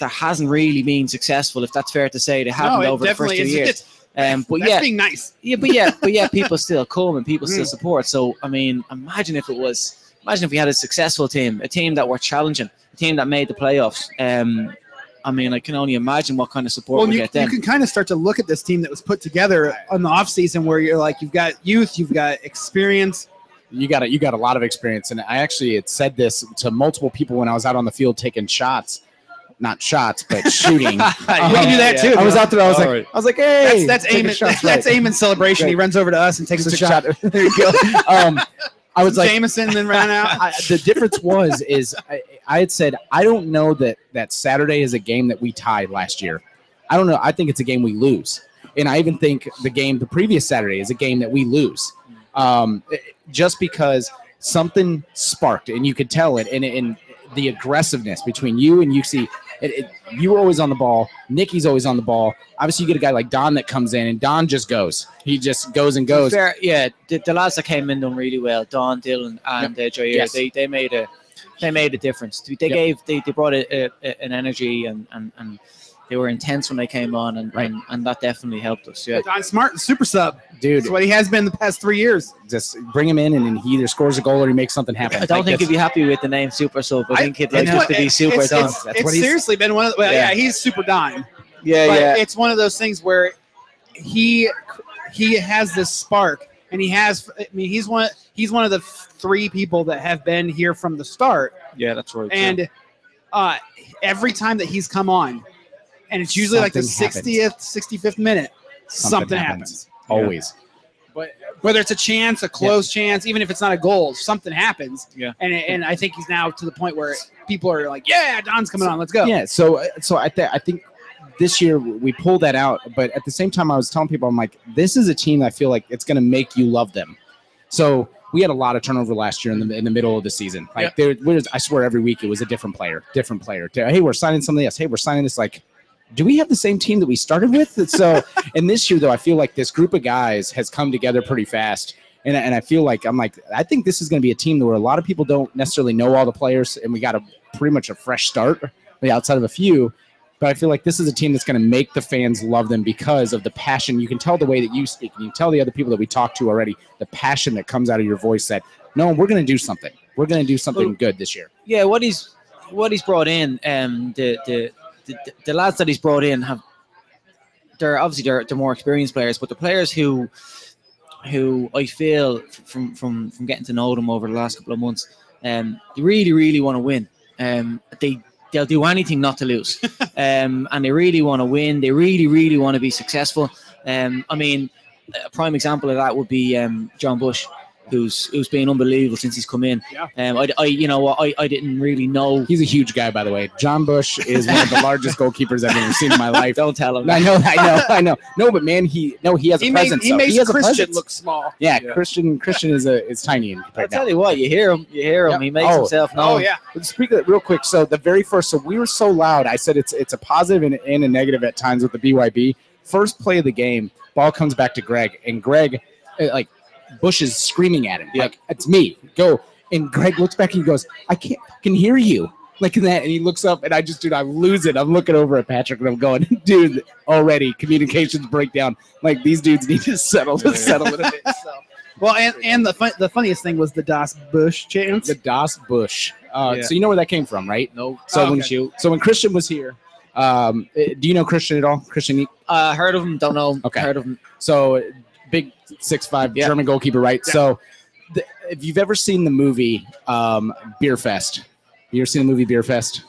Speaker 3: that hasn't really been successful. If that's fair to say, they haven't over the first two years. um, but
Speaker 1: that's
Speaker 3: yeah,
Speaker 1: being nice.
Speaker 3: yeah, but yeah, but yeah, people still come and people still
Speaker 1: Mm.
Speaker 3: support. So I mean, imagine if it was, imagine if we had a successful team, a team that were challenging, a team that made the playoffs. Um, I mean, I can only imagine what kind of support
Speaker 1: Well,
Speaker 3: we
Speaker 1: you,
Speaker 3: get then.
Speaker 1: you can kind of start to look at this team that was put together on the offseason where you're like, you've got youth, you've got experience.
Speaker 2: you got a, you got a lot of experience and i actually had said this to multiple people when i was out on the field taking shots not shots but shooting i
Speaker 1: we Uh, can do that
Speaker 3: yeah.
Speaker 1: too.
Speaker 2: was out there Uh-huh. i was like i was like hey
Speaker 1: that's that's
Speaker 2: taking
Speaker 1: Eamon,
Speaker 2: shots,
Speaker 1: that's
Speaker 2: right.
Speaker 1: Eamon's celebration. He
Speaker 2: Right.
Speaker 1: runs over to us and takes a
Speaker 2: Took
Speaker 1: shot.
Speaker 2: there you go um i was like
Speaker 1: Jameson then ran out.
Speaker 2: I, the difference was is I, I had said I don't know that that Saturday is a game that we tied last year. I don't know. I think it's a game we lose, and I even think the game the previous Saturday is a game that we lose, um, eh, just because something sparked, and you could tell it, and and the aggressiveness between you and UC. it, it, you were always on the ball. Nicky's always on the ball. Obviously, you get a guy like Don that comes in, and Don just goes. He just goes and goes.
Speaker 3: Fair, yeah, the, the lads that came in done really well. Don, Dylan, and uh, Jair,
Speaker 2: Yes.
Speaker 3: they, they made a they made a difference. They, they
Speaker 2: Yep.
Speaker 3: gave they, they brought a, a, a- an energy and, and and they were intense when they came on, and
Speaker 2: Right.
Speaker 3: and, and that definitely helped us. Yeah,
Speaker 1: Don Smart, super sub.
Speaker 2: Dude,
Speaker 1: That's what he has been the past three years.
Speaker 2: just bring him in, and then he either scores a goal or he makes something happen.
Speaker 3: I don't
Speaker 2: Like,
Speaker 3: think he'd
Speaker 2: that's-
Speaker 3: be happy with the name Super Sub. I,
Speaker 1: I-
Speaker 3: think he'd like
Speaker 1: it's
Speaker 3: just
Speaker 1: what-
Speaker 3: to be
Speaker 1: it's-
Speaker 3: Super
Speaker 1: it's,
Speaker 3: Don.
Speaker 1: It's,
Speaker 2: That's
Speaker 1: it's
Speaker 2: what he's-
Speaker 1: seriously been one of the. Well, yeah.
Speaker 2: Yeah.
Speaker 1: he's super Don.
Speaker 3: yeah,
Speaker 1: but it's one of those things where he he has this spark, and he has. I mean, he's one. He's one of the three people that have been here from the start,
Speaker 3: yeah, that's right. yeah.
Speaker 1: and uh, every time that he's come on, and it's usually like the
Speaker 2: Something happens.
Speaker 1: sixtieth, sixty-fifth minute, something,
Speaker 2: Something
Speaker 1: happens.
Speaker 2: happens. always.
Speaker 1: Whether it's a chance, a close chance, even if it's not a goal, something happens.
Speaker 3: Yeah.
Speaker 1: and and I think he's now to the point where people are like, "Yeah, Don's coming on. Let's go."
Speaker 2: Yeah. So uh, so I th- I think this year we pulled that out, but at the same time I was telling people I'm like, this is a team that I feel like it's going to make you love them. So we had a lot of turnover last year in the in the middle of the season. Like there, there was, I swear every week it was a different player, different player. Hey, we're signing somebody else. Hey, we're signing this. Like, do we have the same team that we started with? And so and this year though, I feel like this group of guys has come together pretty fast. And, I- and I feel like I'm like I think this is going to be a team where a lot of people don't necessarily know all the players, and we got a pretty much a fresh start the outside of a few. But I feel like this is a team that's going to make the fans love them because of the passion. You can tell the way that you speak, and you can tell the other people that we talked to already the passion that comes out of your voice. That no, we're going to do something. We're going to do something
Speaker 3: Well-
Speaker 2: good this year.
Speaker 3: yeah, what he's what he's brought in, um, the the the, the lads that he's brought in have they're obviously they're, they're more experienced players, but the players who who I feel f- from from from getting to know them over the last couple of months, um, they really really want to win. Um, they they'll do anything not to lose, um, and they really want to win. They really really want to be successful. Um, I mean, a prime example of that would be um, John Bush, who's who's been unbelievable since he's come in.
Speaker 1: Yeah.
Speaker 3: Um, I, I you know what I, I didn't really know.
Speaker 2: He's a huge guy, by the way. John Bush is one of the largest goalkeepers I've ever seen in my life.
Speaker 3: Don't tell him.
Speaker 2: I know, I know, I know. No, but man, he no, he has a
Speaker 1: He, made,
Speaker 2: presence.
Speaker 1: he
Speaker 2: though.
Speaker 1: makes
Speaker 2: has a
Speaker 1: Christian
Speaker 2: presence.
Speaker 1: look small.
Speaker 2: Yeah,
Speaker 3: Yeah.
Speaker 2: Christian. Christian is a is tiny. in
Speaker 3: I'll
Speaker 2: right now.
Speaker 3: tell you what, you hear him, you hear him.
Speaker 2: Yeah.
Speaker 3: He makes
Speaker 2: Oh.
Speaker 3: himself known.
Speaker 1: Oh yeah,
Speaker 2: But speak of it real quick. So the very first, so we were so loud. I said it's it's a positive and, and a negative at times with the BYB. First play of the game, ball comes back to Greg, and Greg, uh, like Bush is screaming at him,
Speaker 3: Yeah.
Speaker 2: like it's me, go. And Greg looks back and he goes, I can't fucking hear you. Like in that, and he looks up, and I just, dude, I lose it. I'm looking over at Patrick, and I'm going, dude, already communications breakdown. Like these dudes need to settle,
Speaker 3: Yeah.
Speaker 2: settle it a bit.
Speaker 1: Well, and, and the fun, the funniest thing was the Das Bush chance.
Speaker 2: The Das Bush. Uh,
Speaker 3: Yeah.
Speaker 2: So you know where that came from, right?
Speaker 3: No,
Speaker 2: So
Speaker 1: Oh,
Speaker 2: when
Speaker 1: okay.
Speaker 2: you, so when Christian was here, um, eh, do you know Christian at all? Christian,
Speaker 3: uh, heard of him? Don't know him.
Speaker 2: Okay.
Speaker 3: Heard of him?
Speaker 2: so uh, big six five
Speaker 3: Yeah.
Speaker 2: German goalkeeper, right?
Speaker 1: Yeah.
Speaker 2: So the, if you've ever seen the movie um, Beer Fest, you ever seen the movie Beer Fest?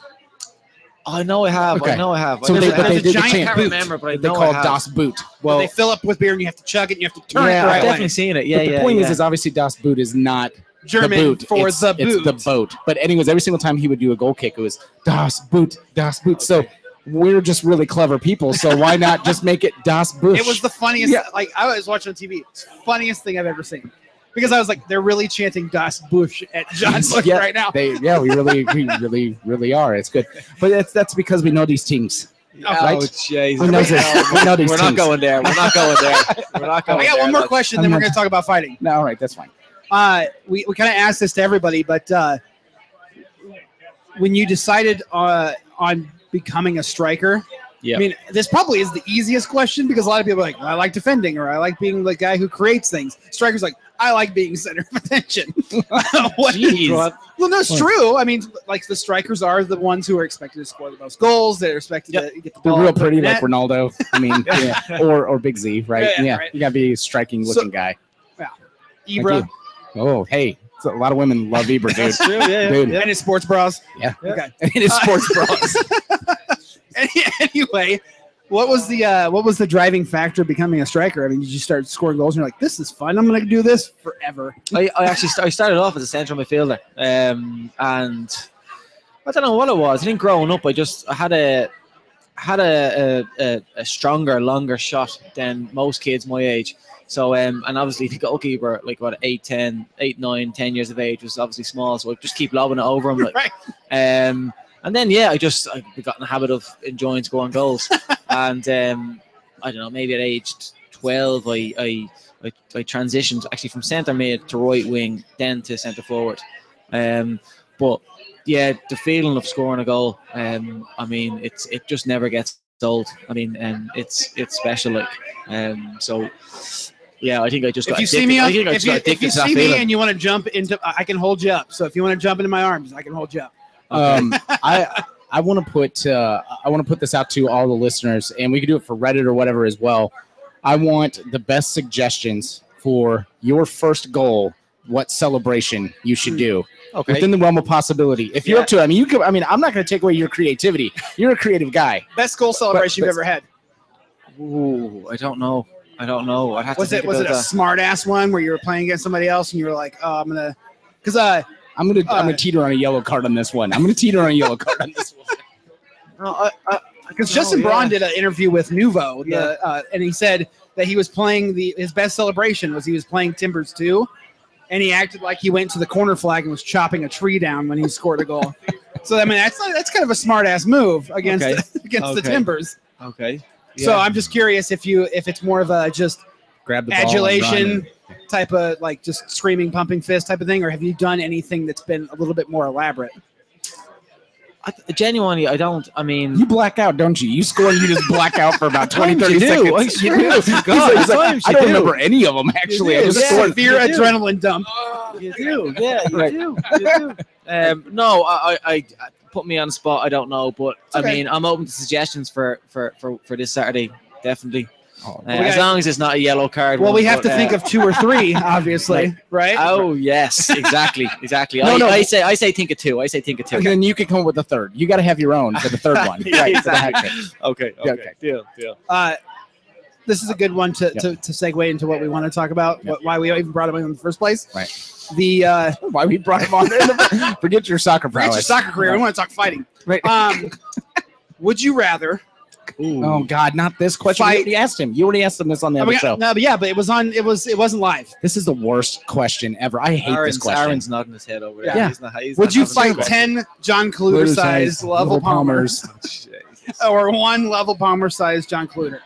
Speaker 3: I know I have. I
Speaker 2: Okay.
Speaker 3: know I have.
Speaker 2: So
Speaker 3: I
Speaker 2: they-
Speaker 3: never-
Speaker 2: but they
Speaker 3: I
Speaker 2: did the
Speaker 3: can't
Speaker 2: chant.
Speaker 1: boot.
Speaker 3: remember, but I
Speaker 2: They
Speaker 3: know
Speaker 2: call
Speaker 3: I
Speaker 2: it
Speaker 3: have.
Speaker 2: Das Boot.
Speaker 1: Well,
Speaker 2: Well,
Speaker 1: they fill up with beer and you have to chug it and you have to turn
Speaker 2: Yeah,
Speaker 1: it the
Speaker 3: I've
Speaker 1: right
Speaker 3: definitely
Speaker 1: way.
Speaker 3: seen it.
Speaker 2: but
Speaker 3: Yeah,
Speaker 2: the
Speaker 3: yeah.
Speaker 2: point
Speaker 3: yeah.
Speaker 2: is, is obviously Das Boot is not
Speaker 1: German
Speaker 2: the boot.
Speaker 1: for
Speaker 2: it's,
Speaker 1: the boot.
Speaker 2: it's the boat. But anyways, every single time he would do a goal kick, it was Das Boot, Das Boot. So we're just really clever people. So why not just make it Das Boot?
Speaker 1: It was the funniest.
Speaker 2: Yeah.
Speaker 1: Like I was watching on TV, it's the funniest thing I've ever seen. Because I was like, they're really chanting Das Bush at John Bush
Speaker 2: Yeah.
Speaker 1: right now.
Speaker 2: They, yeah, we really, we really, really are. It's good, but that's that's because we know these teams. right?
Speaker 3: Jesus.
Speaker 2: We know this. We know these
Speaker 3: We're not
Speaker 2: teams.
Speaker 3: going there. We're not going there. We're not going
Speaker 1: I got
Speaker 3: there.
Speaker 1: one more
Speaker 3: That's-
Speaker 1: question, then
Speaker 2: I'm
Speaker 1: we're
Speaker 2: not-
Speaker 1: going to talk about fighting.
Speaker 2: No, all right, that's fine.
Speaker 1: Uh, we we kind of asked this to everybody, but uh, when you decided uh, on becoming a striker,
Speaker 2: Yeah.
Speaker 1: I mean, this probably is the easiest question because a lot of people are like, well, I like defending or I like being the guy who creates things. Strikers like, I like being center of attention. what?
Speaker 3: Jeez.
Speaker 1: Well, no, it's
Speaker 2: Well-
Speaker 1: true. I mean, like the strikers are the ones who are expected to score the most goals. They're expected to get the
Speaker 2: They're
Speaker 1: ball.
Speaker 2: real
Speaker 1: up Oh, the
Speaker 2: pretty, like
Speaker 1: net.
Speaker 2: Ronaldo. I mean, yeah. or or Big Z, right?
Speaker 1: Yeah,
Speaker 2: Yeah,
Speaker 1: yeah, right.
Speaker 2: you gotta be a striking-looking
Speaker 1: So-
Speaker 2: guy. like
Speaker 1: Ibra
Speaker 2: you. Oh, hey, it's a lot of women love Ibra, dude.
Speaker 3: That's true. Yeah, yeah.
Speaker 2: Dude.
Speaker 3: yeah.
Speaker 1: and his sports bras.
Speaker 2: Yeah.
Speaker 1: Okay.
Speaker 2: and his
Speaker 1: Uh,
Speaker 2: sports bras.
Speaker 1: anyway, what was the uh, what was the driving factor of becoming a striker? I mean, did you start scoring goals and you're like, this is fun. I'm going to do this forever.
Speaker 3: I, I actually st- I started off as a central midfielder, um, and I don't know what it was. I think growing up, I just I had a had a, a, a, a stronger, longer shot than most kids my age. So um, and obviously the goalkeeper, like about 8, 10, 8, 9, 10 years of age, was obviously small. So I just keep lobbing it over him. Like,
Speaker 1: Right.
Speaker 3: um, And then yeah, I just I got in the habit of enjoying scoring goals. and um, I don't know, maybe at age twelve, I I, I, I transitioned actually from centre mid to right wing, then to centre forward. Um, but yeah, the feeling of scoring a goal. Um, I mean, it's it just never gets old. I mean, um, it's it's special. Like, um, so yeah, I think I just
Speaker 1: If
Speaker 3: got
Speaker 1: you see
Speaker 3: addicted-
Speaker 1: me,
Speaker 3: I
Speaker 1: on,
Speaker 3: think I
Speaker 1: if
Speaker 3: just
Speaker 1: you,
Speaker 3: got
Speaker 1: if
Speaker 3: addicted
Speaker 1: you
Speaker 3: to that
Speaker 1: see me
Speaker 3: feeling.
Speaker 1: and you want to jump into, I I can hold you up. So if you want to jump into my arms, I can hold you up.
Speaker 2: Um, I I want to put uh, I want to put this out to all the listeners, and we can do it for Reddit or whatever as well. I want the best suggestions for your first goal. What celebration you should do
Speaker 3: okay.
Speaker 2: within the realm of possibility. If you're
Speaker 1: Hmm. Yeah.
Speaker 2: up to, it, I mean, you could. I mean, I'm not going to take away your creativity. You're a creative guy.
Speaker 1: Best goal celebration you've
Speaker 2: but-
Speaker 1: ever had.
Speaker 3: Ooh, I don't know. I don't know. I'd have
Speaker 1: Was
Speaker 3: to
Speaker 1: it
Speaker 3: think
Speaker 1: was it
Speaker 3: about uh,
Speaker 1: a smart ass one where you were playing against somebody else and you were like, oh, I'm gonna, because uh,
Speaker 2: I'm gonna I'm
Speaker 1: Uh,
Speaker 2: gonna teeter on a yellow card on this one. I'm gonna teeter on a yellow card on this one.
Speaker 3: that. No, I, I,
Speaker 1: because Justin Braun did an interview with Nuvo, the,
Speaker 3: uh, oh, Yeah.
Speaker 1: uh, and he said that he was playing the his best celebration was he was playing Timbers two, and he acted like he went to the corner flag and was chopping a tree down when he scored a goal. so I mean that's that's kind of a smart ass move against
Speaker 3: Okay.
Speaker 1: against the
Speaker 3: Okay.
Speaker 1: Timbers.
Speaker 3: Okay.
Speaker 1: So I'm just curious if you if it's more of a just
Speaker 2: Grab the ball and run.
Speaker 1: adulation type of like just screaming pumping fist type of thing, or have you done anything that's been a little bit more elaborate?
Speaker 3: I, genuinely, I don't. I mean,
Speaker 2: You black out, don't you? You score and you just black out for about 20,
Speaker 3: Sometimes
Speaker 2: 30
Speaker 3: you do. I
Speaker 2: seconds.
Speaker 3: swear
Speaker 2: He's like-
Speaker 3: to
Speaker 2: he's
Speaker 3: God,
Speaker 2: like,
Speaker 3: sometimes
Speaker 2: I
Speaker 3: you
Speaker 2: don't
Speaker 3: do.
Speaker 2: remember any of them, actually. I
Speaker 1: It was
Speaker 2: just
Speaker 1: a
Speaker 3: yeah.
Speaker 2: scored.
Speaker 1: severe
Speaker 3: You do.
Speaker 1: adrenaline dump.
Speaker 3: You do, yeah, you
Speaker 2: Right.
Speaker 3: do, you do. Um, no, I, I, I put me on the spot. I don't know, but
Speaker 1: okay.
Speaker 3: I mean, I'm open to suggestions for for for, for this Saturday, definitely.
Speaker 2: Oh,
Speaker 3: Uh,
Speaker 1: we
Speaker 3: as
Speaker 1: got-
Speaker 3: long as it's not a yellow card.
Speaker 1: Well,
Speaker 3: one,
Speaker 1: we have
Speaker 3: but,
Speaker 1: to
Speaker 3: uh,
Speaker 1: think of two or three, obviously, right?
Speaker 3: Oh yes, exactly, exactly.
Speaker 2: No,
Speaker 3: I,
Speaker 2: no.
Speaker 3: I say I say think of two. I say think of two.
Speaker 2: And then you can come up with a third. You got to have your own for the third one.
Speaker 3: Yeah,
Speaker 2: Right, for the hat trick.
Speaker 3: Okay,
Speaker 2: Yeah, okay.
Speaker 3: deal, deal.
Speaker 1: Uh, this is a good one to,
Speaker 2: Yeah.
Speaker 1: to, to segue into what we want to talk about,
Speaker 2: Yeah.
Speaker 1: what, why we even brought him in in the first place.
Speaker 2: Right.
Speaker 1: The uh,
Speaker 2: Why we brought him on there? in the- Forget your soccer
Speaker 1: forget
Speaker 2: prowess.
Speaker 1: your soccer career. We want to talk fighting.
Speaker 2: Right.
Speaker 1: Um, would you rather?
Speaker 2: Oh God, not this question.
Speaker 1: Fight.
Speaker 2: You already asked him. You already asked him this on the
Speaker 1: Oh
Speaker 2: other
Speaker 1: my
Speaker 2: show.
Speaker 1: God, no, but yeah, but it was on. It was. It wasn't live.
Speaker 2: This is the worst question ever. I hate
Speaker 3: Aaron's,
Speaker 2: this question.
Speaker 3: Aaron's nodding his head over there.
Speaker 2: Yeah.
Speaker 3: He's not- he's
Speaker 1: Would
Speaker 3: not
Speaker 1: you
Speaker 3: having
Speaker 1: fight
Speaker 3: a
Speaker 1: ten John Cluter-sized level Palmers
Speaker 3: good one.
Speaker 1: or one level Palmer-sized John Cluter?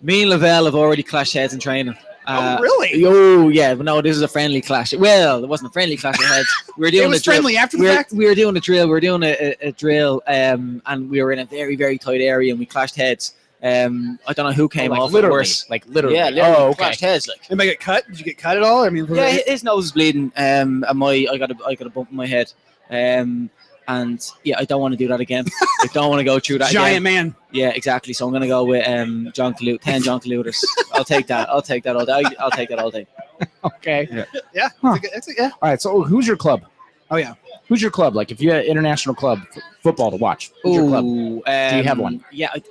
Speaker 3: Me and Lavelle have already clashed heads in training. Uh,
Speaker 1: oh, really?
Speaker 3: Oh yeah, but no, this is a friendly clash. Well, it wasn't a friendly clash of heads. We were doing
Speaker 1: It was
Speaker 3: the drill.
Speaker 1: friendly after the
Speaker 3: We were,
Speaker 1: fact.
Speaker 3: we were doing a drill. We were doing a, a, a drill, um, and we were in a very very tight area, and we clashed heads. Um, I don't know who came
Speaker 2: like,
Speaker 3: off
Speaker 2: literally,
Speaker 3: worse.
Speaker 2: like literally.
Speaker 3: Yeah, literally
Speaker 2: Oh, okay.
Speaker 3: clashed heads. Like
Speaker 1: Anybody get cut? Did you get cut at all? I mean, was
Speaker 3: yeah,
Speaker 1: it-
Speaker 3: hi- his nose was bleeding. Um, and my I got a I got a bump in my head. Um, and yeah, I don't want to do that again. I don't want to go through that
Speaker 1: giant
Speaker 3: again.
Speaker 1: man.
Speaker 3: Yeah, exactly. So I'm gonna go with um John Clute, ten John Cluters. I'll take that. I'll take that all day. I'll take that all day.
Speaker 2: Okay.
Speaker 1: Yeah,
Speaker 2: Huh.
Speaker 1: it's a good- it's a- yeah.
Speaker 2: All right. So who's your club?
Speaker 1: Oh yeah.
Speaker 2: Who's your club? Like, if you had an international club f- football to watch, who's your club?
Speaker 3: Ooh,
Speaker 2: you have
Speaker 3: um,
Speaker 2: one?
Speaker 3: Yeah. I,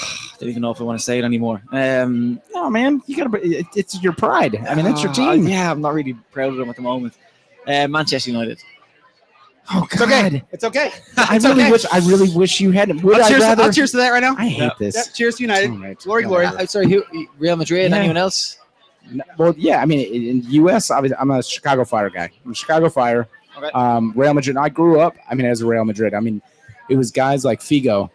Speaker 3: I don't even know if I want to say it anymore. Um,
Speaker 2: No, Oh, man, you gotta. it- It's your pride. I mean, that's your
Speaker 3: uh,
Speaker 1: Oh,
Speaker 2: team.
Speaker 3: yeah, I'm not really proud of them at the moment. Uh, Manchester United.
Speaker 2: Oh
Speaker 1: It's okay. It's okay.
Speaker 2: I
Speaker 1: It's
Speaker 2: really
Speaker 1: okay.
Speaker 2: wish. I really wish you hadn't. Would
Speaker 1: I'll,
Speaker 2: I
Speaker 1: cheers,
Speaker 2: rather?
Speaker 1: I'll cheers to that right now.
Speaker 2: I hate
Speaker 3: Yeah.
Speaker 2: this.
Speaker 1: Yeah, cheers to United.
Speaker 2: All right.
Speaker 1: Glory, glory.
Speaker 2: Whatever.
Speaker 3: I'm sorry, who? Real Madrid?
Speaker 2: Yeah.
Speaker 3: Anyone else?
Speaker 2: No, Well, yeah. I mean, in- in the U.S., I was, I'm a Chicago Fire guy. I'm a Chicago Fire.
Speaker 3: Okay.
Speaker 2: Um, Real Madrid. I grew up. I mean, as a Real Madrid. I mean, it was guys like Figo.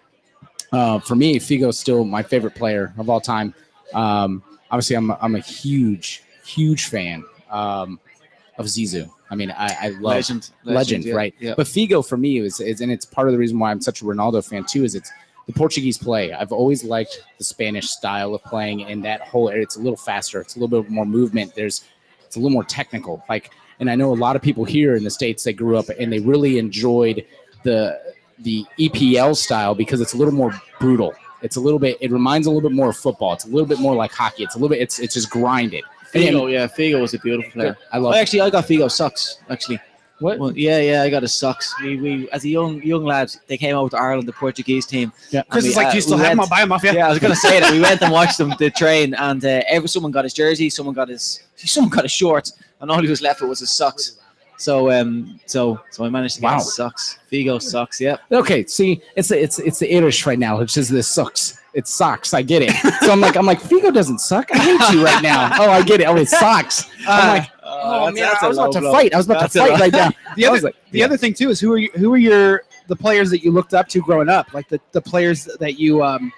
Speaker 2: Uh, for me, Figo's still my favorite player of all time. Um, obviously, I'm I'm a huge, huge fan um, of Zizou. I mean, I, I love
Speaker 3: Legend.
Speaker 2: legend,
Speaker 3: yeah,
Speaker 2: right?
Speaker 3: Yeah.
Speaker 2: But Figo for me is, is, and it's part of the reason why I'm such a Ronaldo fan too, is it's the Portuguese play. I've always liked the Spanish style of playing, and that whole area, it's a little faster, it's a little bit more movement. There's, it's a little more technical. Like, and I know a lot of people here in the states they grew up and they really enjoyed the the EPL style because it's a little more brutal. It's a little bit. It reminds a little bit more of football. It's a little bit more like hockey. It's a little bit. It's it's just grinded.
Speaker 3: Figo, yeah, Figo was a beautiful player.
Speaker 2: I love.
Speaker 3: I actually, I got Figo socks. Actually,
Speaker 2: What?
Speaker 3: Well, yeah, yeah, I got his socks. We, we, as a young young lad, they came over to Ireland, the Portuguese team.
Speaker 2: Yeah.
Speaker 3: and
Speaker 1: Chris
Speaker 3: we,
Speaker 1: is like,
Speaker 3: uh,
Speaker 1: do you still
Speaker 3: we
Speaker 1: have them?
Speaker 3: went-
Speaker 1: I'll buy them off you.
Speaker 3: Yeah, I was gonna say that we went and watched them the train, and uh, every someone got his jersey, someone got his someone got his shorts, and all he was left with was his socks. So um, so so I managed to get
Speaker 2: Wow.
Speaker 3: his socks, Figo socks. Yep.
Speaker 2: Okay, see, it's it's it's the Irish right now, which is this sucks. It sucks. I
Speaker 1: Uh,
Speaker 2: get it. So I'm like, I'm like, Figo doesn't suck. I hate you right now. Oh, I get it. Oh, it sucks. I'm like, Oh, man,
Speaker 3: that's
Speaker 2: I
Speaker 3: a
Speaker 2: was
Speaker 3: low
Speaker 2: about to
Speaker 3: blow.
Speaker 2: fight. I was about
Speaker 3: That's
Speaker 2: to
Speaker 3: a
Speaker 2: fight
Speaker 3: low-
Speaker 2: right now.
Speaker 1: The
Speaker 2: I
Speaker 1: other,
Speaker 2: was like,
Speaker 1: the other thing too is who are you, who are your the players that you looked up to growing up, like the the players that you um,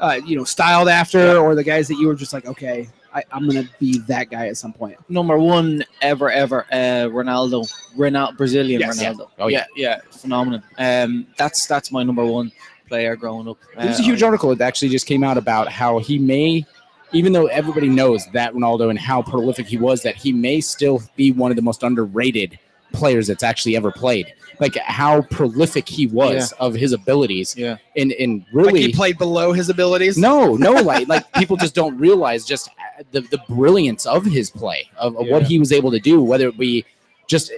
Speaker 1: uh, you know, styled after, or the guys that you were just like, okay, I, I'm gonna be that guy at some point.
Speaker 3: number one ever ever uh ronaldo Ronaldo, brazilian
Speaker 1: Yes.
Speaker 3: ronaldo yeah.
Speaker 2: Oh, yeah.
Speaker 3: yeah phenomenon um that's that's my number one player growing up Uh,
Speaker 2: There's a huge article that actually just came out about how he may, even though everybody knows that Ronaldo and how prolific he was, that he may still be one of the most underrated players that's actually ever played. Like how prolific he was of his abilities.
Speaker 3: Yeah.
Speaker 2: And and
Speaker 1: Like
Speaker 2: really
Speaker 1: he played below his abilities.
Speaker 2: no, no, like like people just don't realize just uh, the the brilliance of his play of, of what
Speaker 3: Yeah.
Speaker 2: he was able to do, whether it be just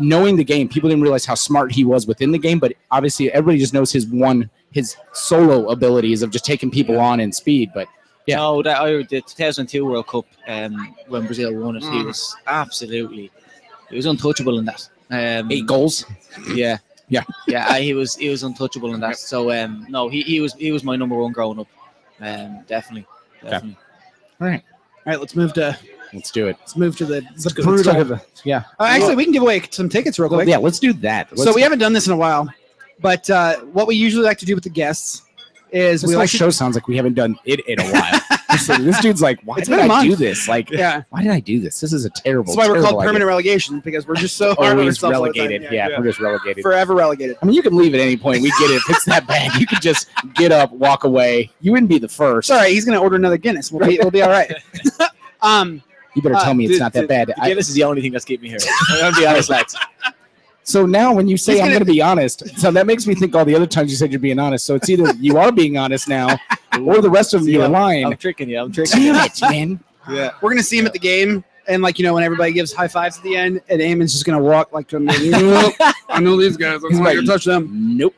Speaker 2: knowing the game. People didn't realize how smart he was within the game, but obviously everybody just knows his one his solo abilities of just taking people on in speed. But yeah.
Speaker 3: No, that I the 2002 World Cup um, when Brazil won it,
Speaker 2: Mm.
Speaker 3: he was absolutely he was untouchable in that. Um,
Speaker 2: eight goals,
Speaker 3: Yeah,
Speaker 2: Yeah.
Speaker 3: yeah. I, he was he was untouchable in that. So um, no, he, he was he was my number one growing up. Um, definitely, definitely.
Speaker 1: All right, let's move to
Speaker 2: let's do it.
Speaker 1: let's move to the, the
Speaker 2: go- let's
Speaker 1: brutal.
Speaker 2: talk yeah.
Speaker 1: Uh, actually, we can give away some tickets real quick.
Speaker 2: yeah, let's do that. Let's,
Speaker 1: so we haven't done this in a while, but uh, what we usually like to do with the guests is
Speaker 2: this
Speaker 1: we
Speaker 2: whole
Speaker 1: like to,
Speaker 2: show sounds like we haven't done it in a while. It's like, this dude's like, why
Speaker 1: It's
Speaker 2: did
Speaker 1: been a
Speaker 2: I do
Speaker 1: month.
Speaker 2: this? Like,
Speaker 1: yeah.
Speaker 2: why did I do this? This is a terrible.
Speaker 1: That's why we're
Speaker 2: terrible
Speaker 1: called
Speaker 2: idea.
Speaker 1: permanent relegation because we're just so hard on
Speaker 2: Always
Speaker 1: ourselves all the time.
Speaker 2: relegated. yeah, we're just relegated.
Speaker 1: forever relegated.
Speaker 2: I mean, you can leave at any point. We get it. If it's that bad, you could just get up, walk away. You wouldn't be the first.
Speaker 1: Sorry, he's gonna order another Guinness. We'll be, we'll be all right. um,
Speaker 2: You better
Speaker 1: Uh,
Speaker 2: tell me it's
Speaker 3: did-
Speaker 2: not that
Speaker 3: did-
Speaker 2: bad. I,
Speaker 3: this is the only thing that's keeping me here. I'm gonna be honest, lads.
Speaker 2: so now when you say
Speaker 1: He's
Speaker 2: I'm
Speaker 1: gonna-
Speaker 2: going to be honest, so that makes me think all the other times you said you're being honest. So it's either you are being honest now or the rest of
Speaker 3: See,
Speaker 2: you are
Speaker 3: I'm
Speaker 2: lying.
Speaker 3: tricking you. I'm tricking you.
Speaker 2: Damn it, man.
Speaker 3: Yeah.
Speaker 1: we're gonna see him at the game, and like you know, when everybody gives high fives at the end, and Eamon's just gonna walk like, to him, nope, I know these guys. I'm
Speaker 2: He's
Speaker 1: not
Speaker 2: right.
Speaker 1: gonna touch them.
Speaker 2: Nope.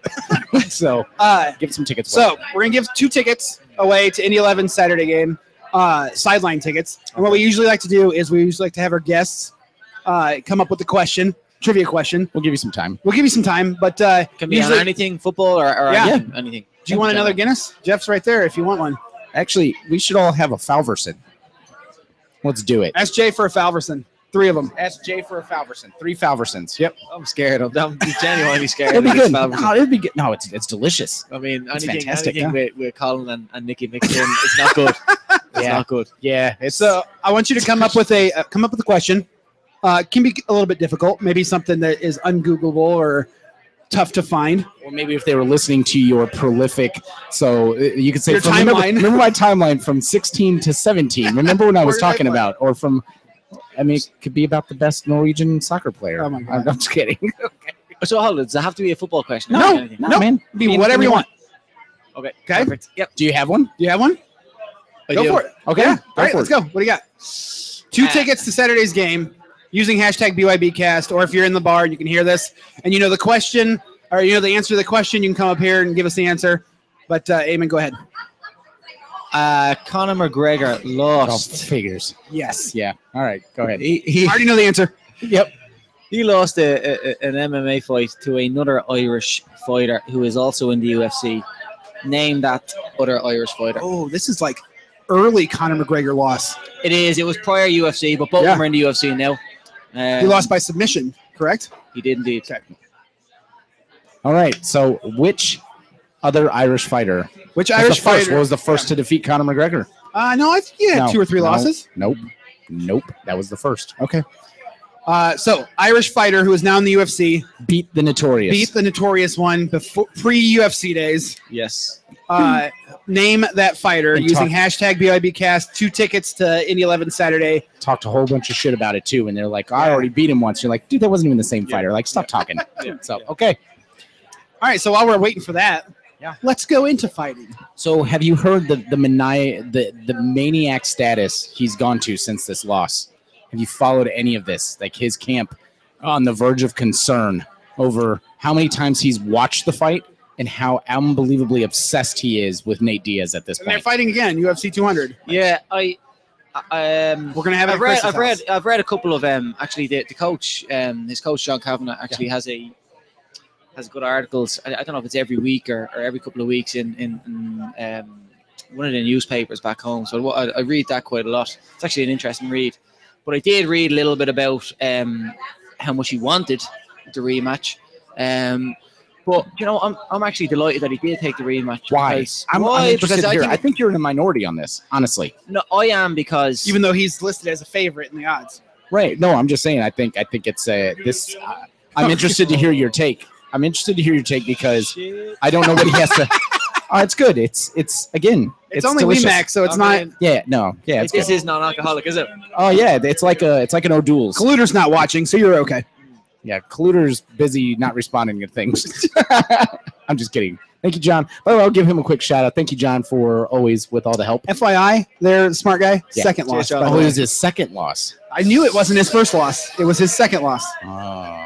Speaker 2: so
Speaker 1: Uh,
Speaker 2: give some tickets.
Speaker 1: so we're gonna give two tickets away to Indy Eleven Saturday game, uh, sideline tickets. And what we usually like to do is we usually like to have our guests uh, come up with a question, trivia question.
Speaker 2: we'll give you some time.
Speaker 1: We'll give you some time, but uh,
Speaker 3: Can be
Speaker 1: Usually-
Speaker 3: on anything, football or, or
Speaker 1: Yeah.
Speaker 3: anything, anything.
Speaker 1: do you want another Guinness? Jeff's right there if you want one.
Speaker 2: Actually, we should all have a Falverson. Let's do it.
Speaker 1: SJ for a Falverson. Three of them.
Speaker 2: SJ for a Falverson. Three Falversons. Yep.
Speaker 3: I'm scared. I'm, I'm genuinely scared.
Speaker 2: It'd
Speaker 3: of
Speaker 2: be
Speaker 3: this
Speaker 2: good.
Speaker 3: Falcons.
Speaker 2: No, it'd be good. No, it's it's delicious.
Speaker 3: I mean,
Speaker 2: It's
Speaker 3: anything,
Speaker 2: fantastic,
Speaker 3: anything with, with Colin and, and Nicky mixed in, it's not good. It's
Speaker 2: Yeah.
Speaker 3: not good.
Speaker 2: Yeah. It's
Speaker 1: So I want you to come up with a uh, come up with a question. Uh, it can be a little bit difficult. Maybe something that is ungoogleable or tough to find.
Speaker 2: Or maybe if they were listening to your prolific, so uh, you could say
Speaker 1: Your
Speaker 2: from- remember-
Speaker 1: timeline.
Speaker 2: Remember, my timeline from 16 to 17. Remember when I was
Speaker 1: Where did I
Speaker 2: talking
Speaker 1: play?
Speaker 2: about, or from. I mean, it could be about the best Norwegian soccer player.
Speaker 1: Oh my God.
Speaker 2: I'm, I'm just kidding.
Speaker 3: So hold on, does it have to be a football question?
Speaker 1: No,
Speaker 3: Not anything?
Speaker 1: no.
Speaker 2: man.
Speaker 1: Be whatever you want.
Speaker 3: Okay.
Speaker 1: Okay.
Speaker 3: Perfect. Yep.
Speaker 2: Do you have one?
Speaker 1: Do you have one?
Speaker 3: I
Speaker 1: go
Speaker 3: do.
Speaker 1: for it. Ah.
Speaker 2: Okay.
Speaker 1: Yeah.
Speaker 2: go
Speaker 1: All right,
Speaker 2: for
Speaker 1: let's
Speaker 2: it.
Speaker 1: go. What do you got? Two
Speaker 3: Uh,
Speaker 1: tickets to Saturday's game using hashtag BYBcast, or if you're in the bar and you can hear this and you know the question or you know the answer to the question, you can come up here and give us the answer. But uh, Eamon, go ahead.
Speaker 3: Uh, Conor McGregor
Speaker 2: Oh,
Speaker 3: lost.
Speaker 2: figures.
Speaker 1: Yes.
Speaker 2: Yeah. All right. Go ahead.
Speaker 3: He,
Speaker 1: I
Speaker 3: he,
Speaker 1: already know the answer.
Speaker 2: Yep.
Speaker 3: he lost a, a, an MMA fight to another Irish fighter who is also in the UFC. Name that other Irish fighter.
Speaker 1: Oh, this is like early Conor McGregor loss.
Speaker 3: It is. It was prior UFC, but both of
Speaker 1: Yeah.
Speaker 3: them are in the UFC now. Um,
Speaker 1: He lost by submission, correct?
Speaker 3: He did indeed.
Speaker 2: All right. So, which other Irish fighter?
Speaker 1: Which
Speaker 2: was
Speaker 1: Irish
Speaker 2: the first,
Speaker 1: fighter?
Speaker 2: was the first to defeat Conor McGregor?
Speaker 1: Uh, no, I think he had
Speaker 2: No,
Speaker 1: two or three
Speaker 2: no.
Speaker 1: losses.
Speaker 2: Nope. Nope. That was the first. Okay.
Speaker 1: Uh, so Irish fighter who is now in the UFC
Speaker 2: Beat the notorious.
Speaker 1: beat the notorious one before pre UFC days.
Speaker 3: Yes.
Speaker 1: Uh, name that fighter
Speaker 2: And
Speaker 1: using hashtag BIBcast. Two tickets to Indy Eleven Saturday.
Speaker 2: talked a whole bunch of shit about it too, and they're like, "I already beat him once." You're like, "Dude, that wasn't even the same
Speaker 3: Yeah.
Speaker 2: fighter." Like, stop talking.
Speaker 3: Yeah.
Speaker 2: So, okay.
Speaker 1: All right. So while we're waiting for that,
Speaker 2: Yeah.
Speaker 1: let's go into fighting.
Speaker 2: So, have you heard the the mani- the the maniac status he's gone to since this loss? Have you followed any of this? Like his camp on the verge of concern over how many times he's watched the fight and how unbelievably obsessed he is with Nate Diaz at this
Speaker 1: And they're
Speaker 2: point.
Speaker 1: fighting again. UFC 200.
Speaker 3: Yeah. I. I um,
Speaker 1: We're gonna have it. at
Speaker 3: I've read,
Speaker 1: Chris's
Speaker 3: I've read,
Speaker 1: house.
Speaker 3: I've read a couple of um actually the, the coach um his coach John Kavanagh actually has a has good articles. I, I don't know if it's every week or, or every couple of weeks in in, in um, one of the newspapers back home. So what- I, I read that quite a lot. It's actually an interesting read. But I did read a little bit about um, how much he wanted the rematch. Um, but you know, I'm, I'm actually delighted that he did take the rematch.
Speaker 2: Why?
Speaker 3: Because,
Speaker 2: I'm,
Speaker 3: why?
Speaker 2: I'm interested
Speaker 3: because
Speaker 2: here.
Speaker 3: I
Speaker 2: I
Speaker 3: think,
Speaker 2: think you're in a minority on this, honestly.
Speaker 3: no, I am because
Speaker 1: even though he's listed as a favorite in the odds.
Speaker 2: Right? No, I'm just saying. I think I think it's uh, this. Uh, I'm interested to hear your take. I'm interested to hear your take because I don't know what he has to. Oh, it's good. It's it's again.
Speaker 1: It's, only
Speaker 2: delicious.
Speaker 1: Wemax, so it's
Speaker 3: I
Speaker 1: not.
Speaker 3: mean,
Speaker 2: Yeah. No. Yeah. It's
Speaker 3: this
Speaker 2: good.
Speaker 3: is non-alcoholic, is it?
Speaker 2: Oh yeah. It's like a it's like an O'Doul's.
Speaker 1: Colluder's not watching, so you're okay.
Speaker 2: Yeah, Colluder's busy not responding to things. I'm just kidding. Thank you, John. By the way, I'll give him a quick shout out. Thank you, John, for always with all the help.
Speaker 1: FYI, they're the smart guy.
Speaker 2: Yeah.
Speaker 1: Second loss.
Speaker 3: Cheers,
Speaker 1: by
Speaker 2: Oh,
Speaker 1: the
Speaker 2: it
Speaker 1: way.
Speaker 2: was his second loss.
Speaker 1: I knew it wasn't his first loss. It was his second loss. But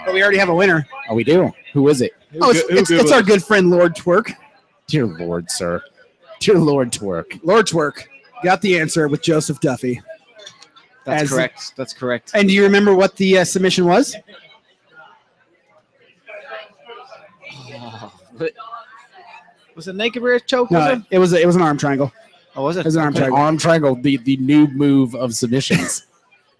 Speaker 2: Oh,
Speaker 1: we already have a winner.
Speaker 2: oh we do. Who is it?
Speaker 1: Oh, it's, it's, it's our good friend Lord Twerk.
Speaker 2: Dear Lord, sir. Dear Lord, twerk.
Speaker 1: Lord Twerk got the answer with Joseph Duffy.
Speaker 3: That's
Speaker 1: As-
Speaker 3: correct. That's correct.
Speaker 1: And do you remember what the uh, submission was?
Speaker 3: Oh, But- was it naked rear choke? was
Speaker 1: No,
Speaker 3: it?
Speaker 1: it was it was an arm triangle.
Speaker 3: Or was
Speaker 1: It
Speaker 3: it?
Speaker 1: was an arm
Speaker 2: An
Speaker 1: triangle.
Speaker 2: arm triangle, the, the noob move of submissions.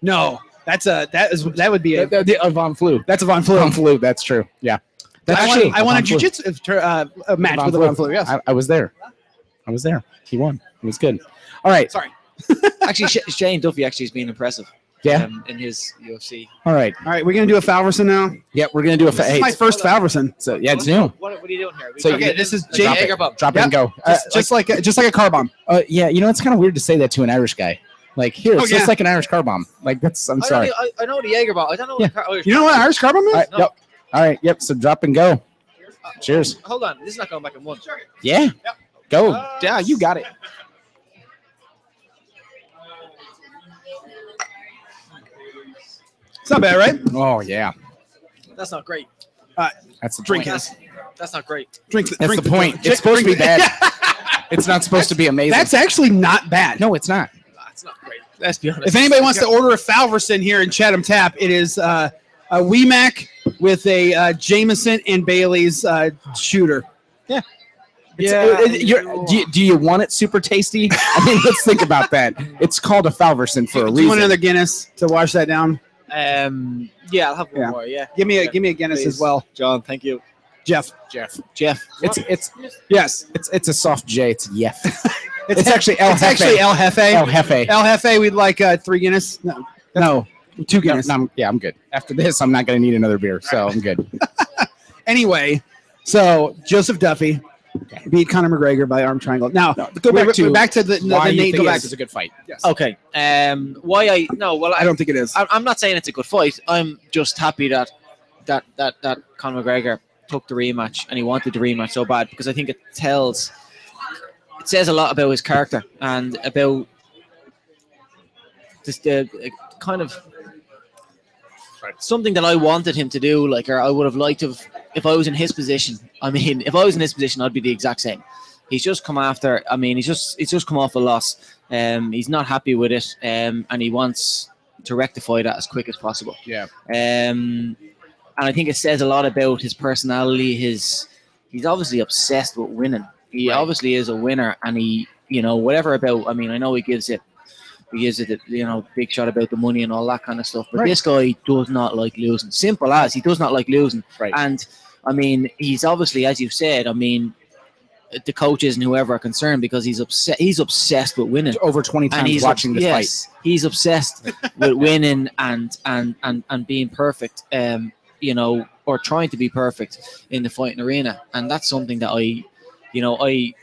Speaker 1: No, that's a that is that would be a
Speaker 2: The- the- of Von Flu.
Speaker 1: that's a Von Flu.
Speaker 2: Von Flu, that's true. Yeah. That's
Speaker 1: I
Speaker 2: true.
Speaker 1: want, I want a
Speaker 2: Von Flu.
Speaker 1: jujitsu tur- uh, a match
Speaker 2: Von
Speaker 1: with a
Speaker 2: Flu.
Speaker 1: Von Flu. Yes.
Speaker 2: I, I was there. I was there. He won. It was good. All right.
Speaker 1: Sorry.
Speaker 3: actually, Sh- Shane Duffy actually has been impressive.
Speaker 2: Yeah.
Speaker 3: Um, in his UFC.
Speaker 2: All right.
Speaker 1: All right, we're gonna do a Falverson now.
Speaker 2: Yeah, we're gonna do a. Fa-
Speaker 1: This is
Speaker 2: hey,
Speaker 1: my first Falverson.
Speaker 2: so yeah, it's new.
Speaker 3: What, what are you doing here?
Speaker 2: So
Speaker 1: Okay,
Speaker 2: you-
Speaker 1: this is
Speaker 3: like
Speaker 1: Jake.
Speaker 2: drop
Speaker 3: Jaeger
Speaker 2: it,
Speaker 3: bomb.
Speaker 2: drop it and go. Uh,
Speaker 1: Just, just like a, just like a car bomb.
Speaker 2: uh, yeah, you know it's kind of weird to say that to an Irish guy. Like here, it's
Speaker 1: Oh, yeah. Oh,
Speaker 2: just like an Irish car bomb. Like that's. I'm
Speaker 3: I
Speaker 2: sorry.
Speaker 3: Know the, I, I know the Jaeger bomb. I don't know.
Speaker 2: Yeah.
Speaker 3: What the car,
Speaker 1: You know what an Irish car bomb is?
Speaker 2: All right, yep. All right. Yep. So drop and go. Cheers.
Speaker 3: Hold on. This is not going back in one.
Speaker 2: Yeah. Go.
Speaker 3: Uh,
Speaker 1: ah,
Speaker 2: Yeah, you got it.
Speaker 1: It's not bad, right?
Speaker 2: Oh yeah,
Speaker 3: That's not great.
Speaker 2: that's the
Speaker 1: Drink
Speaker 2: point.
Speaker 1: it.
Speaker 3: That's, that's not great.
Speaker 1: Drink. The,
Speaker 2: That's
Speaker 1: drink
Speaker 2: the point.
Speaker 1: Check-
Speaker 2: It's supposed to be
Speaker 1: drink
Speaker 2: bad.
Speaker 1: the-
Speaker 2: It's not supposed to be amazing.
Speaker 1: That's actually not bad.
Speaker 2: no, it's not.
Speaker 3: That's not great. Let's be honest.
Speaker 1: If anybody wants to order a Falverson here in Chatham Tap, it is uh, a Wemac with a uh, Jameson and Bailey's uh, shooter.
Speaker 2: It's-
Speaker 3: Yeah,
Speaker 2: it- it- you're- do, you, do you want it super tasty? I mean, let's think about that. It's called a Falverson for a
Speaker 1: Do you want
Speaker 2: reason.
Speaker 1: another Guinness to wash that down?
Speaker 3: um, yeah, I'll have one
Speaker 1: Yeah.
Speaker 3: more. Yeah,
Speaker 1: Give me a give me a Guinness as
Speaker 3: Please.
Speaker 1: well,
Speaker 3: John, thank you,
Speaker 1: Jeff.
Speaker 2: Jeff.
Speaker 3: Jeff.
Speaker 2: It's it's
Speaker 1: Yes,
Speaker 2: it's it's a soft J. It's yef.
Speaker 1: it's,
Speaker 2: It's actually El
Speaker 1: it's actually
Speaker 2: Jefe.
Speaker 1: El Jefe.
Speaker 2: El Jefe.
Speaker 1: El Jefe, we'd like uh, three Guinness. No, no, two
Speaker 2: No,
Speaker 1: Guinness.
Speaker 2: no, I'm- yeah, I'm good. After this, I'm not going to need another beer, so I'm good.
Speaker 1: Anyway, so Joseph Duffy beat Conor McGregor by arm triangle. Now
Speaker 2: go
Speaker 1: we're-
Speaker 2: back to
Speaker 1: we're back to the, the,
Speaker 2: Why
Speaker 1: the
Speaker 2: you
Speaker 1: Nate.
Speaker 2: think
Speaker 1: Go back.
Speaker 2: this is a good fight?
Speaker 3: Okay. Um, why I no? Well,
Speaker 1: I don't think it is.
Speaker 3: I- I'm not saying it's a good fight. I'm just happy that that that that Conor McGregor took the rematch and he wanted the rematch so bad because I think it tells it says a lot about his character and about just the uh, kind of something that I wanted him to do. Like, or I would have liked to have, if I was in his position. I mean, if I was in his position, I'd be the exact same. He's just come after. I mean, he's just he's just come off a loss. Um, he's not happy with it, um, and he wants to rectify that as quick as possible.
Speaker 2: Yeah.
Speaker 3: Um, and I think it says a lot about his personality. His he's obviously obsessed with winning. He
Speaker 2: Right.
Speaker 3: obviously is a winner, and he you know whatever about. I mean, I know he gives it. He gives it, the, you know, big shot about the money and all that kind of stuff. But
Speaker 2: Right.
Speaker 3: this guy does not like losing. Simple as he does not like losing.
Speaker 2: Right.
Speaker 3: And I mean, he's obviously, as you've said, I mean, the coaches and whoever are concerned because he's upset. He's obsessed with winning
Speaker 2: Over 20
Speaker 3: and
Speaker 2: times
Speaker 3: he's
Speaker 2: watching this fight.
Speaker 3: yes, He's obsessed with winning and and and and being perfect. Um, you know, or trying to be perfect in the fighting arena, and that's something that I, you know, I,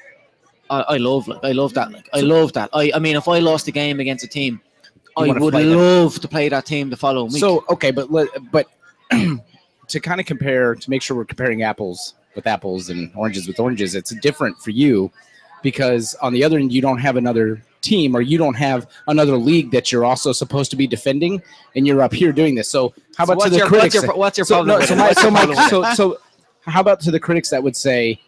Speaker 3: I, I love. Like I love that. Like I love that. I, I mean, if I lost a game against a team,
Speaker 2: You
Speaker 3: I
Speaker 2: wanna
Speaker 3: would
Speaker 2: fight them.
Speaker 3: love to play that team the following week.
Speaker 2: So okay, but let- but to kind of compare to make sure we're comparing apples with apples and oranges with oranges, it's different for you because on the other end you don't have another team or you don't have another league that you're also supposed to be defending, and you're up here doing this. So how
Speaker 3: So
Speaker 2: about to
Speaker 3: what's
Speaker 2: the
Speaker 3: your,
Speaker 2: critics?
Speaker 3: What's your, what's your
Speaker 2: so,
Speaker 3: problem?
Speaker 2: no,
Speaker 3: with
Speaker 2: so,
Speaker 3: it?
Speaker 2: my,
Speaker 3: What's
Speaker 2: so,
Speaker 3: your
Speaker 2: my,
Speaker 3: problem with it?
Speaker 2: so, so how about to the critics that would say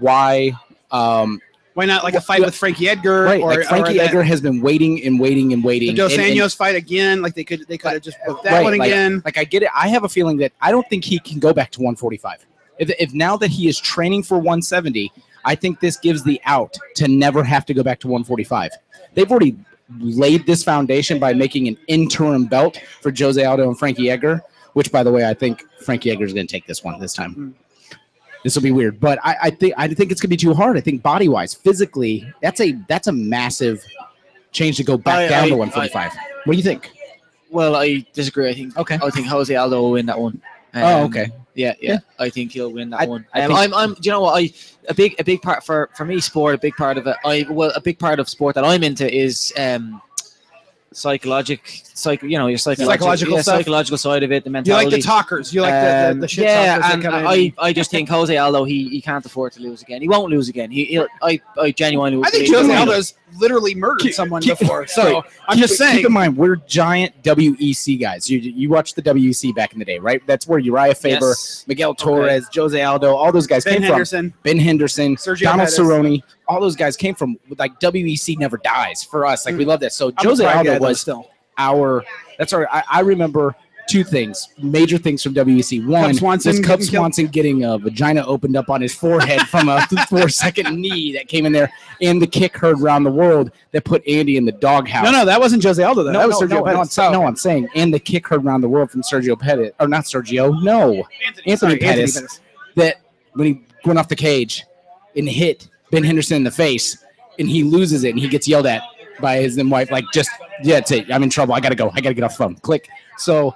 Speaker 2: why um,
Speaker 1: Why not like a fight with Frankie Edgar
Speaker 2: right,
Speaker 1: or,
Speaker 2: like Frankie
Speaker 1: or that-
Speaker 2: Edgar has been waiting and waiting and waiting
Speaker 1: the Dos
Speaker 2: and- and-
Speaker 1: Anjos fight again? Like they could they could have just booked that
Speaker 2: Right,
Speaker 1: one
Speaker 2: like-
Speaker 1: again.
Speaker 2: Like I get it. I have a feeling that I don't think he can go back to 145. If, if now that he is training for 170, I think this gives the out to never have to go back to 145. They've already laid this foundation by making an interim belt for Jose Aldo and Frankie Edgar, which, by the way, I think Frankie Edgar is going to take this one this
Speaker 3: Hmm.
Speaker 2: time. This will be weird, but I, I think I think it's going to be too hard. I think body wise, physically, that's a that's a massive change to go back
Speaker 3: I-
Speaker 2: down to
Speaker 3: I-
Speaker 2: 145. what do you think?
Speaker 3: Well, I disagree. I think
Speaker 2: Okay.
Speaker 3: I think Jose Aldo will win that one.
Speaker 2: oh,
Speaker 3: Um,
Speaker 2: okay.
Speaker 3: Yeah, yeah,
Speaker 2: Yeah.
Speaker 3: I think he'll win that
Speaker 2: I-
Speaker 3: one.
Speaker 2: I
Speaker 3: Um,
Speaker 2: think-
Speaker 3: I'm, I'm. Do you know what? I a big, a big part for for me, sport. A big part of it. I well, a big part of sport that I'm into is um, psychologic, psych. You know, your psychological,
Speaker 1: Psychological
Speaker 3: yeah,
Speaker 1: stuff.
Speaker 3: psychological side of it, the
Speaker 1: You
Speaker 3: mentality. Um,
Speaker 1: like the talkers. You like
Speaker 2: Um,
Speaker 1: the, the, the shit
Speaker 3: yeah,
Speaker 1: talkers
Speaker 3: and
Speaker 1: that come in.
Speaker 3: I, I just think Jose Aldo he, he can't afford to lose again. He won't lose again. He he'll, I I genuinely
Speaker 1: I think
Speaker 3: believe
Speaker 1: Jose
Speaker 3: he'll win.
Speaker 1: Aldo's literally murdered someone
Speaker 2: keep-
Speaker 1: before. So
Speaker 2: Right.
Speaker 1: I'm
Speaker 2: Keep-
Speaker 1: just saying.
Speaker 2: Keep in mind, we're giant WEC guys. You you watched the WEC back in the day, right? That's where Uriah Faber,
Speaker 3: Yes.
Speaker 2: Miguel Torres, Jose Aldo, all those guys
Speaker 1: ben
Speaker 2: came
Speaker 1: Henderson.
Speaker 2: from. Ben Henderson,
Speaker 1: Sergio
Speaker 2: Donald
Speaker 1: Pettis.
Speaker 2: Cerrone, all those guys came from. Like WEC never dies for us. Like we love that. So
Speaker 1: Mm. I'm a
Speaker 2: Jose
Speaker 1: pride guy,
Speaker 2: Aldo
Speaker 1: though,
Speaker 2: was
Speaker 1: still
Speaker 2: our. That's our. I, I remember two things, major things from WEC. One
Speaker 1: Cub Swanson
Speaker 2: was Cub
Speaker 1: getting killed.
Speaker 2: Swanson getting a vagina opened up on his forehead from a four-second knee that came in there, and the kick heard round the world that put Andy in the doghouse.
Speaker 1: No, no, that wasn't Jose Aldo. Though.
Speaker 2: No,
Speaker 1: that was
Speaker 2: no,
Speaker 1: Sergio
Speaker 2: no, no, I'm,
Speaker 1: Pettis.
Speaker 2: sa- no, I'm saying, and the kick heard around the world from Sergio Pettis, or not Sergio, no,
Speaker 1: Anthony,
Speaker 2: Anthony
Speaker 1: sorry,
Speaker 2: Pettis. that when he went off the cage and hit Ben Henderson in the face, and he loses it, and he gets yelled at by his then wife, like, just, yeah, that's it, I'm in trouble, I gotta go, I gotta get off the phone, click. So,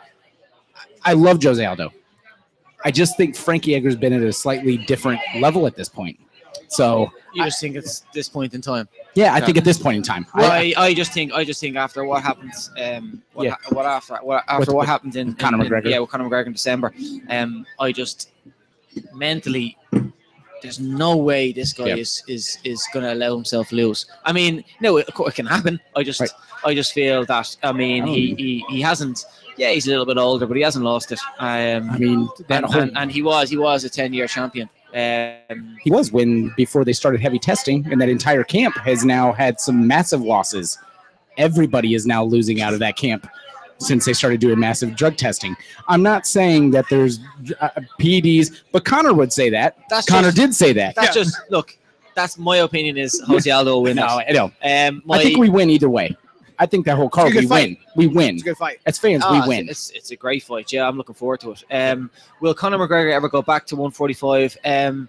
Speaker 2: I love Jose Aldo. I just think Frankie Edgar's been at a slightly different level at this point. So,
Speaker 3: You just think it's this point in time.
Speaker 2: yeah, I think at this point in time, I-
Speaker 3: I, I just think I just think after what happens, um, what,
Speaker 2: Yeah.
Speaker 3: ha- what after what after
Speaker 2: With-
Speaker 3: what
Speaker 2: with
Speaker 3: happened in
Speaker 2: Conor
Speaker 3: in- in-
Speaker 2: McGregor.
Speaker 3: yeah, with Conor McGregor in December, um, I just mentally, there's no way this guy
Speaker 2: Yeah.
Speaker 3: is is is gonna allow himself to lose. I mean, no, it, it can happen. I just
Speaker 2: Right.
Speaker 3: I just feel that. I mean, he, he he hasn't. Yeah, he's a little bit older, but he hasn't lost it.
Speaker 2: I
Speaker 3: Um,
Speaker 2: mean, that
Speaker 3: and,
Speaker 2: whole.
Speaker 3: and, and he was he was a ten year champion. Um,
Speaker 2: he was when before they started heavy testing, and that entire camp has now had some massive losses. Everybody is now losing out of that camp since they started doing massive drug testing. I'm not saying that there's uh, PEDs, but Connor would say that.
Speaker 3: that's
Speaker 2: Connor
Speaker 3: just,
Speaker 2: did say that.
Speaker 3: that's just look. That's my opinion. Is Jose Aldo will win?
Speaker 2: No,
Speaker 3: it.
Speaker 2: I know.
Speaker 3: Um, my,
Speaker 2: I think we win either way. I think that whole car
Speaker 1: It's a good
Speaker 2: we
Speaker 1: fight.
Speaker 2: win. We win.
Speaker 1: It's a good fight.
Speaker 2: As fans,
Speaker 3: Ah,
Speaker 2: we win.
Speaker 3: It's, it's a great fight. Yeah, I'm looking forward to it. Um, will Conor McGregor ever go back to 145? Um,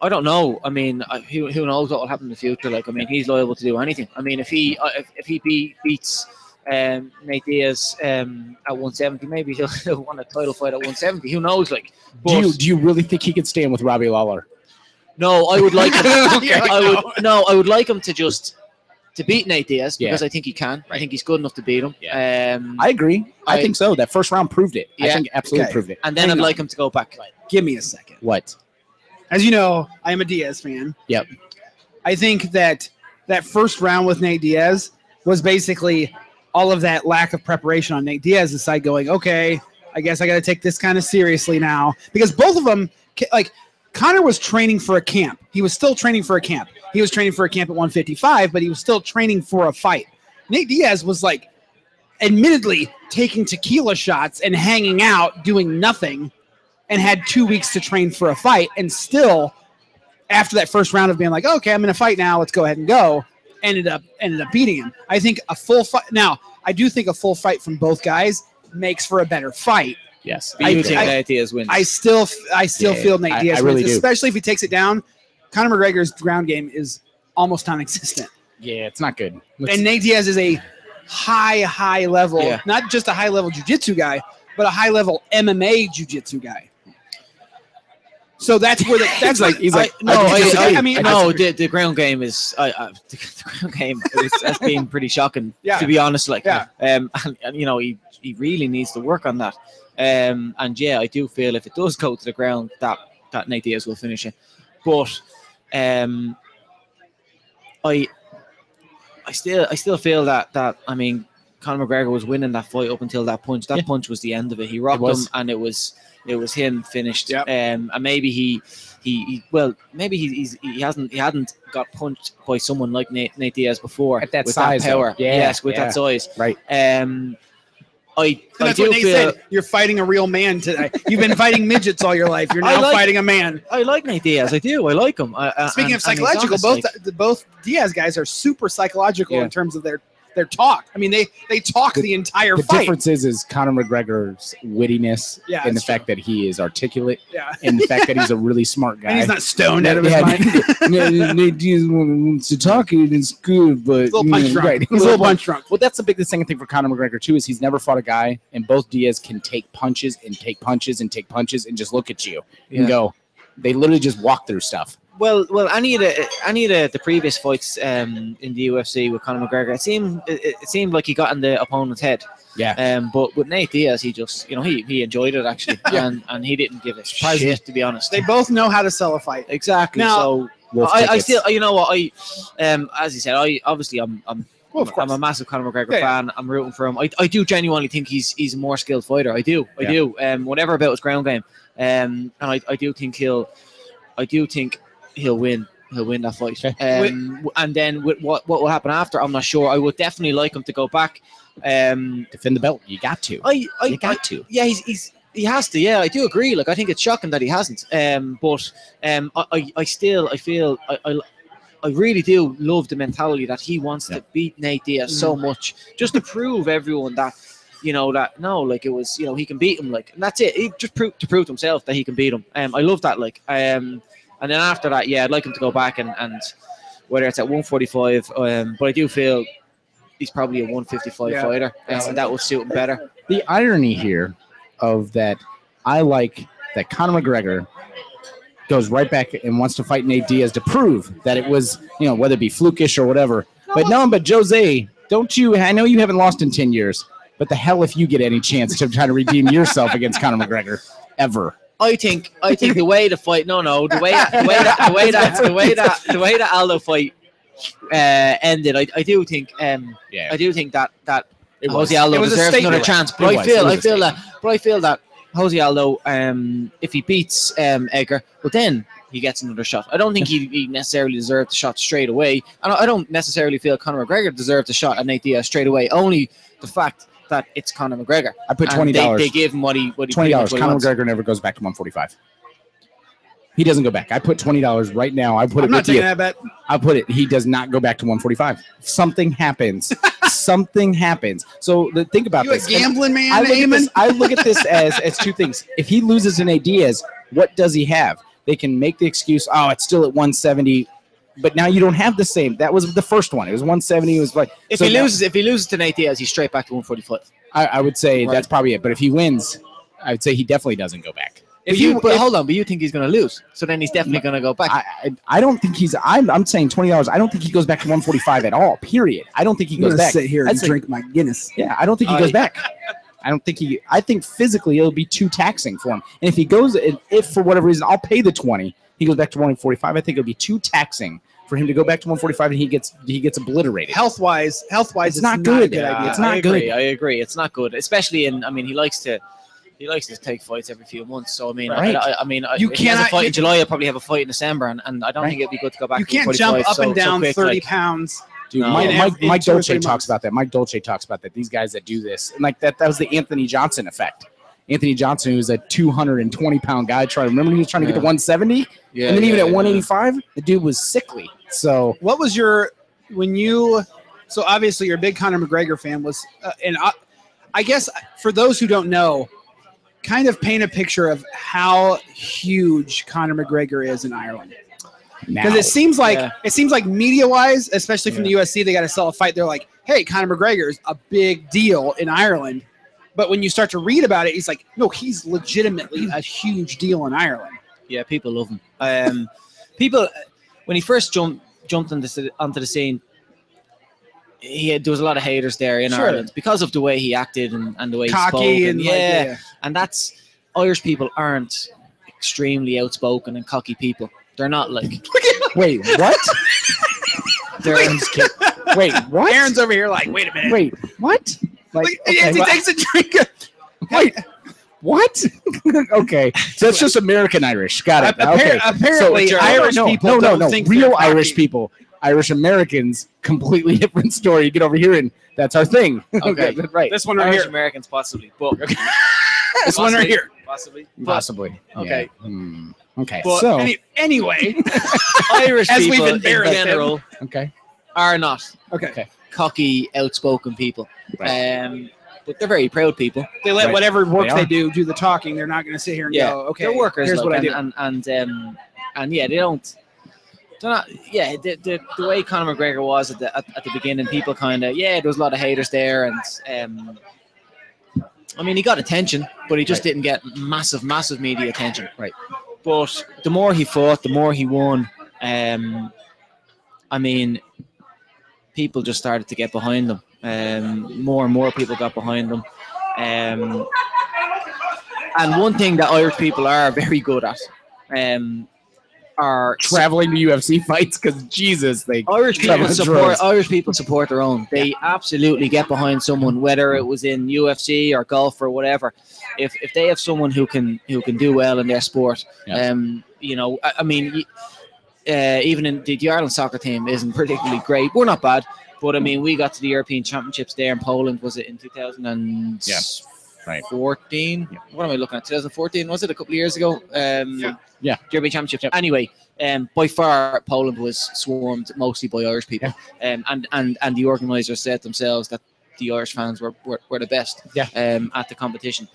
Speaker 3: I don't know. I mean, I, who, who knows what will happen in the future? Like, I mean, he's liable to do anything. I mean, if he uh, if, if he be, beats um, Nate Diaz um, at 170, maybe he'll, he'll win a title fight at 170. Who knows? Like,
Speaker 2: Do
Speaker 3: but-
Speaker 2: you do you really think he could stand with Robbie Lawler?
Speaker 3: no, I would like him.
Speaker 1: Okay,
Speaker 3: I
Speaker 1: no.
Speaker 3: would no, I would like him to just to beat Nate Diaz
Speaker 2: Yeah.
Speaker 3: because I think he can. I think he's good enough to beat him. Um,
Speaker 2: I agree. I,
Speaker 3: I-
Speaker 2: think so. That first round proved it. I
Speaker 3: Yeah.
Speaker 2: think absolutely
Speaker 1: Okay.
Speaker 2: proved it.
Speaker 3: and then
Speaker 1: Hang on.
Speaker 3: I'd like him to go back.
Speaker 1: Give me a second.
Speaker 2: What?
Speaker 1: As you know, I am a Diaz fan.
Speaker 2: Yep.
Speaker 1: I think that that first round with Nate Diaz was basically all of that lack of preparation on Nate Diaz's side going, okay, I guess I got to take this kind of seriously now. Because both of them, ca- like, Connor was training for a camp. He was still training for a camp. He was training for a camp at 155, but he was still training for a fight. Nate Diaz was like, admittedly, taking tequila shots and hanging out, doing nothing, and had two weeks to train for a fight, and still after that first round of being like, okay, I'm in a fight now, let's go ahead and go, ended up ended up beating him. I think a full fight. Now, I do think a full fight from both guys makes for a better fight.
Speaker 2: Yes.
Speaker 3: But you
Speaker 1: I-
Speaker 3: think
Speaker 1: I-
Speaker 3: Nate Diaz wins?
Speaker 1: I still, f- I still
Speaker 2: Yeah,
Speaker 1: feel
Speaker 2: I-
Speaker 1: Nate Diaz
Speaker 2: I really
Speaker 1: wins,
Speaker 2: do.
Speaker 1: especially if he takes it down. Conor McGregor's ground game is almost non-existent,
Speaker 2: Yeah, it's not good.
Speaker 1: and Nate Diaz is a high, high level,
Speaker 3: Yeah.
Speaker 1: not just a high level jiu-jitsu guy, but a high level MMA jiu-jitsu guy. So that's where the, that's
Speaker 2: like-
Speaker 1: where-
Speaker 2: he's like,
Speaker 1: I, no,
Speaker 2: I
Speaker 1: I,
Speaker 2: disagree.
Speaker 1: I mean,
Speaker 2: I
Speaker 3: no, the, the ground game is, I, I, the, ground game is, has been pretty shocking,
Speaker 1: Yeah.
Speaker 3: to be honest. Like,
Speaker 1: Yeah.
Speaker 3: um, and, and, you know, he, he really needs to work on that. Um, and yeah, I do feel if it does go to the ground, that that Nate Diaz will finish it. But, um, I, I still, I still feel that that I mean, Conor McGregor was winning that fight up until that punch. That
Speaker 2: Yeah.
Speaker 3: punch was the end of it. He rocked
Speaker 2: was.
Speaker 3: him, and it was it was him finished.
Speaker 1: Yep.
Speaker 3: Um, and maybe he, he, he well, maybe he, he's, he hasn't he hadn't got punched by someone like Nate, Nate Diaz before
Speaker 2: At that
Speaker 3: with
Speaker 2: size,
Speaker 3: that
Speaker 2: though.
Speaker 3: power.
Speaker 2: Yeah,
Speaker 3: yes, with
Speaker 2: yeah.
Speaker 3: that size.
Speaker 2: Right.
Speaker 3: Um, I
Speaker 1: And
Speaker 3: I
Speaker 1: that's what
Speaker 3: do
Speaker 1: Nate
Speaker 3: feel
Speaker 1: said. You're fighting a real man today. You've been fighting midgets all your life. You're
Speaker 3: I
Speaker 1: now
Speaker 3: like-
Speaker 1: fighting a man.
Speaker 3: I like Nate Diaz. I do. I like him. I, I-
Speaker 1: Speaking
Speaker 3: and-
Speaker 1: of
Speaker 3: and he's
Speaker 1: psychological,
Speaker 3: honest,
Speaker 1: both
Speaker 3: like-
Speaker 1: the both Diaz guys are super psychological
Speaker 3: Yeah.
Speaker 1: in terms of their their talk. I mean, they they talk the,
Speaker 2: The-
Speaker 1: entire
Speaker 2: The
Speaker 1: fight.
Speaker 2: difference is, is Conor McGregor's wittiness
Speaker 1: Yeah,
Speaker 2: and the
Speaker 1: that's
Speaker 2: fact that he is articulate
Speaker 1: Yeah,
Speaker 2: and the fact that he's a really smart guy.
Speaker 1: and he's not stoned out of his
Speaker 2: Yeah,
Speaker 1: mind.
Speaker 2: yeah, they do want to talk it, it's good, but
Speaker 1: He's a little punch
Speaker 2: you know,
Speaker 1: drunk.
Speaker 2: right,
Speaker 1: He's a little punch drunk.
Speaker 2: Well, that's the biggest thing I think for Conor McGregor too is he's never fought a guy, and both Diaz can take punches and take punches and take punches and just look at you
Speaker 3: Yeah.
Speaker 2: and go. They literally just walk through stuff.
Speaker 3: Well, well, any of the any of the, the previous fights um, in the UFC with Conor McGregor, it seemed it, it- it seemed like he got in the opponent's head.
Speaker 2: Yeah.
Speaker 3: Um, but with Nate Diaz, he just you know he, he enjoyed it actually,
Speaker 1: Yeah.
Speaker 3: and and he didn't give a shit, to be honest.
Speaker 1: They both know how to sell a fight.
Speaker 3: exactly.
Speaker 1: Now-
Speaker 3: so
Speaker 2: Wolf
Speaker 3: I, I
Speaker 2: tickets.
Speaker 3: still, you know what? I, um, as you said, I obviously I'm I'm
Speaker 1: Well, of
Speaker 3: I'm
Speaker 1: course.
Speaker 3: a massive Conor McGregor
Speaker 1: Yeah, yeah.
Speaker 3: fan. I'm rooting for him. I, I do genuinely think he's he's a more skilled fighter. I do. I
Speaker 2: Yeah.
Speaker 3: do. Um, whatever about his ground game. Um, and I, I do think he'll, I do think he'll win. He'll win that fight.
Speaker 2: Okay.
Speaker 3: Um, w- and then with what what will happen after? I'm not sure. I would definitely like him to go back. Um,
Speaker 2: defend the belt. You got to.
Speaker 3: I I,
Speaker 2: you got to.
Speaker 3: yeah, he's, he's he has to. Yeah, I do agree. Like, I think it's shocking that he hasn't. Um, but um, I, I, I still, I feel, I, I, I really do love the mentality that he wants
Speaker 2: Yeah.
Speaker 3: to beat Nate Diaz so
Speaker 1: Mm.
Speaker 3: much, just to prove everyone that, you know, that no, like it was, you know, he can beat him. Like, and that's it. He just proved to prove to himself that he can beat him. Um, I love that. Like, um, and then after that, yeah, I'd like him to go back and and whether it's at 145, um, but I do feel. He's probably a 155
Speaker 1: Yeah.
Speaker 3: fighter, um, and that would suit him better.
Speaker 2: the irony here of that I like that Conor McGregor goes right back and wants to fight Nate Diaz to prove that it was, you know, whether it be flukish or whatever. But no, but Jose, don't you I know you haven't lost in 10 years, but the hell if you get any chance to try to redeem yourself against Conor McGregor ever.
Speaker 3: I think I think the way the fight no no the way the way that the way that the way that the way that Aldo fight uh, ended I, I do think um
Speaker 2: Yeah.
Speaker 3: I do think that that
Speaker 2: It was.
Speaker 3: Jose Aldo
Speaker 1: It was a
Speaker 3: deserves another
Speaker 1: statement.
Speaker 3: chance
Speaker 2: It
Speaker 3: but I
Speaker 2: was.
Speaker 3: feel
Speaker 2: It
Speaker 3: I
Speaker 2: was a
Speaker 3: feel that but I feel that Jose Aldo um if he beats um Edgar well then he gets another shot I don't think he, he necessarily deserved the shot straight away and I I don't necessarily feel Conor McGregor deserved the shot at Nate Diaz straight away only the fact that it's Conor McGregor
Speaker 2: I put
Speaker 3: And
Speaker 2: $20.
Speaker 3: they, they gave him what he what he
Speaker 2: Twenty
Speaker 3: pretty much
Speaker 2: dollars.
Speaker 3: what he
Speaker 2: Conor
Speaker 3: wants.
Speaker 2: McGregor never goes back to one forty-five. He doesn't go back. I put twenty dollars right now. I put
Speaker 1: I'm
Speaker 2: it
Speaker 1: not
Speaker 2: with
Speaker 1: taking
Speaker 2: you.
Speaker 1: that bet.
Speaker 2: I put it. He does not go back to 145. Something happens. Something happens. So the, think about
Speaker 1: You a
Speaker 2: this. And
Speaker 1: gambling man,
Speaker 2: I look, at
Speaker 1: Eamon?
Speaker 2: this I look at this as as two things. If he loses in Diaz, what does he have? They can make the excuse, oh, it's still at 170, but now you don't have the same. That was the first one. It was 170. It was like
Speaker 3: If
Speaker 2: So
Speaker 3: he
Speaker 2: now-
Speaker 3: loses, if he loses to Nate Diaz, he's straight back to 145.
Speaker 2: I, I would say
Speaker 3: Right.
Speaker 2: that's probably it. But if he wins, I would say he definitely doesn't go back.
Speaker 3: If
Speaker 2: But
Speaker 3: you,
Speaker 2: you-
Speaker 3: but
Speaker 2: if-
Speaker 3: hold on, but you think he's going to lose, so then he's definitely going to go back.
Speaker 2: I, I I don't think he's. I'm I'm saying twenty dollars. I don't think he goes back to 145 at all. Period. I don't think he
Speaker 1: I'm
Speaker 2: goes
Speaker 1: gonna
Speaker 2: back.
Speaker 1: sit here and
Speaker 2: That's a-
Speaker 1: drink my Guinness.
Speaker 2: Yeah, I don't think he
Speaker 3: I-
Speaker 2: goes back. I don't think he. I think physically it'll be too taxing for him. And if he goes, and if for whatever reason I'll pay the twenty, he goes back to one forty-five. I think it'll be too taxing for him to go back to one forty-five, and he gets he gets obliterated.
Speaker 1: Health wise, health wise,
Speaker 2: It's not good.
Speaker 1: idea.
Speaker 2: It's not
Speaker 3: I agree,
Speaker 2: good.
Speaker 3: I agree. It's not good, especially in. I mean, he likes to. He likes to take fights every few months. So I mean, I-
Speaker 2: Right.
Speaker 3: I, I, mean,
Speaker 1: You
Speaker 3: you can't
Speaker 1: cannot-
Speaker 3: a fight
Speaker 1: you-
Speaker 3: in July. I probably have a fight in December, and, and I don't
Speaker 2: Right.
Speaker 3: think it'd be good to go back.
Speaker 1: You
Speaker 3: to
Speaker 1: can't jump
Speaker 3: 145
Speaker 1: up
Speaker 3: so-
Speaker 1: and
Speaker 3: so
Speaker 1: down
Speaker 3: quick,
Speaker 1: thirty
Speaker 3: like-
Speaker 1: pounds.
Speaker 2: Dude,
Speaker 3: No.
Speaker 2: Mike,
Speaker 3: In
Speaker 2: Mike,
Speaker 1: every-
Speaker 2: Mike
Speaker 1: in two or
Speaker 2: Dolce
Speaker 1: three
Speaker 2: talks
Speaker 1: months.
Speaker 2: about that. Mike Dolce talks about that. These guys that do this, and like that, that was the Anthony Johnson effect. Anthony Johnson, who's a 220 pound guy, trying. Remember, he was trying to get to 170,
Speaker 3: Yeah,
Speaker 2: and then even
Speaker 3: yeah,
Speaker 2: at
Speaker 3: yeah.
Speaker 2: 185, the dude was sickly. So
Speaker 1: What was your when you? So obviously, you're a big Conor McGregor fan. Was uh, and I, I guess for those who don't know, kind of paint a picture of how huge Conor McGregor is in Ireland.
Speaker 2: now,
Speaker 1: because it seems like
Speaker 3: Yeah.
Speaker 1: it seems like media wise, especially from the USC, they got to sell a fight. They're like, "Hey, Conor McGregor is a big deal in Ireland," but when you start to read about it, he's like, "No, he's legitimately a huge deal in Ireland."
Speaker 3: Yeah, people love him. Um, people, when he first jumped jumped onto the, onto the scene, he had, there was a lot of haters there in
Speaker 1: Sure.
Speaker 3: Ireland because of the way he acted and, and the way he spoke.
Speaker 1: Cocky and like,
Speaker 3: yeah,
Speaker 1: yeah.
Speaker 3: and that's Irish people aren't extremely outspoken and cocky people. They're not like
Speaker 2: wait, what?
Speaker 3: they're
Speaker 2: Wait, what?
Speaker 1: Aaron's over here like, "Wait a minute."
Speaker 2: Wait, what? Like,
Speaker 1: Like,
Speaker 2: okay,
Speaker 1: as he
Speaker 2: well,
Speaker 1: takes a drink, of-
Speaker 2: wait, what? okay, so that's just American Irish. Got it.
Speaker 1: Appar-
Speaker 2: okay.
Speaker 1: apparently
Speaker 2: so,
Speaker 1: Irish
Speaker 2: no,
Speaker 1: people
Speaker 2: No, no,
Speaker 1: don't
Speaker 2: no.
Speaker 1: think
Speaker 2: Real
Speaker 1: they're
Speaker 2: Irish
Speaker 1: cocky.
Speaker 2: people, Irish Americans, completely different story. You get over here, and that's our thing.
Speaker 3: Okay.
Speaker 2: right.
Speaker 1: this one right
Speaker 3: Irish
Speaker 1: here,
Speaker 3: Americans possibly, but
Speaker 1: this one right
Speaker 3: possibly-
Speaker 1: here.
Speaker 3: possibly. But
Speaker 2: Possibly.
Speaker 3: Okay.
Speaker 2: Yeah. Hmm. Okay.
Speaker 1: But
Speaker 2: so
Speaker 1: any- anyway,
Speaker 3: Irish
Speaker 1: As we've
Speaker 3: people in
Speaker 1: embarrassed him.
Speaker 3: general
Speaker 2: okay.
Speaker 3: are not.
Speaker 1: okay.
Speaker 2: Okay.
Speaker 3: cocky, outspoken people. Um, but they're very proud people.
Speaker 1: They let
Speaker 2: Right.
Speaker 1: whatever work
Speaker 2: They
Speaker 1: they,
Speaker 2: are.
Speaker 1: do do the talking. They're not going to sit here and
Speaker 3: Yeah.
Speaker 1: go, okay,
Speaker 3: They're workers.
Speaker 1: here's
Speaker 3: like,
Speaker 1: what I do.
Speaker 3: And and, and, um, and yeah, they don't. They're not. Yeah, the, the, the way Conor McGregor was at the at, at the beginning, people kind of yeah, there was a lot of haters there, and um, I mean, he got attention, but he just didn't get massive, massive media attention.
Speaker 2: Right.
Speaker 3: But the more he fought, the more he won. Um, I mean, people just started to get behind them. Um, more and more people got behind them. Um, and one thing that Irish people are very good at um, are
Speaker 2: Traveling to UFC fights because Jesus, they
Speaker 1: Oh.
Speaker 3: Irish people
Speaker 2: Travel
Speaker 3: support
Speaker 2: drugs.
Speaker 3: Irish people support their own. They absolutely get behind someone, whether it was in UFC or golf or whatever. If if they have someone who can who can do well in their sport,
Speaker 2: Yes.
Speaker 3: um, you know, I, I mean, y- uh, even in the, the Ireland soccer team isn't particularly great. We're not bad, but I mean, we got to the European Championships there in Poland. Was it in two thousand and
Speaker 2: Yeah, right.
Speaker 3: fourteen?
Speaker 2: Yeah.
Speaker 3: What am I looking at? Two thousand fourteen? Was it a couple of years ago? Um,
Speaker 1: Yeah.
Speaker 2: Yeah.
Speaker 3: European Championships. Anyway, um, by far Poland was swarmed mostly by Irish people, um, and and and the organisers said themselves that the Irish fans were were, were the best,
Speaker 2: Yeah.
Speaker 3: um, at the competition.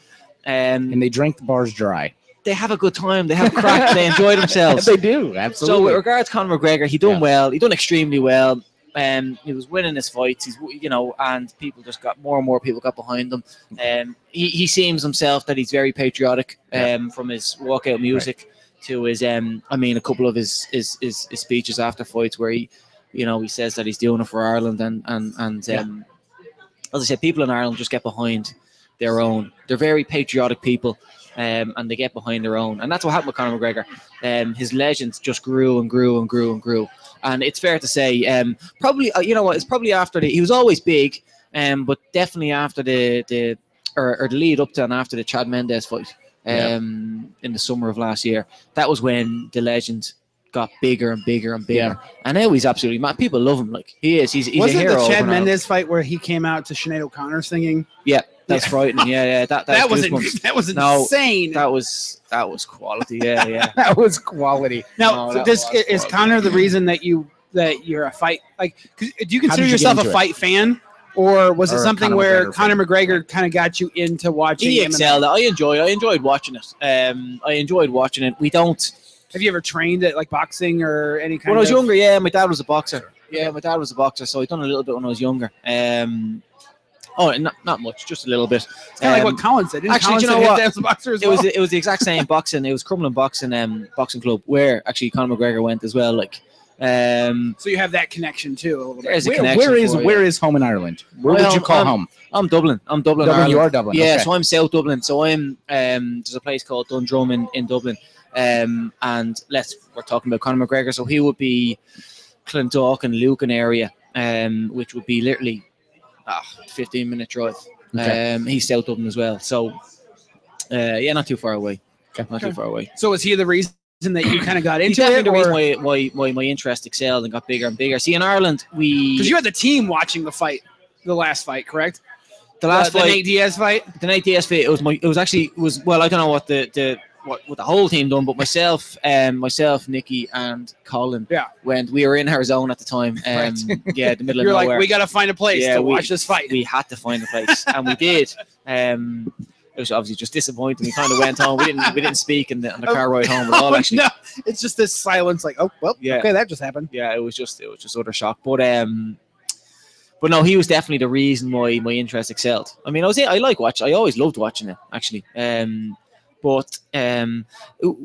Speaker 3: Um,
Speaker 2: and they drank the bars dry.
Speaker 3: they have a good time. They have a crack. they enjoy themselves.
Speaker 2: they do
Speaker 3: So
Speaker 2: absolutely.
Speaker 3: with regards Conor McGregor, he done
Speaker 2: Yeah.
Speaker 3: well. He done extremely well. Um, he was winning his fights. He's you know, and people just got more and more people got behind him. Um, he, he seems himself that he's very patriotic. Um,
Speaker 2: Yeah.
Speaker 3: from his walkout music to his um, I mean, a couple of his his, his his speeches after fights where he, you know, he says that he's doing it for Ireland and and and
Speaker 2: Yeah.
Speaker 3: um, as I said, people in Ireland just get behind their own. They're very patriotic people. Um, and they get behind their own, and that's what happened with Conor McGregor um, his legends just grew and grew and grew and grew. And it's fair to say, um, probably uh, you know what, it's probably after the he was always big, um, but definitely after the the or, or the lead up to and after the Chad Mendes fight
Speaker 2: Yeah.
Speaker 3: um, in the summer of last year, that was when the legend got bigger and bigger and bigger. And now he's absolutely mad. People love him like he is. He's, he's a
Speaker 1: Wasn't
Speaker 3: hero.
Speaker 1: the Chad
Speaker 3: over now.
Speaker 1: Mendez fight where he came out to Sinead O'Connor singing?
Speaker 3: Yeah, that's frightening. Yeah, yeah. That that,
Speaker 1: That was in-
Speaker 3: goosebumps.
Speaker 1: that was
Speaker 3: No.
Speaker 1: insane.
Speaker 3: that was that was quality. Yeah, yeah.
Speaker 2: that was quality.
Speaker 1: Now,
Speaker 3: No,
Speaker 1: so
Speaker 3: that
Speaker 1: this
Speaker 3: was
Speaker 1: is
Speaker 3: wild.
Speaker 1: Connor the reason that you that you're a fight like 'cause do you consider
Speaker 2: did you
Speaker 1: yourself
Speaker 2: get
Speaker 1: a
Speaker 2: into it?
Speaker 1: fight fan or was it
Speaker 2: Or a
Speaker 1: something
Speaker 2: Conor
Speaker 1: where
Speaker 2: McGregor
Speaker 1: Conor McGregor kind of got you into watching
Speaker 3: He
Speaker 1: him and-
Speaker 3: excelled. I enjoy. I enjoyed watching it. Um, I enjoyed watching it. We don't.
Speaker 1: Have you ever trained at like boxing or any kind
Speaker 3: when I was
Speaker 1: of
Speaker 3: younger, yeah, my dad was a boxer. Yeah, my dad was a boxer, so I done a little bit when I was younger. Um, oh, not, not much, just a little bit.
Speaker 1: It's kind of like
Speaker 3: Um,
Speaker 1: what Collins did. Didn't
Speaker 3: actually,
Speaker 1: Collins
Speaker 3: do you know
Speaker 1: hit
Speaker 3: what?
Speaker 1: that as a boxer as
Speaker 3: it
Speaker 1: well?
Speaker 3: was it was the exact same boxing. It was Crumlin Boxing um, Boxing Club where actually Conor McGregor went as well. Like, um,
Speaker 1: so you have that connection too a little bit.
Speaker 3: there's a
Speaker 2: Where-
Speaker 3: connection.
Speaker 2: where is
Speaker 3: for you.
Speaker 2: where is home in Ireland? Where
Speaker 3: Well,
Speaker 2: would you call
Speaker 3: um,
Speaker 2: home?
Speaker 3: I'm Dublin. I'm Dublin.
Speaker 2: Dublin,
Speaker 3: Ireland.
Speaker 2: you are Dublin.
Speaker 3: Yeah,
Speaker 2: okay.
Speaker 3: so I'm South Dublin. So I'm um, there's a place called Dundrum in, in Dublin, um, and let's we're talking about Conor McGregor. So he would be Clondalk and Lucan area, um, which would be literally ah, 15 minute drive.
Speaker 2: Okay.
Speaker 3: Um, he's South Dublin as well. So uh, yeah, not too far away. Not too far away.
Speaker 1: So was he the reason that you kind of got
Speaker 3: He's
Speaker 1: into
Speaker 3: definitely
Speaker 1: it?
Speaker 3: the reason
Speaker 1: Because
Speaker 3: why, why, why my interest excelled and got bigger and bigger. See, in Ireland, we
Speaker 1: you had the team watching the fight, the last fight, correct?
Speaker 3: the last
Speaker 1: Uh, the,
Speaker 3: fight,
Speaker 1: the Nate Diaz fight.
Speaker 3: the night the SV, it was my, it was actually it was well, I don't know what the the what, what the whole team done, but myself, um, myself, Nikki, and Colin,
Speaker 1: Yeah.
Speaker 3: when we were in Arizona at the time, um, yeah, the middle
Speaker 1: You're
Speaker 3: of
Speaker 1: like,
Speaker 3: nowhere,
Speaker 1: we got to find a place
Speaker 3: Yeah,
Speaker 1: to
Speaker 3: we-
Speaker 1: watch this fight.
Speaker 3: we had to find a place, and we did. Um, it was obviously just disappointing. We kind of went home. We didn't we didn't speak in the, on the car ride home at all. Actually,
Speaker 1: Oh, no, it's just this silence. Like, oh well,
Speaker 3: Yeah.
Speaker 1: okay, that just happened.
Speaker 3: yeah, it was just it was just utter shock. But um, but no, he was definitely the reason why my interest excelled. I mean, I was I like watch. I always loved watching it actually. Um, but um,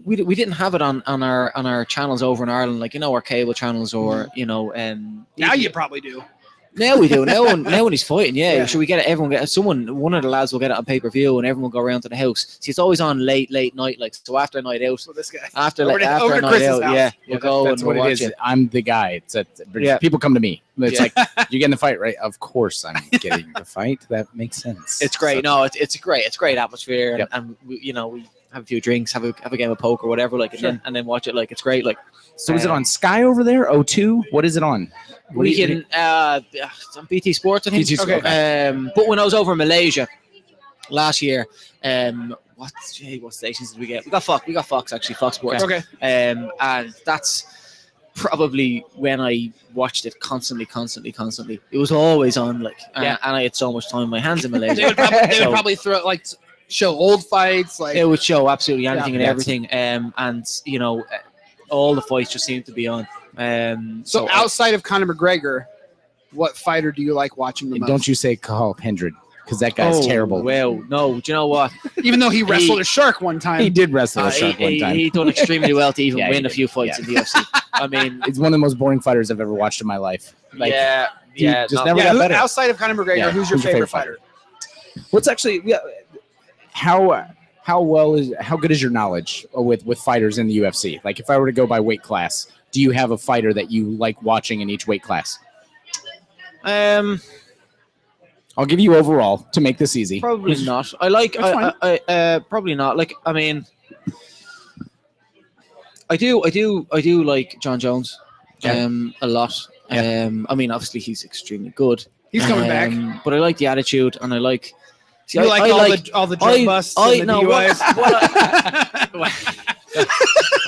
Speaker 3: we, we didn't have it on, on our on our channels over in Ireland, like you know our cable channels or you know um.
Speaker 1: Mm. Now
Speaker 3: even-
Speaker 1: you probably do.
Speaker 3: now we do. Now when, now when he's fighting, yeah,
Speaker 1: Yeah.
Speaker 3: Should we get it? Everyone get someone. One of the lads will get it on pay per view, and everyone will go around to the house. See, it's always on late late night, like so after a night out.
Speaker 1: So this guy.
Speaker 3: After
Speaker 1: Over
Speaker 3: like,
Speaker 1: to-
Speaker 3: after
Speaker 1: over
Speaker 3: a
Speaker 1: to
Speaker 3: night
Speaker 1: Chris's
Speaker 3: out,
Speaker 1: house.
Speaker 3: yeah, we'll go
Speaker 2: that's
Speaker 3: and we'll
Speaker 2: what it
Speaker 3: watch
Speaker 2: is.
Speaker 3: it.
Speaker 2: I'm the guy. It's that
Speaker 3: Yeah.
Speaker 2: people come to me. It's
Speaker 3: Yeah.
Speaker 2: like you get in the fight, right? Of course, I'm getting the fight. That makes sense.
Speaker 3: It's great. No, it's, it's great. It's great atmosphere, and,
Speaker 2: Yep.
Speaker 3: and we, you know we have a few drinks, have a have a game of poker, whatever, like, and, then, and then watch it. Like it's great. Like
Speaker 2: So, so is it on Sky over there? O2? What is it on? What do
Speaker 3: we
Speaker 2: you-
Speaker 3: can uh, it's on BT Sports, I think.
Speaker 2: BT Sports,
Speaker 3: Um, but when I was over in Malaysia last year, um, what gee, what stations did we get? We got Fox. We got Fox actually. Fox Sports.
Speaker 1: Okay.
Speaker 3: Um, and that's probably when I watched it constantly, constantly, constantly. It was always on, like,
Speaker 4: Yeah.
Speaker 3: and, and I had so much time in my hands in Malaysia.
Speaker 4: They would probably, they
Speaker 3: So-
Speaker 4: would probably throw like show old fights, like
Speaker 3: it would show absolutely anything and
Speaker 2: that's-
Speaker 3: everything. Um, and you know, uh, all the fights just seemed to be on. Um,
Speaker 1: So,
Speaker 3: so,
Speaker 1: outside of Conor McGregor, what fighter do you like watching the
Speaker 2: And
Speaker 1: most?
Speaker 2: don't you say Kahal Hendred because that guy's
Speaker 3: Oh,
Speaker 2: terrible.
Speaker 3: Well, no, do you know what?
Speaker 1: Even though he wrestled a shark one time.
Speaker 2: He did wrestle
Speaker 3: Uh,
Speaker 2: a shark
Speaker 3: he,
Speaker 2: one
Speaker 3: he-
Speaker 2: time.
Speaker 3: he done extremely well to even
Speaker 2: Yeah, he
Speaker 3: win a
Speaker 2: did.
Speaker 3: few fights in the UFC. I mean,
Speaker 2: It's one of the most boring fighters I've ever watched in my life. Like,
Speaker 3: yeah,
Speaker 2: he
Speaker 3: yeah,
Speaker 2: just
Speaker 3: no,
Speaker 2: never
Speaker 1: yeah,
Speaker 2: got
Speaker 1: who-
Speaker 2: better.
Speaker 1: outside of Conor McGregor,
Speaker 2: Yeah,
Speaker 1: who's your favorite, fighter?
Speaker 2: What's actually yeah, how how well is how good is your knowledge with with fighters in the UFC? Like if I were to go by weight class, do you have a fighter that you like watching in each weight class?
Speaker 3: um,
Speaker 2: I'll give you overall to make this easy.
Speaker 3: probably not. I like, I, I, I, uh, probably not. Like, I mean, I do, I do, I do like John Jones,
Speaker 2: Yeah.
Speaker 3: um, a lot. Um, I mean, obviously he's extremely good.
Speaker 1: He's coming back.
Speaker 3: back. But I like the attitude, and I like. See,
Speaker 1: you
Speaker 3: I
Speaker 1: like
Speaker 3: I
Speaker 1: all
Speaker 3: like.
Speaker 1: the all the drug
Speaker 3: I,
Speaker 1: busts
Speaker 3: I,
Speaker 1: and the
Speaker 3: no, what,
Speaker 1: DUIs?
Speaker 3: what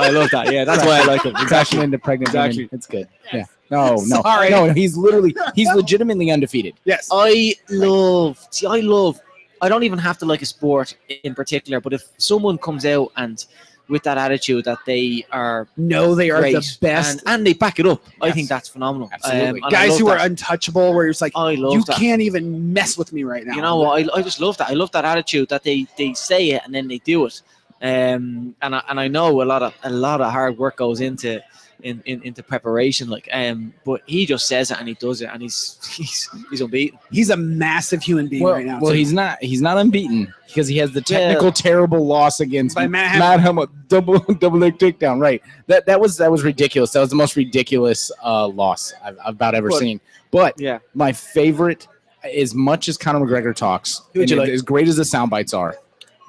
Speaker 3: I, I love that. Yeah, that's why I like him.
Speaker 2: Exactly into pregnant
Speaker 3: Exactly.
Speaker 2: women. It's good.
Speaker 4: Yes.
Speaker 2: Yeah. No, no.
Speaker 1: Sorry.
Speaker 2: No, he's literally he's legitimately undefeated.
Speaker 1: Yes.
Speaker 3: I love. See, I love. I don't even have to like a sport in particular, but if someone comes out and with that attitude that they are
Speaker 1: No, they are
Speaker 3: great
Speaker 1: the best
Speaker 3: and, and they back it up, I
Speaker 2: Yes.
Speaker 3: think that's phenomenal. Um,
Speaker 2: Absolutely.
Speaker 3: and I
Speaker 1: guys
Speaker 3: love
Speaker 1: who are
Speaker 3: that.
Speaker 1: untouchable. Where it's like
Speaker 3: I love
Speaker 1: you
Speaker 3: that.
Speaker 1: can't even mess with me right now.
Speaker 3: You know what? I, I just love that. I love that attitude that they they say it and then they do it. Um, and I, and I know a lot of a lot of hard work goes into in, in into preparation. Like um, but he just says it and he does it and he's he's he's unbeaten.
Speaker 1: he's a massive human being right now.
Speaker 2: well, he's not he's not unbeaten because he has the
Speaker 3: Yeah.
Speaker 2: technical terrible loss against
Speaker 1: by Matt Hamlin.
Speaker 2: Matt Hamill, double double leg takedown. Right. That that was that was ridiculous. That was the most ridiculous uh, loss I've, I've about ever
Speaker 3: But-
Speaker 2: seen. But
Speaker 3: Yeah.
Speaker 2: my favorite, as much as Conor McGregor talks,
Speaker 3: Who would
Speaker 2: and
Speaker 3: you
Speaker 2: as-
Speaker 3: like?
Speaker 2: as great as the sound bites are,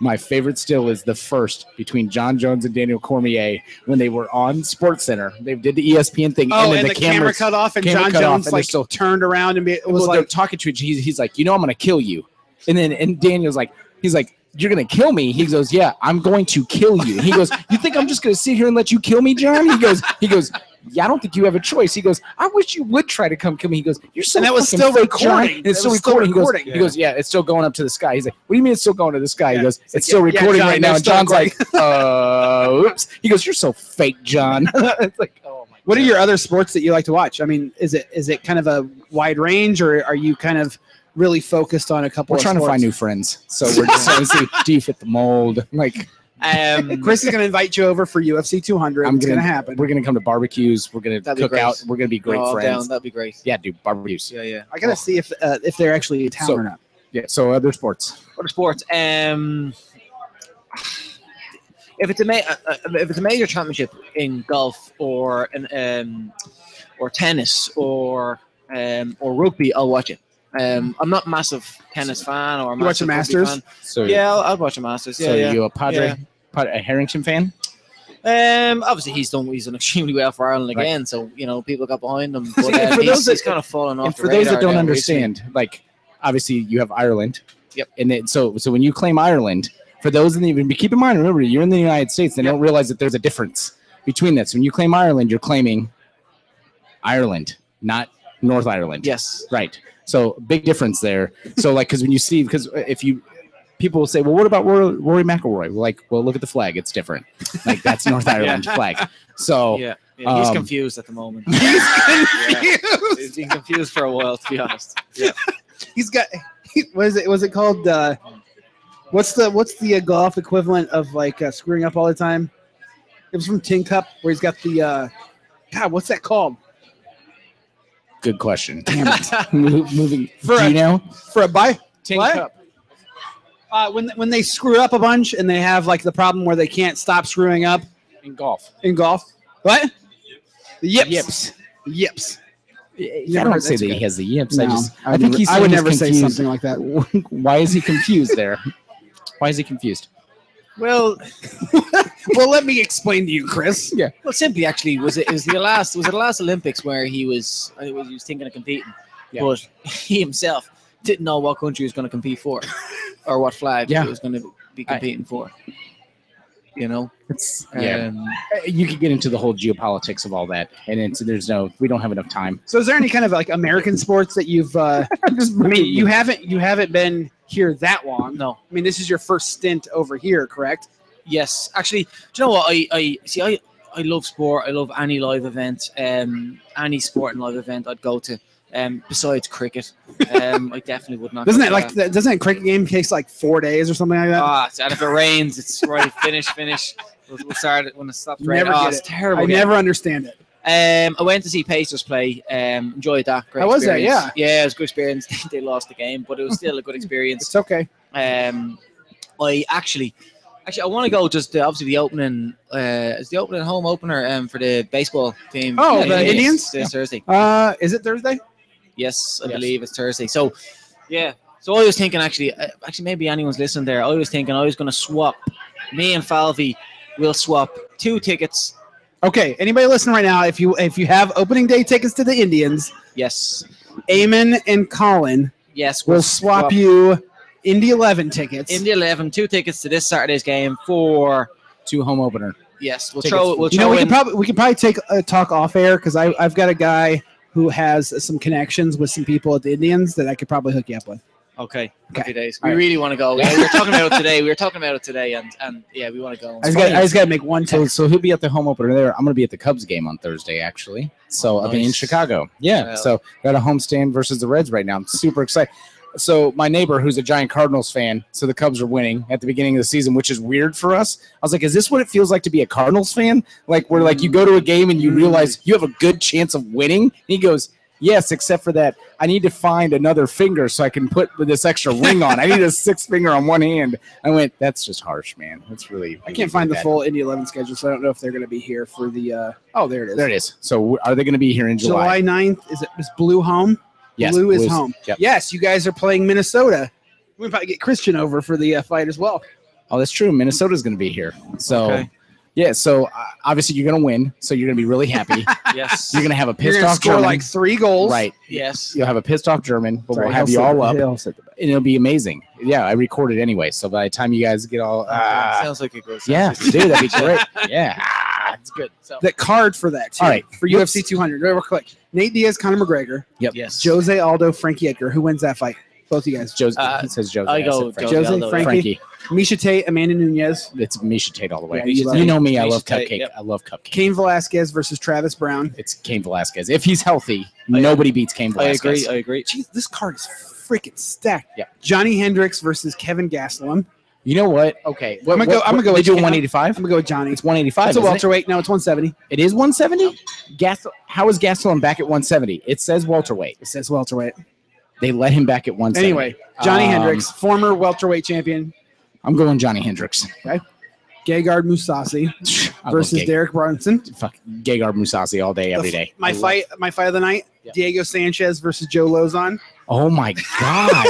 Speaker 2: my favorite still is the first between John Jones and Daniel Cormier when they were on Sports Center. They did the E ESPN thing,
Speaker 1: Oh,
Speaker 2: and
Speaker 1: and,
Speaker 2: then
Speaker 1: the, camera
Speaker 2: cameras-
Speaker 1: cut off, and
Speaker 2: camera
Speaker 1: John
Speaker 2: cut off,
Speaker 1: Jones
Speaker 2: and they're
Speaker 1: like
Speaker 2: still-
Speaker 1: turned around and be, it was
Speaker 2: well, they're
Speaker 1: like,
Speaker 2: talking to each. He's, he's like, you know, I'm gonna kill you. And then and Daniel's like, he's like, you're gonna kill me. He goes, yeah, I'm going to kill you. He goes, you think I'm just gonna sit here and let you kill me, John? He goes, he goes, yeah, I don't think you have a choice. He goes, I wish you would try to come kill me. He goes, you're so
Speaker 1: And that was
Speaker 2: fucking
Speaker 1: still
Speaker 2: fake, John."
Speaker 1: recording.
Speaker 2: And it's
Speaker 1: That
Speaker 2: still
Speaker 1: was still
Speaker 2: recording. He goes-
Speaker 1: recording.
Speaker 2: He goes, yeah, it's still going up to the sky. He's like, what do you mean it's still going to the sky?
Speaker 1: Yeah.
Speaker 2: He goes, it's,
Speaker 1: like,
Speaker 2: still
Speaker 1: yeah, yeah,
Speaker 2: recording
Speaker 1: John,
Speaker 2: right now.
Speaker 1: they're
Speaker 2: And
Speaker 1: still
Speaker 2: John's like, uh, oops. He goes, you're so fake, John. it's like, oh my.
Speaker 1: What are
Speaker 2: God.
Speaker 1: your other sports that you like to watch? I mean, is it is it kind of a wide range, or are you kind of really focused on a couple?
Speaker 2: We're
Speaker 1: of
Speaker 2: trying to find new friends, so we're just trying to see, do you fit the mold? Like,
Speaker 3: Um
Speaker 1: Chris is going to invite you over for UFC 200.
Speaker 2: I'm
Speaker 1: it's going to
Speaker 2: gonna-
Speaker 1: happen.
Speaker 2: We're gonna come to barbecues. We're gonna
Speaker 3: That'd be
Speaker 2: cook
Speaker 3: great.
Speaker 2: out. We're gonna be great
Speaker 3: oh, I'm
Speaker 2: friends.
Speaker 3: down, that'd be great.
Speaker 2: Yeah, dude, barbecues.
Speaker 3: Yeah, yeah.
Speaker 1: I got to
Speaker 2: Oh.
Speaker 1: see if uh, if they're actually in town
Speaker 2: So-
Speaker 1: or not.
Speaker 2: Yeah. So other sports.
Speaker 3: What a sport. Um if it's a ma- uh, uh, if it's a major championship in golf or in, um or tennis or um or rugby, I'll watch it. Um, I'm not massive tennis fan or
Speaker 1: You watch the
Speaker 3: massive rugby
Speaker 1: Masters?
Speaker 2: So
Speaker 3: fan. Yeah, I'll, I'll watch the Masters. Yeah,
Speaker 2: so
Speaker 3: yeah.
Speaker 2: you a Padre, Pad- a Harrington fan?
Speaker 3: Um, obviously he's done he's done extremely well for Ireland
Speaker 2: Right.
Speaker 3: again, so you know people got behind him. But
Speaker 2: and
Speaker 3: uh,
Speaker 2: for
Speaker 3: he's,
Speaker 2: those that-
Speaker 3: he's kind of fallen off.
Speaker 2: and
Speaker 3: the
Speaker 2: for those that
Speaker 3: radar
Speaker 2: don't
Speaker 3: now
Speaker 2: understand, like obviously you have Ireland.
Speaker 3: Yep.
Speaker 2: And then, so so when you claim Ireland, for those in the keep in mind, remember you're in the United States. They don't realize that there's a difference between this. When you claim Ireland, you're claiming Ireland, not North Ireland.
Speaker 3: recently. Yes.
Speaker 2: Right. So big difference there. So like, because when you see, because if you, people will say, well, what about Rory, Rory McIlroy? We're like, well, look at the flag. It's different. Like that's North Ireland flag. So
Speaker 3: Yeah. yeah, he's
Speaker 2: Um,
Speaker 3: confused at the moment. He's confused. He's been confused for a while, to be honest. Yeah.
Speaker 1: He's got what is it? Was it called? Uh, what's the what's the uh, golf equivalent of like uh, screwing up all the time? It was from Tin Cup where he's got the uh, God. What's that called?
Speaker 2: good question. Damn it. Mo- Moving.
Speaker 1: For
Speaker 2: do
Speaker 1: a-
Speaker 2: you know?
Speaker 1: For a bye?
Speaker 2: Tin
Speaker 1: What?
Speaker 2: cup.
Speaker 1: Uh, when when they screw up a bunch and they have like the problem where they can't stop screwing up
Speaker 2: in golf.
Speaker 1: in golf. What? The yips.
Speaker 2: Yips.
Speaker 1: The yips.
Speaker 2: I
Speaker 1: Never
Speaker 2: don't
Speaker 1: heard
Speaker 2: say
Speaker 1: that
Speaker 2: that
Speaker 1: guy.
Speaker 2: he has the yips. I
Speaker 1: No,
Speaker 2: just,
Speaker 1: I
Speaker 2: I,
Speaker 1: would
Speaker 2: think
Speaker 1: never-
Speaker 2: he's.
Speaker 1: I would never
Speaker 2: just
Speaker 1: say
Speaker 2: confused.
Speaker 1: something like
Speaker 2: Why is he confused there? Why is he confused?
Speaker 3: Well,
Speaker 1: well, let me explain to you, Chris.
Speaker 3: well, simply actually was it was the last was it the last Olympics where he was I think he was thinking of competing,
Speaker 2: Yeah.
Speaker 3: but he himself didn't know what country he was going to compete for, or what flag
Speaker 2: Yeah.
Speaker 3: he was going to be
Speaker 2: I-
Speaker 3: competing for. you know.
Speaker 2: It's
Speaker 1: uh,
Speaker 2: yeah. Uh,
Speaker 3: Um,
Speaker 2: you could get into the whole geopolitics of all that, and it's there's no we don't have enough time.
Speaker 5: So is there any kind of like American sports that you've? Uh,
Speaker 2: I'm just
Speaker 5: I mean, you haven't you haven't been here that long.
Speaker 3: No.
Speaker 5: I mean, this is your first stint over here, correct?
Speaker 3: Yes, actually, do you know what I, I see? I, I love sport. I love any live event, um, any sporting live event I'd go to. Um, besides cricket, um, I definitely would not.
Speaker 5: Doesn't
Speaker 3: go
Speaker 5: it
Speaker 3: to
Speaker 5: like
Speaker 3: that.
Speaker 5: that- doesn't a cricket game takes like four days or something like that?
Speaker 3: Ah, it's- and if it rains, it's right. Finish, finish. We'll, we'll start it when it stops raining.
Speaker 5: Never
Speaker 3: Ah,
Speaker 5: get
Speaker 3: it's
Speaker 5: it.
Speaker 3: terrible.
Speaker 5: I
Speaker 3: game.
Speaker 5: never understand it.
Speaker 3: Um, I went to see Pacers play. Um, enjoyed that. Great
Speaker 5: How was that?
Speaker 3: experience. Yeah, it was a good experience. they lost the game, but it was still a good experience.
Speaker 5: It's okay.
Speaker 3: Um, I actually, actually, I want to go just the, obviously the opening. Uh, is the opening home opener um, for the baseball team?
Speaker 5: Oh,
Speaker 3: Yeah,
Speaker 5: the
Speaker 3: it's
Speaker 5: Indians?
Speaker 3: this Thursday.
Speaker 5: Uh, is it Thursday?
Speaker 3: Yes, I
Speaker 2: Yes.
Speaker 3: believe it's Thursday. So, yeah. So I was thinking, actually, uh, actually, maybe anyone's listening there. I was thinking I was going to swap. Me and Falvey will swap two tickets.
Speaker 5: Okay. Anybody listening right now? If you if you have opening day tickets to the Indians,
Speaker 3: Yes,
Speaker 5: Eamon and Colin
Speaker 3: yes,
Speaker 5: will swap you Indy Eleven tickets.
Speaker 3: in the eleven two tickets to this Saturday's game for.
Speaker 2: to home opener.
Speaker 3: Yes, we'll
Speaker 2: Tickets
Speaker 3: throw.
Speaker 2: for-
Speaker 3: We'll
Speaker 5: you
Speaker 3: throw
Speaker 5: know, we
Speaker 3: in,
Speaker 5: could probably we could probably take a talk off air because I I've got a guy who has some connections with some people at the Indians that I could probably hook you up with.
Speaker 3: Okay.
Speaker 5: Okay.
Speaker 3: Happy days.
Speaker 2: All
Speaker 3: We
Speaker 2: right.
Speaker 3: really want to go. Yeah, we were talking about it today. We were talking about it today, and and yeah, we want to go.
Speaker 5: I just got I just got to make one.
Speaker 2: So so he'll be at the home opener there. I'm gonna be at the Cubs game on Thursday actually. So I'll be in
Speaker 3: Nice.
Speaker 2: Chicago. Yeah.
Speaker 3: Wow.
Speaker 2: So got a home stand versus the Reds right now. I'm super excited. So my neighbor, who's a giant Cardinals fan, so the Cubs are winning at the beginning of the season, which is weird for us. I was like, "Is this what it feels like to be a Cardinals fan? Like, where like you go to a game and you realize you have a good chance of winning?" And he goes, "Yes, except for that, I need to find another finger so I can put this extra ring on. I need a sixth finger on one hand." I went, "That's just harsh, man. That's really."
Speaker 5: I
Speaker 2: really
Speaker 5: can't find the
Speaker 2: bad."
Speaker 5: full Indy Eleven schedule, so I don't know if they're going to be here for the. Uh, oh, there it is.
Speaker 2: There it is. So w- are they going to be here in July?
Speaker 5: July 9th. Is it is Blue home? Blue is
Speaker 2: Blues.
Speaker 5: home.
Speaker 2: Yep.
Speaker 5: Yes, you guys are playing Minnesota. We can probably get Christian over for the uh, fight as well.
Speaker 2: Oh, that's true. Minnesota's going to be here. So
Speaker 3: Okay.
Speaker 2: yeah. So uh, obviously you're going to win. So you're going to be really happy.
Speaker 3: Yes.
Speaker 2: you're going to have a
Speaker 5: You're
Speaker 2: pissed
Speaker 5: going to
Speaker 2: off
Speaker 5: score
Speaker 2: German.
Speaker 5: like three goals.
Speaker 2: right.
Speaker 3: yes.
Speaker 2: You'll have a pissed off German, but
Speaker 5: Sorry,
Speaker 2: we'll have
Speaker 5: he'll
Speaker 2: you
Speaker 5: sit
Speaker 2: all
Speaker 5: the-
Speaker 2: up, and
Speaker 5: he'll sit the-
Speaker 2: it'll be amazing. Yeah, I recorded anyway. So by the time you guys get all, ah,
Speaker 3: sounds like a good.
Speaker 2: yeah,
Speaker 3: sounds like-
Speaker 2: dude, that'd be great. Yeah, Ah, it's good.
Speaker 3: So,
Speaker 5: The card for that, too,
Speaker 2: All right.
Speaker 5: for UFC 200. Real quick. Nate Diaz, Conor McGregor,
Speaker 3: yes.
Speaker 5: Jose Aldo, Frankie Edgar. Who wins that fight? Both of you guys.
Speaker 2: It's Jose.
Speaker 3: Uh,
Speaker 2: he says Jose.
Speaker 3: I go
Speaker 2: said Frankie.
Speaker 5: Jose,
Speaker 3: Aldo,
Speaker 5: Frankie.
Speaker 2: Frankie.
Speaker 5: Misha Tate, Amanda Nunez,
Speaker 2: It's Misha Tate all the way.
Speaker 5: Yeah, you love-
Speaker 2: you know me. I
Speaker 3: Misha
Speaker 2: love
Speaker 3: Tate,
Speaker 2: cupcake.
Speaker 3: yep.
Speaker 2: I love cupcake.
Speaker 5: Cain Velasquez versus Travis Brown.
Speaker 2: It's Cain Velasquez. If he's healthy, nobody beats Cain
Speaker 3: I
Speaker 2: Velasquez.
Speaker 3: agree. I agree.
Speaker 5: Jeez, this card is freaking stacked.
Speaker 2: Yeah.
Speaker 5: Johnny Hendricks versus Kevin Gastelum.
Speaker 2: You know what? Okay,
Speaker 5: I'm gonna go- I'm gonna go
Speaker 2: They
Speaker 5: with
Speaker 2: do
Speaker 5: you.
Speaker 2: 185.
Speaker 5: I'm going to go with Johnny.
Speaker 2: It's 185.
Speaker 5: That's a
Speaker 2: Isn't it?
Speaker 5: welterweight. No, it's 170.
Speaker 2: it is 170. Gas. How is Gastelum back at 170? It says welterweight.
Speaker 5: It says welterweight.
Speaker 2: They let him back at 170.
Speaker 5: Anyway, Johnny
Speaker 2: Um,
Speaker 5: Hendricks, former welterweight champion,
Speaker 2: I'm going Johnny Hendricks
Speaker 5: Gegard Mousasi
Speaker 2: I love
Speaker 5: versus
Speaker 2: Gag-
Speaker 5: Derek Brunson.
Speaker 2: fuck, Gegard Mousasi all day, every
Speaker 5: The f-
Speaker 2: day.
Speaker 5: My
Speaker 2: I love-
Speaker 5: fight, my fight of the night,
Speaker 2: Yeah.
Speaker 5: Diego Sanchez versus Joe Lozon.
Speaker 2: Oh my god.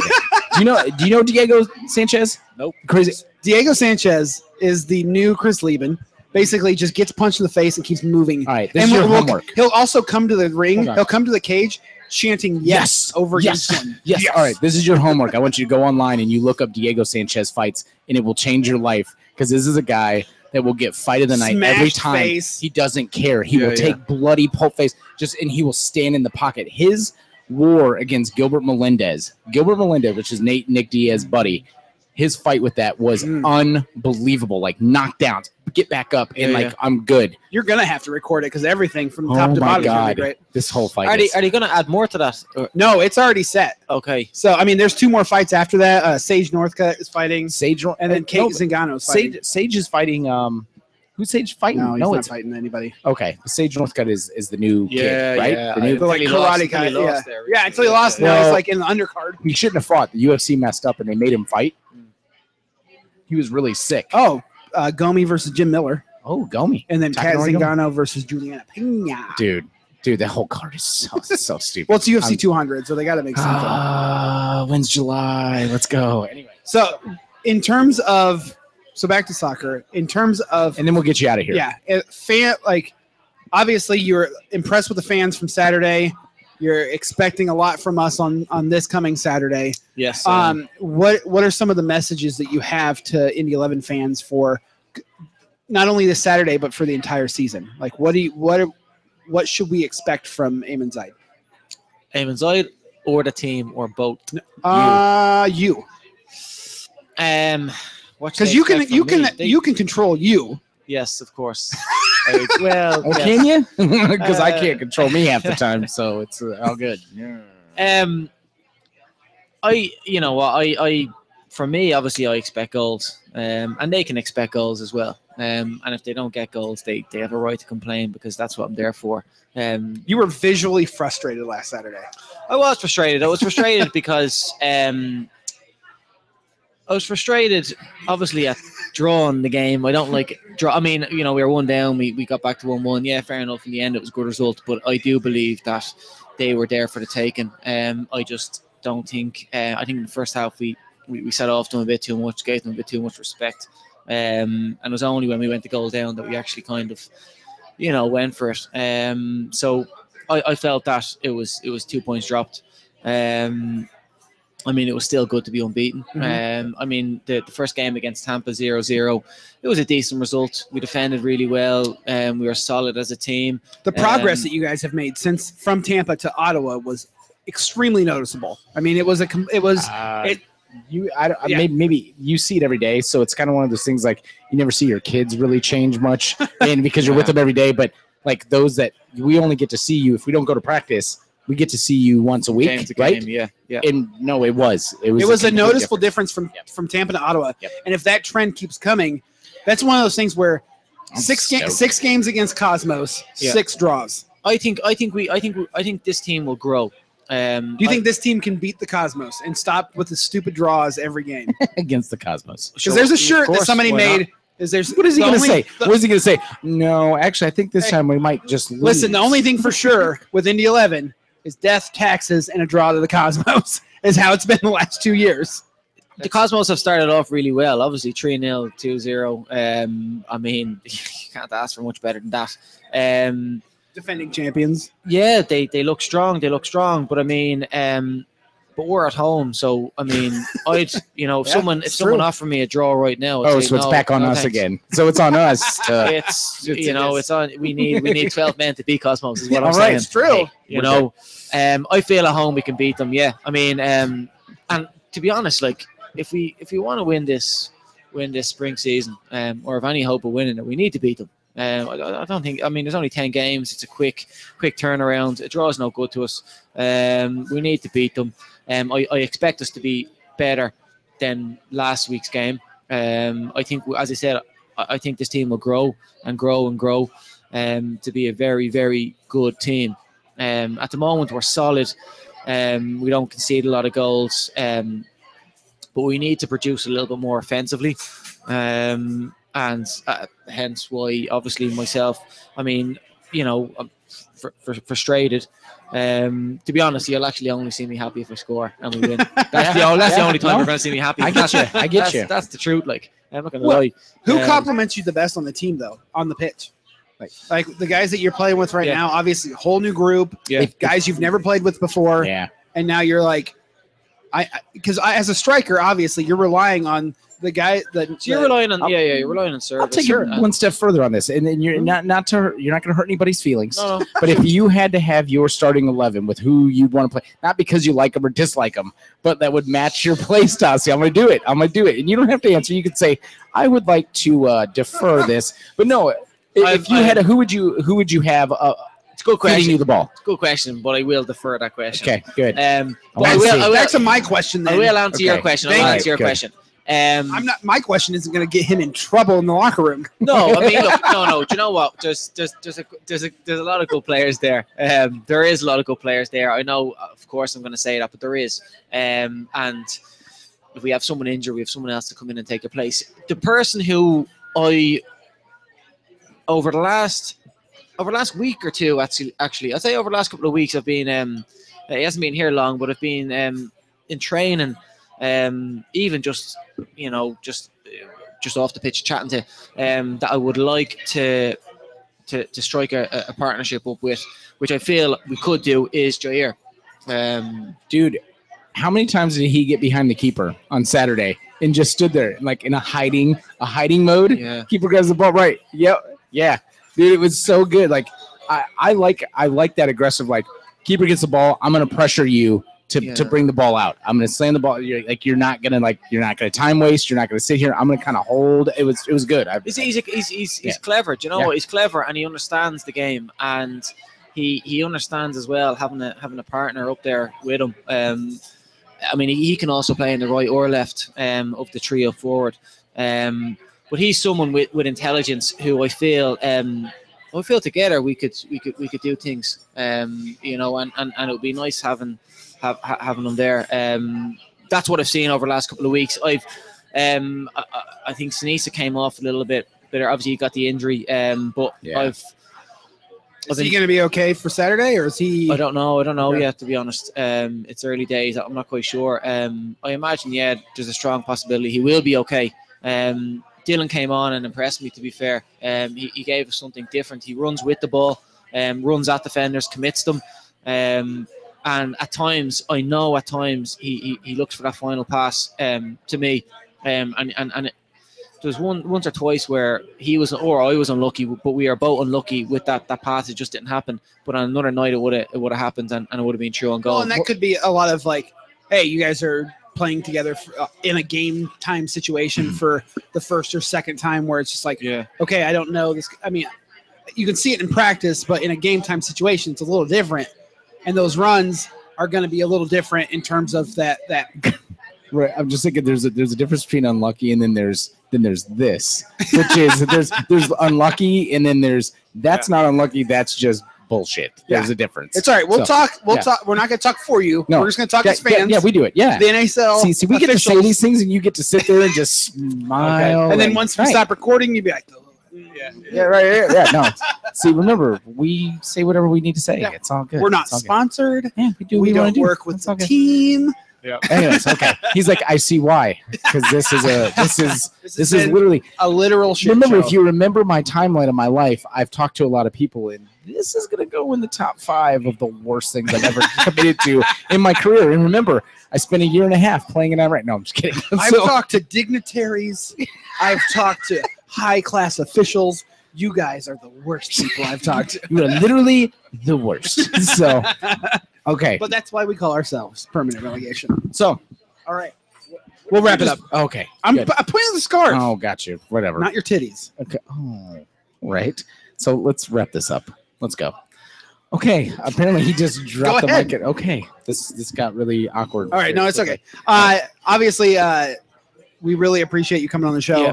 Speaker 2: do you know? Do you know Diego Sanchez?
Speaker 3: Nope.
Speaker 2: Crazy.
Speaker 5: Diego Sanchez is the new Chris Lieben. Basically, just gets punched in the face and keeps moving.
Speaker 2: All right, this
Speaker 5: and
Speaker 2: is your
Speaker 5: we'll- we'll-
Speaker 2: homework.
Speaker 5: He'll also come to the ring.
Speaker 2: Hold on.
Speaker 5: He'll come to the cage, chanting yes,
Speaker 2: Yes.
Speaker 5: over
Speaker 2: Yes.
Speaker 5: each one.
Speaker 2: Yes. All right. This is your homework. I want you to go online and you look up Diego Sanchez fights, and it will change your life because this is a guy that will get fight of the night every
Speaker 5: Smashed
Speaker 2: time.
Speaker 5: face.
Speaker 2: He doesn't care. He
Speaker 3: Yeah,
Speaker 2: will
Speaker 3: yeah.
Speaker 2: take bloody pulp face, just and he will stand in the pocket. His war against Gilbert Melendez, Gilbert Melendez, which is Nate Nick Diaz buddy, his fight with that was
Speaker 5: Mm.
Speaker 2: unbelievable. Like knockdowns, get back up, and
Speaker 3: Yeah,
Speaker 2: like
Speaker 3: yeah.
Speaker 2: I'm good.
Speaker 5: You're gonna have to record it because everything from
Speaker 2: Oh
Speaker 5: top to
Speaker 2: my
Speaker 5: bottom is gonna
Speaker 2: God.
Speaker 5: be great.
Speaker 2: This whole fight.
Speaker 3: Are they,
Speaker 2: is-
Speaker 3: are they going to add more to that? Or-
Speaker 5: No, it's already set.
Speaker 3: Okay.
Speaker 5: So I mean, there's two more fights after that. Uh, Sage Northcutt is fighting,
Speaker 2: Sage
Speaker 5: and
Speaker 3: Uh,
Speaker 5: then Kate
Speaker 2: no,
Speaker 5: Zingano's fighting.
Speaker 2: Sage, Sage is fighting. Um, who's Sage fighting?
Speaker 5: No, he's not
Speaker 2: it's
Speaker 5: fighting anybody.
Speaker 2: Okay, Sage Northcutt is is the new kid, right? The new-
Speaker 5: The, like, karate guy, yeah. Yeah, until he lost. now he's
Speaker 2: Well-
Speaker 5: like in the undercard.
Speaker 2: he shouldn't have fought. The UFC messed up and they made him fight.
Speaker 3: Mm.
Speaker 2: He was really sick.
Speaker 5: Oh, uh, Gomi versus Jim Miller,
Speaker 2: oh Gomi,
Speaker 5: and then Kat
Speaker 2: Takanori Gomi.
Speaker 5: Zingano versus Juliana Pena.
Speaker 2: dude, dude, that whole card is so so stupid.
Speaker 5: Well, it's UFC
Speaker 2: I'm-
Speaker 5: 200, so they got to make something.
Speaker 2: Ah, when's July? Let's go. Anyway,
Speaker 5: so, in terms of, so back to soccer. In terms of,
Speaker 2: and then we'll get you out of here.
Speaker 5: yeah, uh, fan like, obviously you were impressed with the fans from Saturday. You're expecting a lot from us on on this coming Saturday.
Speaker 3: Yes.
Speaker 5: Um, what what are some of the messages that you have to Indy Eleven fans for not only this Saturday but for the entire season? Like, what do you what what should we expect from Amon Zaid?
Speaker 3: Amon Zoid or the team or both.
Speaker 5: Uh, you
Speaker 3: Um, what should
Speaker 5: because
Speaker 3: they
Speaker 5: you can
Speaker 3: expect from
Speaker 5: you can
Speaker 3: me? They-
Speaker 5: you can control you.
Speaker 3: Yes, of course. I- well,
Speaker 2: Oh,
Speaker 3: yes.
Speaker 2: can you? Because I
Speaker 3: Uh,
Speaker 2: can't control me half the time, so it's uh, all good. Yeah.
Speaker 3: Um, I you know what I I for me obviously I expect goals, um, and they can expect goals as well. Um, and if they don't get goals, they they have a right to complain because that's what I'm there for. Um,
Speaker 5: You were visually frustrated last Saturday.
Speaker 3: I was frustrated. I was frustrated because um, I was frustrated. Obviously, at drawing the game, I don't like draw. I mean, you know, we were one down. We, we got back to one one. Yeah, fair enough. In the end, it was a good result. But I do believe that they were there for the taking. Um, I just don't think. Uh, I think in the first half we, we we set off them a bit too much, gave them a bit too much respect. Um, and it was only when we went to goal down that we actually kind of, you know, went for it. Um, so I, I felt that it was it was two points dropped. Um, I mean, it was still good to be unbeaten.
Speaker 5: Mm-hmm.
Speaker 3: Um, I mean, the, the first game against Tampa 0 0, it was a decent result. We defended really well. Um, we were solid as a team.
Speaker 5: The progress
Speaker 3: Um,
Speaker 5: that you guys have made since from Tampa to Ottawa was extremely noticeable. I mean, it was a com- it was
Speaker 2: Uh,
Speaker 5: It-
Speaker 2: you, I, don't-
Speaker 5: Yeah.
Speaker 2: maybe, maybe you see it every day, so it's kind of one of those things like you never see your kids really change much, and because you're with them every day. But like those that we only get to see you if we don't go to practice, we get to see you once a week,
Speaker 3: game to
Speaker 2: right?
Speaker 3: game, yeah, yeah.
Speaker 2: And no, it was it was
Speaker 5: it was a
Speaker 2: complete
Speaker 5: noticeable difference from
Speaker 2: Yep.
Speaker 5: from Tampa to Ottawa.
Speaker 2: Yep.
Speaker 5: And if that trend keeps coming, that's one of those things where
Speaker 2: difference. I'm
Speaker 5: six ga-
Speaker 2: stoked.
Speaker 5: six games against Cosmos,
Speaker 3: Yeah.
Speaker 5: six draws.
Speaker 3: I think I think we I think we, I think this team will grow. Um,
Speaker 5: Do you
Speaker 3: I-
Speaker 5: think this team can beat the Cosmos and stop with the stupid draws every game?
Speaker 2: against the Cosmos.
Speaker 5: Because there's a shirt that somebody made. Is there's
Speaker 2: What is he
Speaker 5: the
Speaker 2: going to
Speaker 5: only-
Speaker 2: say?
Speaker 5: the-
Speaker 2: what is he going to say? No, actually, I think this
Speaker 5: Hey,
Speaker 2: time we might just lose.
Speaker 5: listen, the only thing for sure with Indy Eleven is death, taxes, and a draw to the Cosmos. Is how it's been the last two years.
Speaker 3: the Cosmos have started off really well. Obviously, 3 0, 2 0. Um, I mean, you can't ask for much better than that. Um,
Speaker 5: Defending champions.
Speaker 3: Yeah, they they look strong. They look strong, but I mean, um, but we're at home, so I mean, I'd you know, if
Speaker 5: Yeah,
Speaker 3: someone if
Speaker 5: it's
Speaker 3: someone
Speaker 5: true.
Speaker 3: offered me a draw right now, I'd
Speaker 2: oh,
Speaker 3: say,
Speaker 2: so it's
Speaker 3: "No,
Speaker 2: back on
Speaker 3: no,
Speaker 2: us
Speaker 3: thanks."
Speaker 2: again. So it's on us. To,
Speaker 3: It's
Speaker 2: It's-
Speaker 3: you
Speaker 2: it
Speaker 3: know,
Speaker 2: is.
Speaker 3: it's on. We need we need twelve men to beat Cosmos. Is what I'm
Speaker 5: All right,
Speaker 3: saying.
Speaker 5: it's true.
Speaker 3: You know, um, I feel at home we can beat them. Yeah, I mean, um, and to be honest, like if we if we want to win this win this spring season, um, or have any hope of winning it, we need to beat them. Um, I, I don't think. I mean, there's only ten games. It's a quick quick turnaround. A draw is no good to us. Um, we need to beat them. Um, I, I expect us to be better than last week's game. Um, I think, as I said, I, I think this team will grow and grow and grow um, to be a very, very good team. Um, at the moment, we're solid. Um, we don't concede a lot of goals, um, but we need to produce a little bit more offensively. Um, and uh, hence why, obviously, myself, I mean, you know, I'm fr- fr- frustrated. Um, to be honest, you'll actually only see me happy if I score and we win. That's, the, o- that's the
Speaker 2: Yeah,
Speaker 3: only time
Speaker 2: no.
Speaker 3: you're going to see me happy.
Speaker 2: I get you. I get
Speaker 3: that's,
Speaker 2: you.
Speaker 3: That's the truth. Like, I'm not going to
Speaker 5: Well,
Speaker 3: lie.
Speaker 5: Who
Speaker 3: Um,
Speaker 5: compliments you the best on the team though? On the pitch,
Speaker 2: Like-
Speaker 5: like the guys that you're playing with right
Speaker 3: Yeah.
Speaker 5: now. Obviously, a whole new group.
Speaker 3: Yeah.
Speaker 5: If- guys you've never played with before,
Speaker 2: Yeah.
Speaker 5: and now you're like, I because I, as a striker, obviously you're relying on the guy that
Speaker 3: So you're relying on yeah, yeah, you're relying on service. Uh,
Speaker 2: I'll take it
Speaker 3: and-
Speaker 2: one step further on this, and, and
Speaker 5: Mm-hmm.
Speaker 2: you're not not to hurt, you're not going to hurt anybody's feelings.
Speaker 3: No, no.
Speaker 2: But if you had to have your starting eleven with who you'd want to play, not because you like them or dislike them, but that would match your play style. See, I'm going to do it. I'm going to do it, and you don't have to answer. You could say, "I would like to uh, defer this," but no. i-
Speaker 3: I've-
Speaker 2: If you
Speaker 3: I-
Speaker 2: had a who would you who would you have uh,
Speaker 3: It's a good
Speaker 2: feeding
Speaker 3: question.
Speaker 2: you the ball?
Speaker 3: It's a good question, but I will defer that question.
Speaker 2: Okay, good.
Speaker 3: Um, but I
Speaker 2: wanna see.
Speaker 3: will. I will,
Speaker 5: back to my question. Then
Speaker 3: I will answer your
Speaker 2: Okay.
Speaker 3: question.
Speaker 5: Thank
Speaker 3: I'll
Speaker 5: you.
Speaker 3: answer your
Speaker 2: Good.
Speaker 3: question. Um,
Speaker 5: I'm not. My question isn't going to get him in trouble in the locker room.
Speaker 3: No, I mean, look, no, no. Do you know what? There's, there's, there's a, there's a, there's a lot of good players there. Um, there is a lot of good players there. I know, of course, I'm going to say that, but there is. Um, and if we have someone injured, we have someone else to come in and take their place. The person who I, over the last, over the last week or two, actually, actually, I'd say over the last couple of weeks, I've been, um, he hasn't been here long, but I've been um, in training, um, even just, you know, just, just off the pitch chatting to um, that I would like to to, to strike a, a- a partnership up with, which I feel we could do, is Jair. Um,
Speaker 2: dude. How many times did he get behind the keeper on Saturday and just stood there like in a hiding a hiding mode.
Speaker 3: Yeah.
Speaker 2: Keeper grabs the ball right. Yep. Yeah. Dude, it was so good. Like I, I like I like that aggressive like keeper gets the ball, I'm gonna pressure you to,
Speaker 3: Yeah.
Speaker 2: to bring the ball out. I'm gonna slam the ball. You're like you're not gonna like you're not gonna time waste, you're not gonna sit here. I'm gonna kinda hold. It was it was good. I,
Speaker 3: He's he's he's, he's, he's
Speaker 2: Yeah.
Speaker 3: clever. Do you know
Speaker 2: Yeah.
Speaker 3: what? He's clever and he understands the game and he he understands as well having a having a partner up there with him. Um, I mean, he, he can also play in the right or left um, of the trio forward. Um, but he's someone with, with intelligence who I feel um, I feel together we could we could we could do things. Um, you know, and, and, and it would be nice having have, ha- having him there. Um, that's what I've seen over the last couple of weeks. I've um, I, I- I think Sinisa came off a little bit better. Obviously, he got the injury, um, but
Speaker 2: Yeah.
Speaker 3: I've
Speaker 1: Is he going to be okay for Saturday, or is he?
Speaker 3: I don't know. I don't know
Speaker 1: Yeah.
Speaker 3: yet, to be honest. Um, it's early days. I'm not quite sure. Um, I imagine, yeah, there's a strong possibility he will be okay. Um, Dylan came on and impressed me, to be fair. Um, he, he gave us something different. He runs with the ball, um, runs at defenders, commits them. Um, and at times, I know at times he, he, he looks for that final pass um, to me. Um, and and, and it, there was one once or twice where he was or I was unlucky, but we are both unlucky with that that pass. It just didn't happen but on another night it would have it would have happened and, and it would have been true on goal.
Speaker 1: Well, Oh, and that could be a lot of like, hey, you guys are playing together for, uh, in a game time
Speaker 3: Hmm.
Speaker 1: situation for the first or second time, where it's just like,
Speaker 3: yeah,
Speaker 1: okay, I don't know this. I mean, you can see it in practice, but in a game time situation, it's a little different, and those runs are going to be a little different in terms of that that
Speaker 2: Right. I'm just thinking there's a there's a difference between unlucky and then there's then there's this, which is there's there's unlucky and then there's that's not unlucky. That's just bullshit. There's a difference.
Speaker 1: It's all right. We'll
Speaker 2: So,
Speaker 1: talk. We'll
Speaker 2: yeah.
Speaker 1: talk. We're not going to talk for you.
Speaker 2: No.
Speaker 1: We're just going to talk
Speaker 2: yeah,
Speaker 1: as fans.
Speaker 2: Yeah, yeah, we do it. Yeah.
Speaker 1: the NASL.
Speaker 2: see, see, we get to say
Speaker 1: officials.
Speaker 2: these things and you get to sit there and just smile.
Speaker 1: and then once we
Speaker 2: right.
Speaker 1: stop recording, you'd be like, oh, yeah,
Speaker 2: yeah, right, yeah, yeah. No, see, remember, we say whatever we need to say.
Speaker 1: Yeah.
Speaker 2: It's all good.
Speaker 1: we're not
Speaker 2: It's all good.
Speaker 1: sponsored.
Speaker 2: Yeah, we do. what
Speaker 1: We
Speaker 2: we wanna
Speaker 1: don't
Speaker 2: do.
Speaker 1: work with
Speaker 2: It's
Speaker 1: the
Speaker 2: all good.
Speaker 1: team.
Speaker 2: Anyways, okay. He's like, I see why, because this is a this is this
Speaker 1: has
Speaker 2: is
Speaker 1: been
Speaker 2: literally
Speaker 1: a literal shit
Speaker 2: remember
Speaker 1: show.
Speaker 2: if you remember my timeline of my life i've talked to a lot of people and this is going to go in the top five of the worst things i've ever committed to in my career and remember i spent a year and a half playing it out right now i'm just kidding
Speaker 1: I've
Speaker 2: So-
Speaker 1: talked to dignitaries. I've talked to high class officials. You guys are the worst people I've talked to.
Speaker 2: you are literally the worst so okay
Speaker 1: But that's why we call ourselves permanent relegation.
Speaker 2: so
Speaker 1: All right. We'll wrap it up.
Speaker 2: okay
Speaker 1: I'm,
Speaker 2: good.
Speaker 1: I'm pointing at the scarf,
Speaker 2: oh got you whatever
Speaker 1: not your titties.
Speaker 2: Okay. Oh, right. So let's wrap this up. Let's go. Okay. Apparently he just dropped the
Speaker 1: ahead.
Speaker 2: mic. Okay. This this got really awkward.
Speaker 1: All right, no, it's okay. Uh, obviously, uh, we really appreciate you coming on the show.
Speaker 3: Yeah.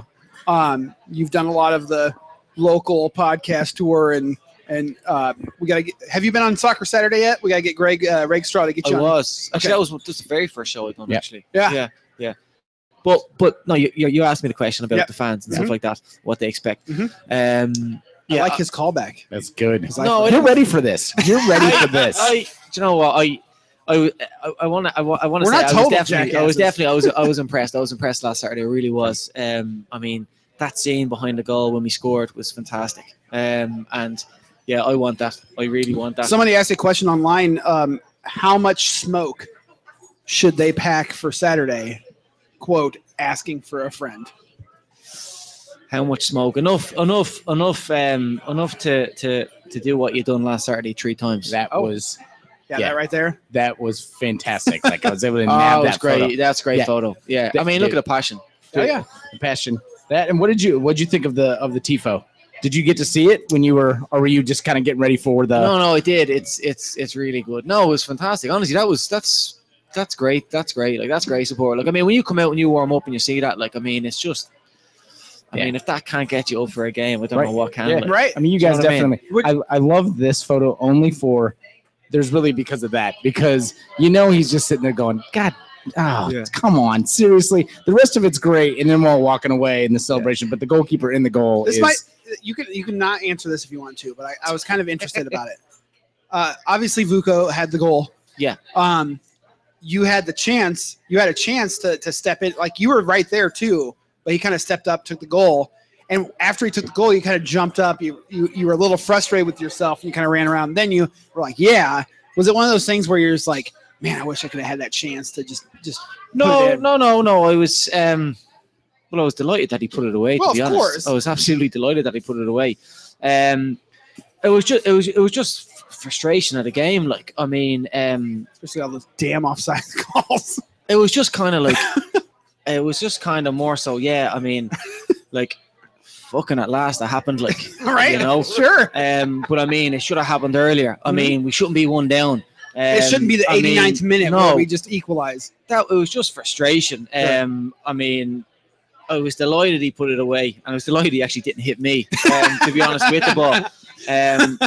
Speaker 1: Um, you've done a lot of the local podcast tour, and and uh, we gotta get. Have you been on Soccer Saturday yet? We gotta get Greg uh, Greg Straw to get
Speaker 3: I
Speaker 1: you. on.
Speaker 3: was actually
Speaker 1: Okay.
Speaker 3: that was just the very first show I done
Speaker 2: Yeah.
Speaker 3: actually.
Speaker 1: Yeah.
Speaker 3: yeah, yeah. But but no, you you you asked me the question about
Speaker 1: Yeah.
Speaker 3: the fans and
Speaker 1: Mhm.
Speaker 3: stuff like that, what they expect.
Speaker 1: Mhm.
Speaker 3: Um, yeah,
Speaker 1: I like his callback.
Speaker 2: That's good.
Speaker 1: 'cause I-
Speaker 3: No,
Speaker 2: You're ready for this. You're ready for this.
Speaker 3: I, do you know what I. I, I, I want to I, wa- I want to
Speaker 1: We're
Speaker 3: say
Speaker 1: not
Speaker 3: I was
Speaker 1: total
Speaker 3: definitely I
Speaker 1: jackasses.
Speaker 3: was definitely I was I was impressed I was impressed last Saturday I really was um I mean that scene behind the goal when we scored was fantastic um and yeah I want that I really want that
Speaker 1: Somebody asked a question online. Um, how much smoke should they pack for Saturday? Quote asking for a friend.
Speaker 3: how much smoke enough enough enough um enough to to to do what you done last saturday three times
Speaker 2: That
Speaker 1: Oh.
Speaker 2: was
Speaker 1: Yeah,
Speaker 2: Yeah.
Speaker 1: that right there.
Speaker 2: that was fantastic. Like I was able to
Speaker 3: oh
Speaker 2: nab
Speaker 3: that's
Speaker 2: that
Speaker 3: great
Speaker 2: photo.
Speaker 3: that's great
Speaker 2: Yeah.
Speaker 3: photo yeah i
Speaker 2: Th-
Speaker 3: mean look at
Speaker 2: dude.
Speaker 3: the passion
Speaker 2: Oh, yeah. The passion. That and what did you what did you think of the of the tifo? Did you get to see it when you were or were you just kind of getting ready for the
Speaker 3: no no it did it's it's it's really good no it was fantastic honestly that was that's that's great that's great like that's great support like i mean when you come out and you warm up and you see that like i mean it's just i
Speaker 2: Yeah.
Speaker 3: mean if that can't get you up for a game i don't
Speaker 2: Right.
Speaker 3: know what can
Speaker 2: Yeah.
Speaker 3: like.
Speaker 1: Right.
Speaker 2: I mean, you
Speaker 3: Do you
Speaker 2: guys
Speaker 3: know what I mean?
Speaker 2: definitely. I, I, love this photo only for. There's really because of that because you know he's just sitting there going, God, oh,
Speaker 1: Yeah.
Speaker 2: come on, seriously. The rest of it's great, and then we're all walking away in the celebration. But the goalkeeper in the goal
Speaker 1: This
Speaker 2: is
Speaker 1: might you can you can not answer this if you want to, but I, I was kind of interested about it. Uh, obviously, Vuko had the goal.
Speaker 3: Yeah.
Speaker 1: Um, you had the chance. You had a chance to to step in. Like you were right there too, but he kind of stepped up, took the goal, and after he took the goal, you kind of jumped up. You you you were a little frustrated with yourself, and you kind of ran around. Then you were like, yeah. Was it one of those things where you're just like,
Speaker 5: man, I wish I could have had that chance to just just Put it
Speaker 3: No,
Speaker 5: in.
Speaker 3: no, no, no. I was um well I was delighted that he put it away,
Speaker 5: Well,
Speaker 3: to be
Speaker 5: of
Speaker 3: honest.
Speaker 5: course.
Speaker 3: I was absolutely delighted that he put it away. Um it was just it was it was just f- frustration at the game. Like, I mean, um
Speaker 5: especially all those damn offside calls.
Speaker 3: it was just kind of like it was just kind of more so, yeah, I mean, like fucking at last it happened like
Speaker 5: All right,
Speaker 3: you know.
Speaker 5: sure.
Speaker 3: Um but I mean it should have happened earlier. I mean we shouldn't be one down. Um,
Speaker 5: Mm-hmm. it shouldn't be the
Speaker 3: I mean,
Speaker 5: 89th minute
Speaker 3: no.
Speaker 5: where we just equalize.
Speaker 3: that it was just frustration. Um, I mean, I was delighted he put it away, and I was delighted he actually didn't hit me. Um, to be honest with the ball, um,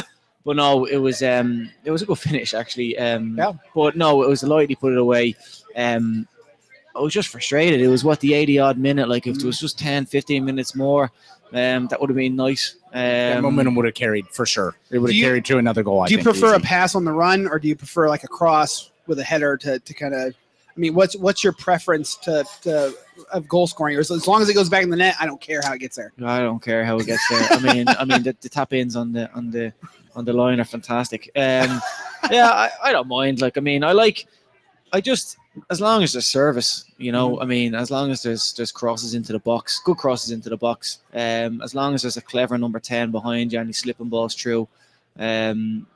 Speaker 3: but no, it was um, it was a good finish actually. Um,
Speaker 5: Yeah.
Speaker 3: But no, it was delighted he put it away. Um, I was just frustrated. It was what the 80 odd minute. Like if it was just 10, 15 minutes more, um, that would have been nice. Um,
Speaker 2: that momentum would have carried for sure. It would
Speaker 5: Do
Speaker 2: have
Speaker 5: you-
Speaker 2: carried to another goal. I
Speaker 5: do you
Speaker 2: think,
Speaker 5: prefer a
Speaker 2: easy.
Speaker 5: pass on the run or do you prefer like a cross with a header to, to kind of I mean, what's what's your preference to, to of goal scoring? Or as, as long as it goes back in the net, I don't care how it gets there.
Speaker 3: I don't care how it gets there. I mean, I mean the, the tap ins on the on the on the line are fantastic. Um, yeah, I, I don't mind. Like, I mean, I like, I just as long as there's service, you know.
Speaker 5: Mm.
Speaker 3: I mean, as long as there's there's crosses into the box, good crosses into the box. Um, as long as there's a clever number ten behind you and he's slipping balls through. Um,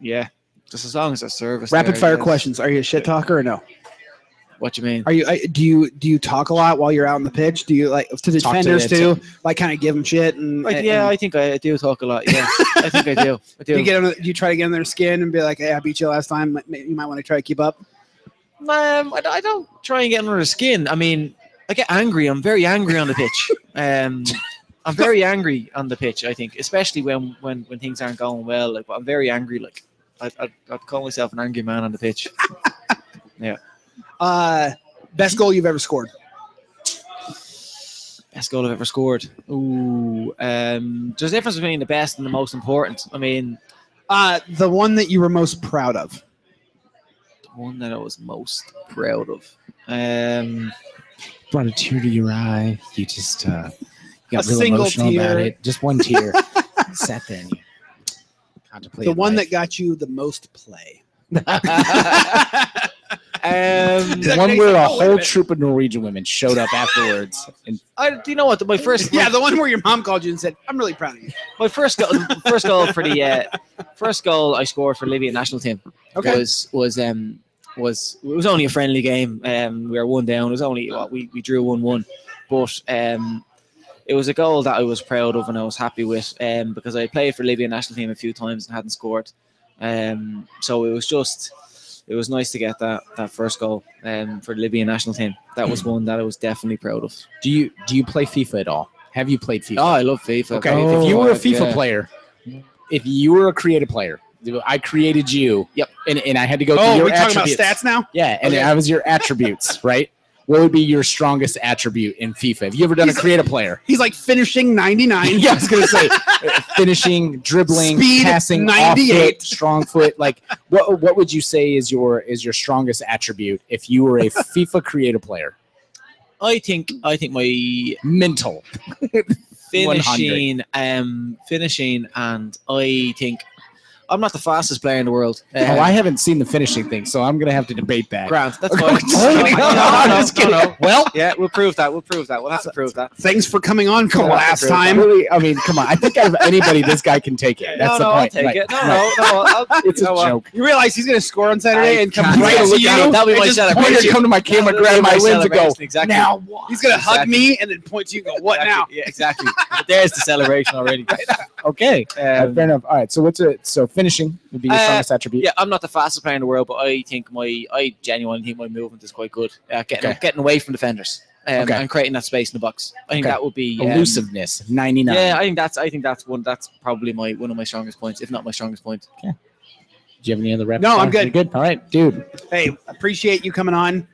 Speaker 3: yeah, just as long as there's service.
Speaker 5: Rapid
Speaker 3: there,
Speaker 5: fire
Speaker 3: yeah.
Speaker 5: questions: Are you a shit talker or no?
Speaker 3: What you mean?
Speaker 5: Are you I- do you do you talk a lot while you're out on the pitch? Do you like to the
Speaker 2: Talk to
Speaker 5: defenders
Speaker 2: the-
Speaker 5: too? Like kind of give them shit and
Speaker 3: Like,
Speaker 5: and-
Speaker 3: yeah, I think I, I do talk a lot. Yeah, I think I do. I do.
Speaker 5: do you get under, do you try to get on their skin and be like, "Hey, I beat you last time. Might- You might want to try to keep up."
Speaker 3: Um, I, I don't try and get under the skin. I mean, I get angry. I'm very angry on the pitch. Um, I'm very angry on the pitch. I think, especially when when when things aren't going well. Like, but I'm very angry. Like, I, I, I'd call myself an angry man on the pitch.
Speaker 5: Uh, best goal you've ever scored?
Speaker 3: Best goal I've ever scored. Ooh, um, there's a difference between the best and the most important. I mean,
Speaker 5: Uh, the one that you were most proud of?
Speaker 3: the one that I was most proud of. Um,
Speaker 2: brought a tear to your eye. You just uh, you got
Speaker 5: A
Speaker 2: real
Speaker 5: single
Speaker 2: emotional about
Speaker 5: tear.
Speaker 2: it. Just one tear sat there. And you contemplated
Speaker 5: the one
Speaker 2: life.
Speaker 5: that got you the most play?
Speaker 3: um,
Speaker 2: The one where a whole troop of Norwegian women showed up afterwards. And
Speaker 3: I, do you know what? My first,
Speaker 5: yeah, the one where your mom called you and said, "I'm really proud of you."
Speaker 3: My first goal, first goal for the uh, first goal I scored for Libya national team
Speaker 5: Okay.
Speaker 3: was was um was it was only a friendly game. Um, we were one down. It was only what we, we drew one one, but um, it was a goal that I was proud of and I was happy with um, because I played for Libya national team a few times and hadn't scored. Um, so it was just it was nice to get that that first goal um, for the Libya national team. That was one that I was definitely proud of.
Speaker 2: do you do you play FIFA at all? Have you played FIFA?
Speaker 3: Oh, I love FIFA.
Speaker 2: okay,
Speaker 3: Oh,
Speaker 2: if you were a
Speaker 3: God,
Speaker 2: FIFA
Speaker 3: yeah.
Speaker 2: player, if you were a creative player, I created you.
Speaker 3: Yep.
Speaker 2: And, and I had to go
Speaker 5: Oh,
Speaker 2: through
Speaker 5: we're
Speaker 2: your
Speaker 5: we talking
Speaker 2: attributes.
Speaker 5: about stats now.
Speaker 2: Yeah, and
Speaker 5: Okay.
Speaker 2: I was your attributes, right? What would be your strongest attribute in FIFA? Have you ever done a
Speaker 5: He's-
Speaker 2: creative player?
Speaker 5: He's like finishing 99.
Speaker 2: yeah, I was gonna say uh, finishing, dribbling,
Speaker 5: Speed,
Speaker 2: passing,
Speaker 5: 98.
Speaker 2: off foot, strong foot. Like, what what would you say is your is your strongest attribute if you were a FIFA creative player?
Speaker 3: I think I think my
Speaker 2: Mental. 100.
Speaker 3: finishing, um, finishing, and I think I'm not the fastest player in the world. Uh,
Speaker 2: oh, I haven't seen the finishing thing, so I'm gonna have to debate that.
Speaker 3: Grant, that's
Speaker 2: I'm
Speaker 3: fine.
Speaker 2: just kidding.
Speaker 3: No, no,
Speaker 2: Oh I'm
Speaker 3: no,
Speaker 2: just
Speaker 3: no,
Speaker 2: kidding.
Speaker 3: no.
Speaker 2: Well,
Speaker 3: Yeah, we'll prove that. We'll prove that. We'll have to prove that.
Speaker 5: Thanks for coming on for the
Speaker 2: come on,
Speaker 5: last
Speaker 2: bro.
Speaker 5: time.
Speaker 2: Really, I mean, come on. I think out of anybody, this guy can take it. Oh, That's
Speaker 3: no,
Speaker 2: the
Speaker 3: no,
Speaker 2: point.
Speaker 3: I'll take
Speaker 2: Right.
Speaker 3: it. No,
Speaker 2: Right.
Speaker 3: no, no. I'll,
Speaker 2: It's a
Speaker 3: you know what?
Speaker 2: joke.
Speaker 5: uh, You realize he's gonna score on Saturday
Speaker 3: I
Speaker 5: and come
Speaker 3: can't-
Speaker 5: right
Speaker 3: That'll
Speaker 5: to
Speaker 3: look-
Speaker 5: you.
Speaker 3: that'll- that'll be
Speaker 5: and
Speaker 3: my
Speaker 5: just
Speaker 3: celebration.
Speaker 5: point
Speaker 2: Pointer,
Speaker 5: at you.
Speaker 2: come to my camera, grab my lens, and go.
Speaker 3: Celebration, Exactly.
Speaker 2: Now
Speaker 5: He's gonna hug
Speaker 3: Exactly.
Speaker 5: me and then point to you. and Go what
Speaker 3: exactly.
Speaker 5: now?
Speaker 3: Yeah, exactly. But there's the celebration already.
Speaker 2: Okay.
Speaker 3: Um,
Speaker 2: fair enough. All right. So what's it? So finishing would be your
Speaker 3: Uh,
Speaker 2: strongest attribute.
Speaker 3: Yeah, I'm not the fastest player in the world, but I think my I genuinely think my movement is quite good. Uh, getting
Speaker 2: Okay.
Speaker 3: getting away from defenders um,
Speaker 2: Okay.
Speaker 3: and creating that space in the box. I think
Speaker 2: Okay.
Speaker 3: that would be um,
Speaker 2: Elusiveness, ninety nine.
Speaker 3: Yeah, I think that's I think that's one that's probably my one of my strongest points, if not my strongest point.
Speaker 2: Do you have any other rep?
Speaker 5: No, I'm good.
Speaker 2: good. All right, dude.
Speaker 5: Hey, appreciate you coming on.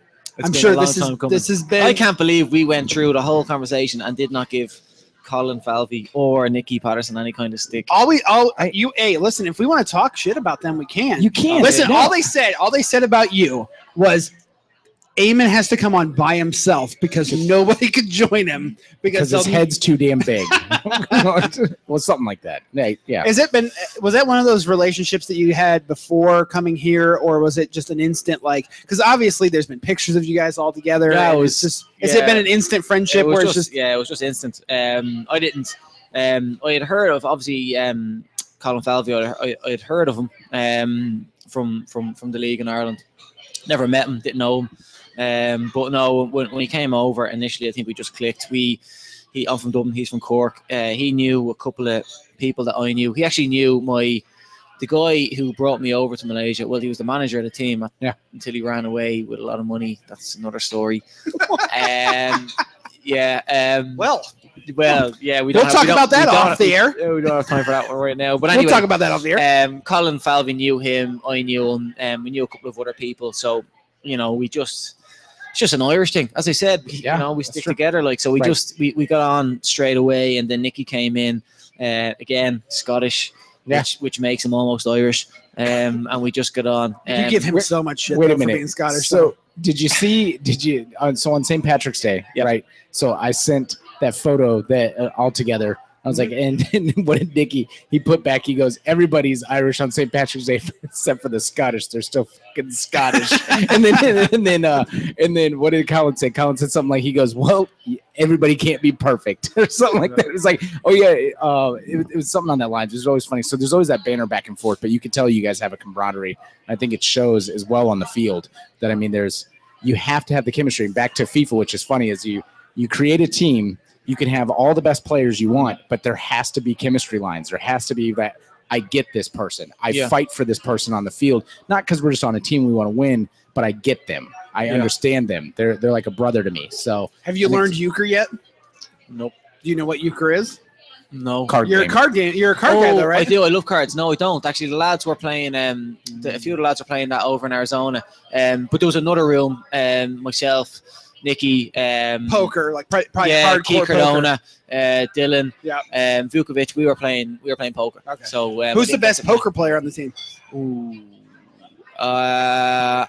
Speaker 5: I'm
Speaker 3: been
Speaker 5: sure
Speaker 3: a long
Speaker 5: this is
Speaker 3: time coming.
Speaker 5: this has been.
Speaker 3: I can't believe we went through the whole conversation and did not give Colin Falvey or Nikki Patterson any kind of stick.
Speaker 5: All we all you hey listen if we want to talk shit about them we can.
Speaker 2: You can
Speaker 5: listen,
Speaker 2: Yeah.
Speaker 5: all they said all they said about you was
Speaker 1: Eamon has to come on by himself because nobody could join him because
Speaker 2: because his
Speaker 1: they'll-
Speaker 2: head's too damn big. well, something like that. Yeah, yeah.
Speaker 1: Has it been? Was that one of those relationships that you had before coming here, or was it just an instant like? Because obviously, there's been pictures of you guys all together.
Speaker 5: Yeah, it
Speaker 1: and
Speaker 5: was-
Speaker 1: it's just. Has it
Speaker 3: yeah.
Speaker 1: been an instant friendship
Speaker 3: It was
Speaker 1: where it's just?
Speaker 3: yeah, it was just instant. Um, I didn't. Um, I had heard of obviously um, Colin Falvey. I, I had heard of him um, from from from the league in Ireland. Never met him. Didn't know him. Um, but no, when, when he came over initially, I think we just clicked. We he I'm from Dublin. He's from Cork. Uh, he knew a couple of people that I knew. He actually knew my the guy who brought me over to Malaysia. Well, he was the manager of the team. at-
Speaker 2: Yeah.
Speaker 3: Until he ran away with a lot of money. That's another story. um, yeah. Um,
Speaker 1: Well,
Speaker 3: well, yeah, we
Speaker 1: We'll
Speaker 3: don't have-
Speaker 1: talk
Speaker 3: we don't-
Speaker 1: about
Speaker 3: we
Speaker 1: that
Speaker 3: don't-
Speaker 1: off the
Speaker 3: we-
Speaker 1: air.
Speaker 3: yeah, We don't have time for that one right now. But
Speaker 1: we'll
Speaker 3: anyway,
Speaker 1: talk about that off the air.
Speaker 3: um, Colin Falvey knew him. I knew him. Um, we knew a couple of other people. So you know, we just it's just an Irish thing, as I said.
Speaker 2: Yeah,
Speaker 3: you know, we
Speaker 2: that's
Speaker 3: stick
Speaker 2: true.
Speaker 3: together. Like so, we
Speaker 2: Right.
Speaker 3: just we, we got on straight away, and then Nikki came in uh, again, Scottish,
Speaker 2: Yeah.
Speaker 3: which which makes him almost Irish. Um, and we just got on.
Speaker 1: you
Speaker 3: Um,
Speaker 1: give him
Speaker 2: wait-
Speaker 1: so much shit.
Speaker 2: wait
Speaker 1: though,
Speaker 2: a
Speaker 1: for
Speaker 2: minute.
Speaker 1: being Scottish.
Speaker 2: so, did you see? Did you? Uh, so on St. Patrick's Day,
Speaker 3: Yep.
Speaker 2: right? So I sent that photo that uh, all together. I was like, and,
Speaker 1: Mm-hmm.
Speaker 2: and what did Nicky? He put back. He goes, everybody's Irish on St. Patrick's Day except for the Scottish. They're still fucking Scottish. and then and then uh, and then what did Colin say? Colin said something like, he goes, well, everybody can't be perfect or something like that. It was like, oh yeah, uh, it, it was something on that line. It was always funny. So there's always that banner back and forth, but you could tell you guys have a camaraderie. I think it shows as well on the field that I mean, there's you have to have the chemistry. And back to FIFA, which is funny, is you you create a team, you can have all the best players you want, but there has to be chemistry lines. There has to be that I get this person, I
Speaker 5: Yeah.
Speaker 2: fight for this person on the field, not because we're just on a team we want to win, but I get them. I
Speaker 5: Yeah.
Speaker 2: understand them. They're they're like a brother to me. So
Speaker 1: have you
Speaker 2: I think-
Speaker 1: learned euchre yet? Do
Speaker 3: Nope.
Speaker 1: you know what euchre is?
Speaker 3: No.
Speaker 2: card
Speaker 1: You're
Speaker 2: game.
Speaker 1: a card game. You're a card guy,
Speaker 3: Oh,
Speaker 1: though, right?
Speaker 3: I do. I love cards. No, I don't. Actually, the lads were playing. Um, the, a few of the lads were playing that over in Arizona. Um, but there was another room. Um, myself, Nikki, um,
Speaker 1: Poker, like pri- probably
Speaker 3: yeah, Key
Speaker 1: hardcore poker.
Speaker 3: Cardona, uh, Dylan,
Speaker 1: Yeah.
Speaker 3: um, Vukovic. We were playing. We were playing poker.
Speaker 1: Okay.
Speaker 3: So
Speaker 1: Who's
Speaker 3: um,
Speaker 1: the
Speaker 3: I didn't get
Speaker 1: best
Speaker 3: to play.
Speaker 1: poker player on the team?
Speaker 3: Ooh. Uh,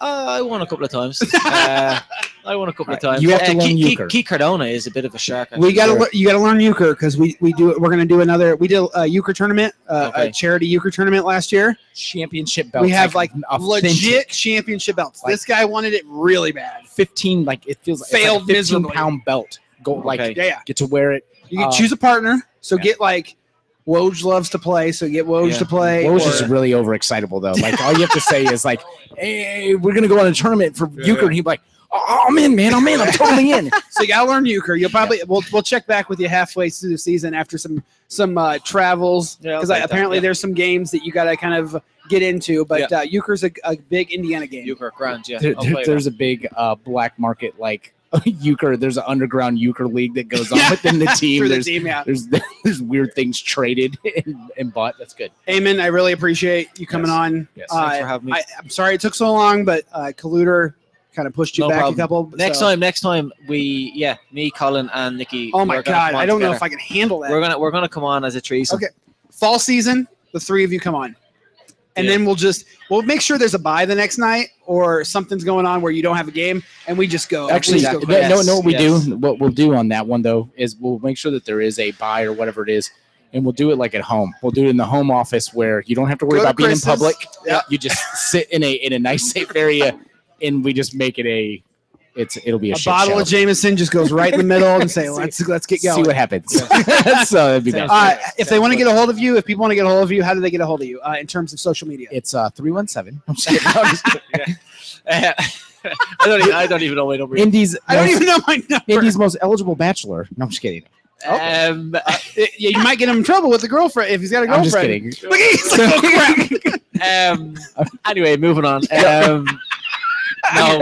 Speaker 3: I won a couple of times. uh, I won a couple of times.
Speaker 2: You have to
Speaker 3: uh,
Speaker 2: learn
Speaker 3: Key- Key-
Speaker 2: euchre.
Speaker 3: Key Cardona is a bit of a shark.
Speaker 1: We
Speaker 3: actually.
Speaker 1: gotta lear- you gotta learn euchre because we we do we're gonna do another we did a euchre tournament uh,
Speaker 3: Okay.
Speaker 1: a charity euchre tournament last year.
Speaker 2: championship belt.
Speaker 1: we have like
Speaker 2: authentic
Speaker 1: legit championship belts.
Speaker 2: Like-
Speaker 1: this guy wanted it really bad.
Speaker 2: fifteen, like it feels like it's
Speaker 1: Failed
Speaker 2: like a fifteen
Speaker 1: miserably.
Speaker 2: pound belt. Go
Speaker 3: Okay.
Speaker 2: like
Speaker 1: Yeah, yeah.
Speaker 2: get to wear it.
Speaker 1: You can
Speaker 2: Uh,
Speaker 1: choose a partner. So
Speaker 2: yeah.
Speaker 1: get like Woj loves to play. So get Woj
Speaker 3: Yeah.
Speaker 1: to play.
Speaker 2: Woj
Speaker 1: or-
Speaker 2: is really overexcitable though. Like all you have to say is like, "Hey, we're gonna go on a tournament for
Speaker 4: Yeah.
Speaker 2: euchre," and he'd be like, "Oh, I'm in, man. I'm in. I'm totally in."
Speaker 1: so you gotta learn euchre. You'll probably we'll, we'll check back with you halfway through the season after some some uh, travels
Speaker 3: Yeah, I'll
Speaker 1: because
Speaker 3: take that,
Speaker 1: apparently
Speaker 3: yeah.
Speaker 1: there's some games that you gotta kind of get into. But uh, euchre's a, a big Indiana game.
Speaker 3: Euchre Grand. Yeah.
Speaker 2: There-
Speaker 3: I'll
Speaker 2: there-
Speaker 3: play
Speaker 2: there's a big uh, black market like euchre. There's an underground euchre league that goes on within the team.
Speaker 1: Through the
Speaker 2: There's
Speaker 1: team, yeah.
Speaker 2: there's there's weird things traded and, and bought. That's good.
Speaker 1: Eamon, I really appreciate you coming
Speaker 2: Yes.
Speaker 1: on.
Speaker 2: Yes.
Speaker 3: that. Thanks
Speaker 1: Uh,
Speaker 3: for having me.
Speaker 1: I, I'm sorry it took so long, but uh, Colluder kind of pushed you
Speaker 3: No
Speaker 1: back
Speaker 3: problem.
Speaker 1: a couple.
Speaker 3: Next
Speaker 1: so-
Speaker 3: time, next time we yeah, me, Colin, and Nikki.
Speaker 1: Oh my
Speaker 3: we're gonna
Speaker 1: God,
Speaker 3: come on
Speaker 1: I don't know
Speaker 3: together.
Speaker 1: if I can handle that.
Speaker 3: we're gonna we're gonna come on as a threesome.
Speaker 1: Okay. Fall season, the three of you come on, and
Speaker 3: Yeah.
Speaker 1: then we'll just we'll make sure there's a bye the next night or something's going on where you don't have a game, and we just go.
Speaker 2: Actually,
Speaker 1: we just go
Speaker 3: exactly.
Speaker 2: no,
Speaker 1: crazy.
Speaker 2: no, no. What we
Speaker 3: yes.
Speaker 2: do, what we'll do on that one though, is we'll make sure that there is a buy or whatever it is, and we'll do it like at home. We'll do it in the home office where you don't have to worry
Speaker 1: Go to
Speaker 2: about being in
Speaker 1: Chris's.
Speaker 2: public.
Speaker 1: Yeah.
Speaker 2: You just sit in a in a nice safe area, and we just make it a. It's it'll be a,
Speaker 1: A
Speaker 2: shit
Speaker 1: bottle
Speaker 2: show.
Speaker 1: of Jameson just goes right in the middle and say, "Let's let's get
Speaker 2: See
Speaker 1: going."
Speaker 2: what happens. so that'd be
Speaker 3: Sounds
Speaker 2: bad.
Speaker 3: good.
Speaker 1: Uh, if they want to get a hold of you, if people want to get a hold of you, how do they get a hold of you uh, in terms of social media?
Speaker 2: It's uh three one seven. I'm just kidding. I'm just kidding.
Speaker 3: Uh, I don't even, I don't even know my number.
Speaker 2: Indy's
Speaker 1: I don't
Speaker 2: most-
Speaker 1: even know my number.
Speaker 2: Indy's most eligible bachelor. No, I'm just kidding.
Speaker 1: Oh.
Speaker 3: Um,
Speaker 1: Yeah, you might get him in trouble with a girlfriend if he's got a girlfriend.
Speaker 2: I'm just kidding.
Speaker 1: Look at- he's like, oh, crap.
Speaker 3: um, anyway, moving on. Um,
Speaker 1: Your
Speaker 3: no,
Speaker 1: whole,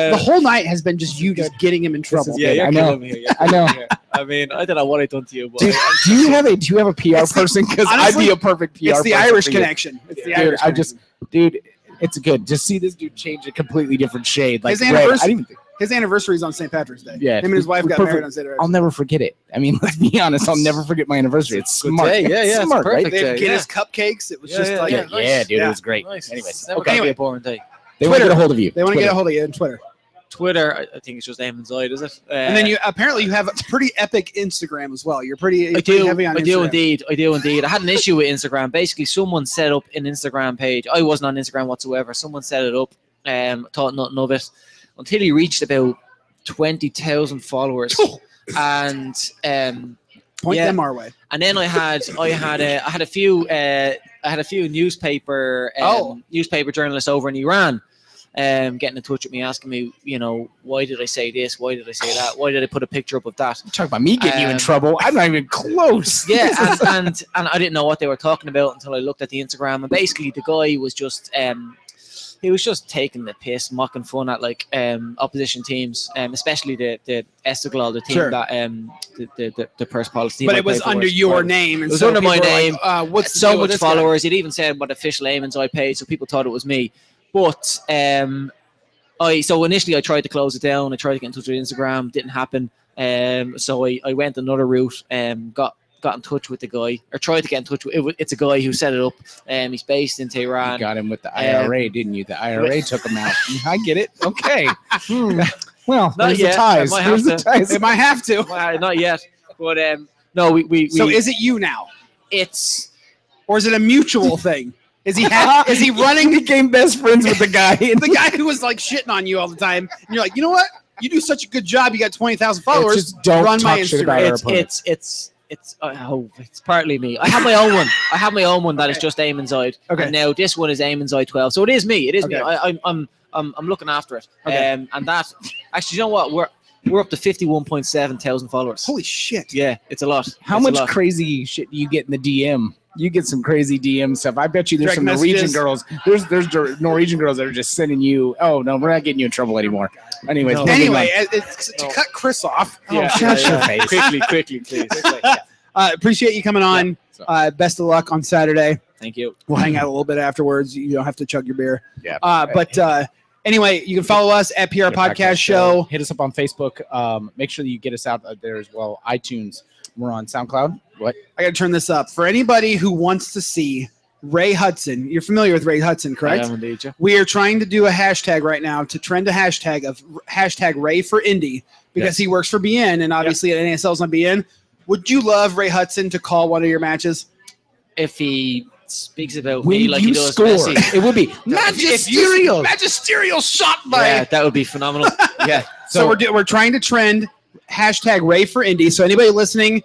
Speaker 1: the
Speaker 3: uh,
Speaker 1: whole night has been just you just getting him in trouble.
Speaker 2: is-
Speaker 3: yeah, you're
Speaker 2: I know.
Speaker 3: killing me. here,
Speaker 2: I know.
Speaker 3: yeah. I mean, I don't know what I done to you, but
Speaker 2: Do, do you have a do you have a PR person? Because I'd
Speaker 1: honestly,
Speaker 2: be a perfect PR.
Speaker 1: it's the
Speaker 2: person
Speaker 1: Irish
Speaker 2: for you.
Speaker 1: connection. It's the
Speaker 2: Dude,
Speaker 1: Irish.
Speaker 2: I
Speaker 1: connection.
Speaker 2: just- dude. It's good. Just see this dude change a completely different shade. Like
Speaker 1: His
Speaker 2: red. I
Speaker 1: anniversary-
Speaker 2: didn't think-
Speaker 1: his anniversary is on St. Patrick's Day.
Speaker 2: Yeah.
Speaker 1: him and his wife got
Speaker 2: Perfect.
Speaker 1: married on St.
Speaker 2: I'll
Speaker 1: Patrick's.
Speaker 2: never forget it. I mean, let's be honest. I'll never forget my anniversary. It's
Speaker 3: Good
Speaker 2: smart.
Speaker 3: day, yeah,
Speaker 2: It's
Speaker 3: yeah, it's
Speaker 2: smart, right?
Speaker 3: perfect.
Speaker 1: They
Speaker 3: Yeah.
Speaker 1: had Guinness cupcakes. It was
Speaker 3: Yeah,
Speaker 1: just
Speaker 3: yeah,
Speaker 1: like
Speaker 2: Yeah, yeah, dude,
Speaker 1: Yeah.
Speaker 2: it was great.
Speaker 3: Nice.
Speaker 2: Anyways,
Speaker 3: It's never
Speaker 2: okay.
Speaker 3: gonna be a boring day.
Speaker 2: They want
Speaker 1: Twitter.
Speaker 2: to get a hold of you.
Speaker 1: They want to
Speaker 2: Twitter.
Speaker 1: get a hold of you on Twitter.
Speaker 3: Twitter, I, I think it's just Eamon Zoid, is it? Uh,
Speaker 1: and then you apparently you have a pretty epic Instagram as well. You're pretty, you're
Speaker 3: I
Speaker 1: pretty
Speaker 3: do,
Speaker 1: heavy on
Speaker 3: I
Speaker 1: Instagram.
Speaker 3: do indeed, I do indeed. I had an issue with Instagram. Basically, someone set up an Instagram page. I wasn't on Instagram whatsoever. Someone set it up, um, thought nothing of it, until he reached about twenty thousand followers, and um,
Speaker 1: Point
Speaker 3: Yeah.
Speaker 1: them our way.
Speaker 3: and then I had I had a I had a few uh, I had a few newspaper um,
Speaker 1: Oh.
Speaker 3: newspaper journalists over in Iran um, getting in touch with me asking me you know why did I say this why did I say that why did I put a picture up of that
Speaker 2: Talk about me getting you in
Speaker 3: Um,
Speaker 2: trouble. I'm not even close.
Speaker 3: yeah and, and and I didn't know what they were talking about until I looked at the Instagram and basically the guy was just um, he was just taking the piss mocking fun at like um, opposition teams um, especially the the Esteghlal the team
Speaker 1: Sure.
Speaker 3: that um, the the the, the Perth Palace team
Speaker 1: But
Speaker 3: I
Speaker 1: it was
Speaker 3: played for
Speaker 1: under
Speaker 3: was-
Speaker 1: your name. And
Speaker 3: It was
Speaker 1: so
Speaker 3: under my
Speaker 1: people were
Speaker 3: name.
Speaker 1: Like, uh, what's the
Speaker 3: so
Speaker 1: deal with
Speaker 3: much
Speaker 1: this guy?
Speaker 3: followers. It even said what official Eamon's I paid, so people thought it was me. But um, I so initially I tried to close it down. I tried to get in touch with Instagram, didn't happen. Um, so I, I went another route. Um, got got in touch with the guy or tried to get in touch with. It, wa- it's a guy who set it up. Um, he's based in
Speaker 2: You
Speaker 3: Tehran.
Speaker 2: got him with the IRA, didn't you? The IRA took him out. I get it. Okay.
Speaker 1: Hmm.
Speaker 2: Well,
Speaker 3: Not
Speaker 2: there's
Speaker 3: yet.
Speaker 2: the
Speaker 3: I
Speaker 2: ties.
Speaker 3: might have to-
Speaker 2: There's the
Speaker 1: They
Speaker 2: ties.
Speaker 1: might have to.
Speaker 3: Well, not yet, but um, no, we we, we
Speaker 1: So is it you now,
Speaker 3: it's
Speaker 1: or is it a mutual thing? Is he ha- is he running?
Speaker 2: became best friends with the guy. And
Speaker 1: the guy who was like shitting on you all the time, and you're like, you know what? You do such a good job. You got twenty thousand followers.
Speaker 2: It's just don't
Speaker 1: Run my
Speaker 2: talk shit about
Speaker 1: Instagram.
Speaker 2: our
Speaker 3: it's
Speaker 2: opponent.
Speaker 3: it's it's it's oh it's partly me. I have my own one. I have my own one that is
Speaker 1: Okay.
Speaker 3: just Eamon's Eye.
Speaker 1: Okay.
Speaker 3: And now this one is Eamon's Eye 12. So it is me. It is me.
Speaker 1: Okay.
Speaker 3: I, I'm I'm I'm I'm looking after it.
Speaker 1: Okay.
Speaker 3: Um, and that actually, you know what? We're we're up to 51.7 thousand followers.
Speaker 1: Holy shit!
Speaker 3: yeah, it's a lot.
Speaker 2: How
Speaker 3: It's a
Speaker 2: much
Speaker 3: lot.
Speaker 2: crazy shit do you get in the DM? You get some crazy DM stuff. I bet you there's
Speaker 1: Direct
Speaker 2: some Norwegian
Speaker 1: messages.
Speaker 2: girls. There's there's Dor- Norwegian girls that are just sending you. Oh no, we're not getting you in trouble anymore. Anyways,
Speaker 3: No.
Speaker 2: moving on.
Speaker 1: Anyway, it- it's, to
Speaker 3: No.
Speaker 1: cut Chris off, oh,
Speaker 3: Yeah, yeah,
Speaker 2: shut
Speaker 3: yeah.
Speaker 2: your face.
Speaker 3: quickly, quickly, please.
Speaker 1: uh, appreciate you coming on.
Speaker 2: so-
Speaker 1: Uh, best of luck on Saturday.
Speaker 3: Thank you.
Speaker 1: We'll hang out a little bit afterwards. You don't have to chug your beer.
Speaker 2: Yeah.
Speaker 1: Uh, but uh, anyway, you can follow us at PR
Speaker 2: Podcast
Speaker 1: Podcast Show.
Speaker 2: Hit us up on Facebook. Um, make sure that you get us out there as well. iTunes. We're on SoundCloud. What?
Speaker 1: I got to turn this up for anybody who wants to see Ray Hudson. You're familiar with Ray Hudson, correct?
Speaker 3: I am indeed, yeah.
Speaker 1: we are trying to do a hashtag right now to trend a hashtag of hashtag Ray for Indy because he works for BN and obviously NASL's on BN. Would you love Ray Hudson to call one of your matches?
Speaker 3: If he speaks about
Speaker 2: When
Speaker 3: me like
Speaker 2: you
Speaker 3: he does
Speaker 2: score,
Speaker 3: Messi,
Speaker 2: it would be
Speaker 1: Magisterial.
Speaker 2: magisterial.
Speaker 1: Magisterial shot by.
Speaker 3: yeah, that would be phenomenal. yeah,
Speaker 1: So, we're do, we're trying to trend hashtag Ray for Indy. So anybody listening,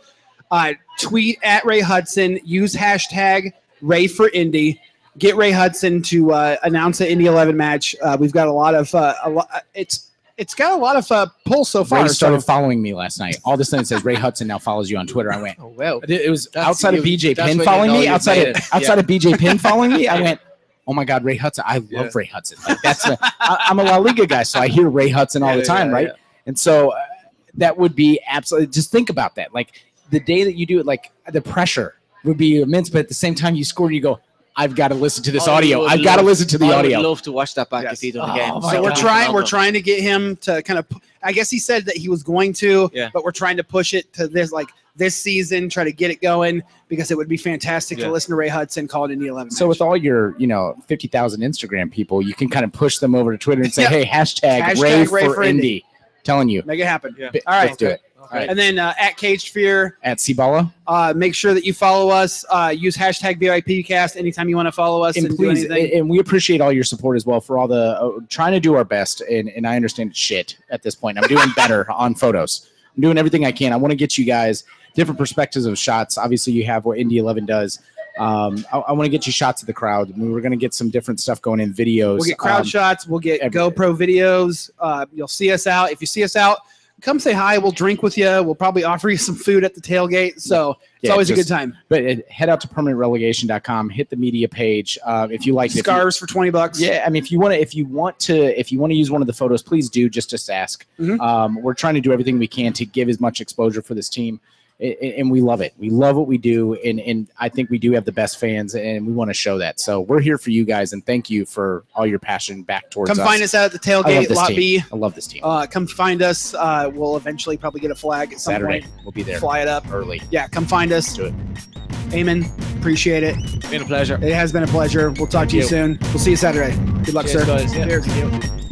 Speaker 1: uh, tweet at Ray Hudson. Use hashtag Ray for Indy. Get Ray Hudson to uh, announce the Indy Eleven match. Uh, we've got a lot of uh, a lot. It's it's got a lot of uh, pull so far.
Speaker 2: Ray
Speaker 1: So-
Speaker 2: started following me last night. All of a sudden it says Ray Hudson now follows you on Twitter. I went.
Speaker 3: Oh well.
Speaker 2: It was
Speaker 3: That's-
Speaker 2: outside of
Speaker 3: you-
Speaker 2: BJ
Speaker 3: that's when
Speaker 2: Penn
Speaker 3: you
Speaker 2: following
Speaker 3: know
Speaker 2: me.
Speaker 3: you've
Speaker 2: Outside
Speaker 3: made
Speaker 2: of
Speaker 3: it.
Speaker 2: outside of BJ Penn following me, I
Speaker 3: Yeah.
Speaker 2: went. Oh my God, Ray Hudson! I love
Speaker 3: Yeah.
Speaker 2: Ray Hudson. Like that's a, I, I'm a La Liga guy, so I hear Ray Hudson all
Speaker 3: Yeah,
Speaker 2: the time,
Speaker 3: yeah,
Speaker 2: right? And so uh, that would be absolutely. Just think about that. Like the day that you do it, like the pressure would be immense, but at the same time, you score, you go. I've got to listen to this
Speaker 3: I
Speaker 2: audio.
Speaker 3: Oh, would
Speaker 2: I've got to
Speaker 3: love-
Speaker 2: listen to the
Speaker 3: I
Speaker 2: audio.
Speaker 3: would love to watch that back
Speaker 1: Yes.
Speaker 3: if he done
Speaker 2: Oh,
Speaker 3: the game.
Speaker 2: my
Speaker 1: so we're
Speaker 2: God.
Speaker 1: trying we're trying to get him to kind of pu- i guess he said that he was going to
Speaker 3: Yeah.
Speaker 1: but we're trying to push it to this like this season try to get it going because it would be fantastic
Speaker 3: Yeah.
Speaker 1: to listen to ray hudson call it in the 11
Speaker 2: So
Speaker 1: match.
Speaker 2: with all your, you know, fifty thousand Instagram people, you can kind of push them over to Twitter and say,
Speaker 1: Yeah.
Speaker 2: "Hey, hashtag,
Speaker 1: Hashtag
Speaker 2: Ray,
Speaker 1: Ray
Speaker 2: for
Speaker 1: for
Speaker 2: Indy." Telling you,
Speaker 1: make it happen
Speaker 3: Yeah.
Speaker 2: B-
Speaker 1: All right.
Speaker 2: let's do it
Speaker 3: Okay.
Speaker 1: and then uh, at caged fear
Speaker 2: at Cibala.
Speaker 1: uh, make sure that you follow us uh, use hashtag bipcast anytime you want to follow us and,
Speaker 2: And
Speaker 1: do
Speaker 2: please, and,
Speaker 1: anything
Speaker 2: and we appreciate all your support as well for all the uh, trying to do our best. And, and I understand it's shit at this point. I'm doing better on photos. I'm doing everything I can. I want to get you guys different perspectives of shots. Obviously, you have what Indy Eleven does. Um, I, want to get you shots of the crowd. I mean, we're going to get some different stuff going in videos.
Speaker 1: we'll get crowd
Speaker 2: Um,
Speaker 1: shots we'll get
Speaker 2: everything.
Speaker 1: gopro videos uh, you'll see us out if you see us out come say hi we'll drink with you we'll probably offer you some food at the tailgate so it's
Speaker 2: yeah,
Speaker 1: always a
Speaker 2: just-
Speaker 1: good time
Speaker 2: But uh, head out to permanentrelegation.com. Hit the media page uh, if you like. if you-
Speaker 1: scarves for 20 bucks
Speaker 2: Yeah, I mean, if you want to, if you want to, if you want to use one of the photos, please do. Just just ask.
Speaker 1: Mhm.
Speaker 2: Um, we're trying to do everything we can to give as much exposure for this team. a- a- and we love it. We love what we do, and and I think we do have the best fans, and we want to show that. So we're here for you guys, and thank you for all your passion back towards
Speaker 1: Come
Speaker 2: us.
Speaker 1: find us out at the
Speaker 2: I love
Speaker 1: tailgate,
Speaker 2: this
Speaker 1: Lot
Speaker 2: team.
Speaker 1: B.
Speaker 2: I love this team.
Speaker 1: Uh, come find us. Uh, we'll eventually probably get a flag at some
Speaker 2: Saturday,
Speaker 1: point.
Speaker 2: we'll be there
Speaker 1: Fly it up.
Speaker 2: early.
Speaker 1: Yeah, come find us.
Speaker 2: Do it.
Speaker 1: Amen. Appreciate it.
Speaker 5: It's been a pleasure.
Speaker 1: It has been a pleasure. We'll talk to you,
Speaker 2: you.
Speaker 1: soon. We'll see you Saturday. Good luck, sir.
Speaker 5: Cheers, guys. Yeah.
Speaker 1: Cheers.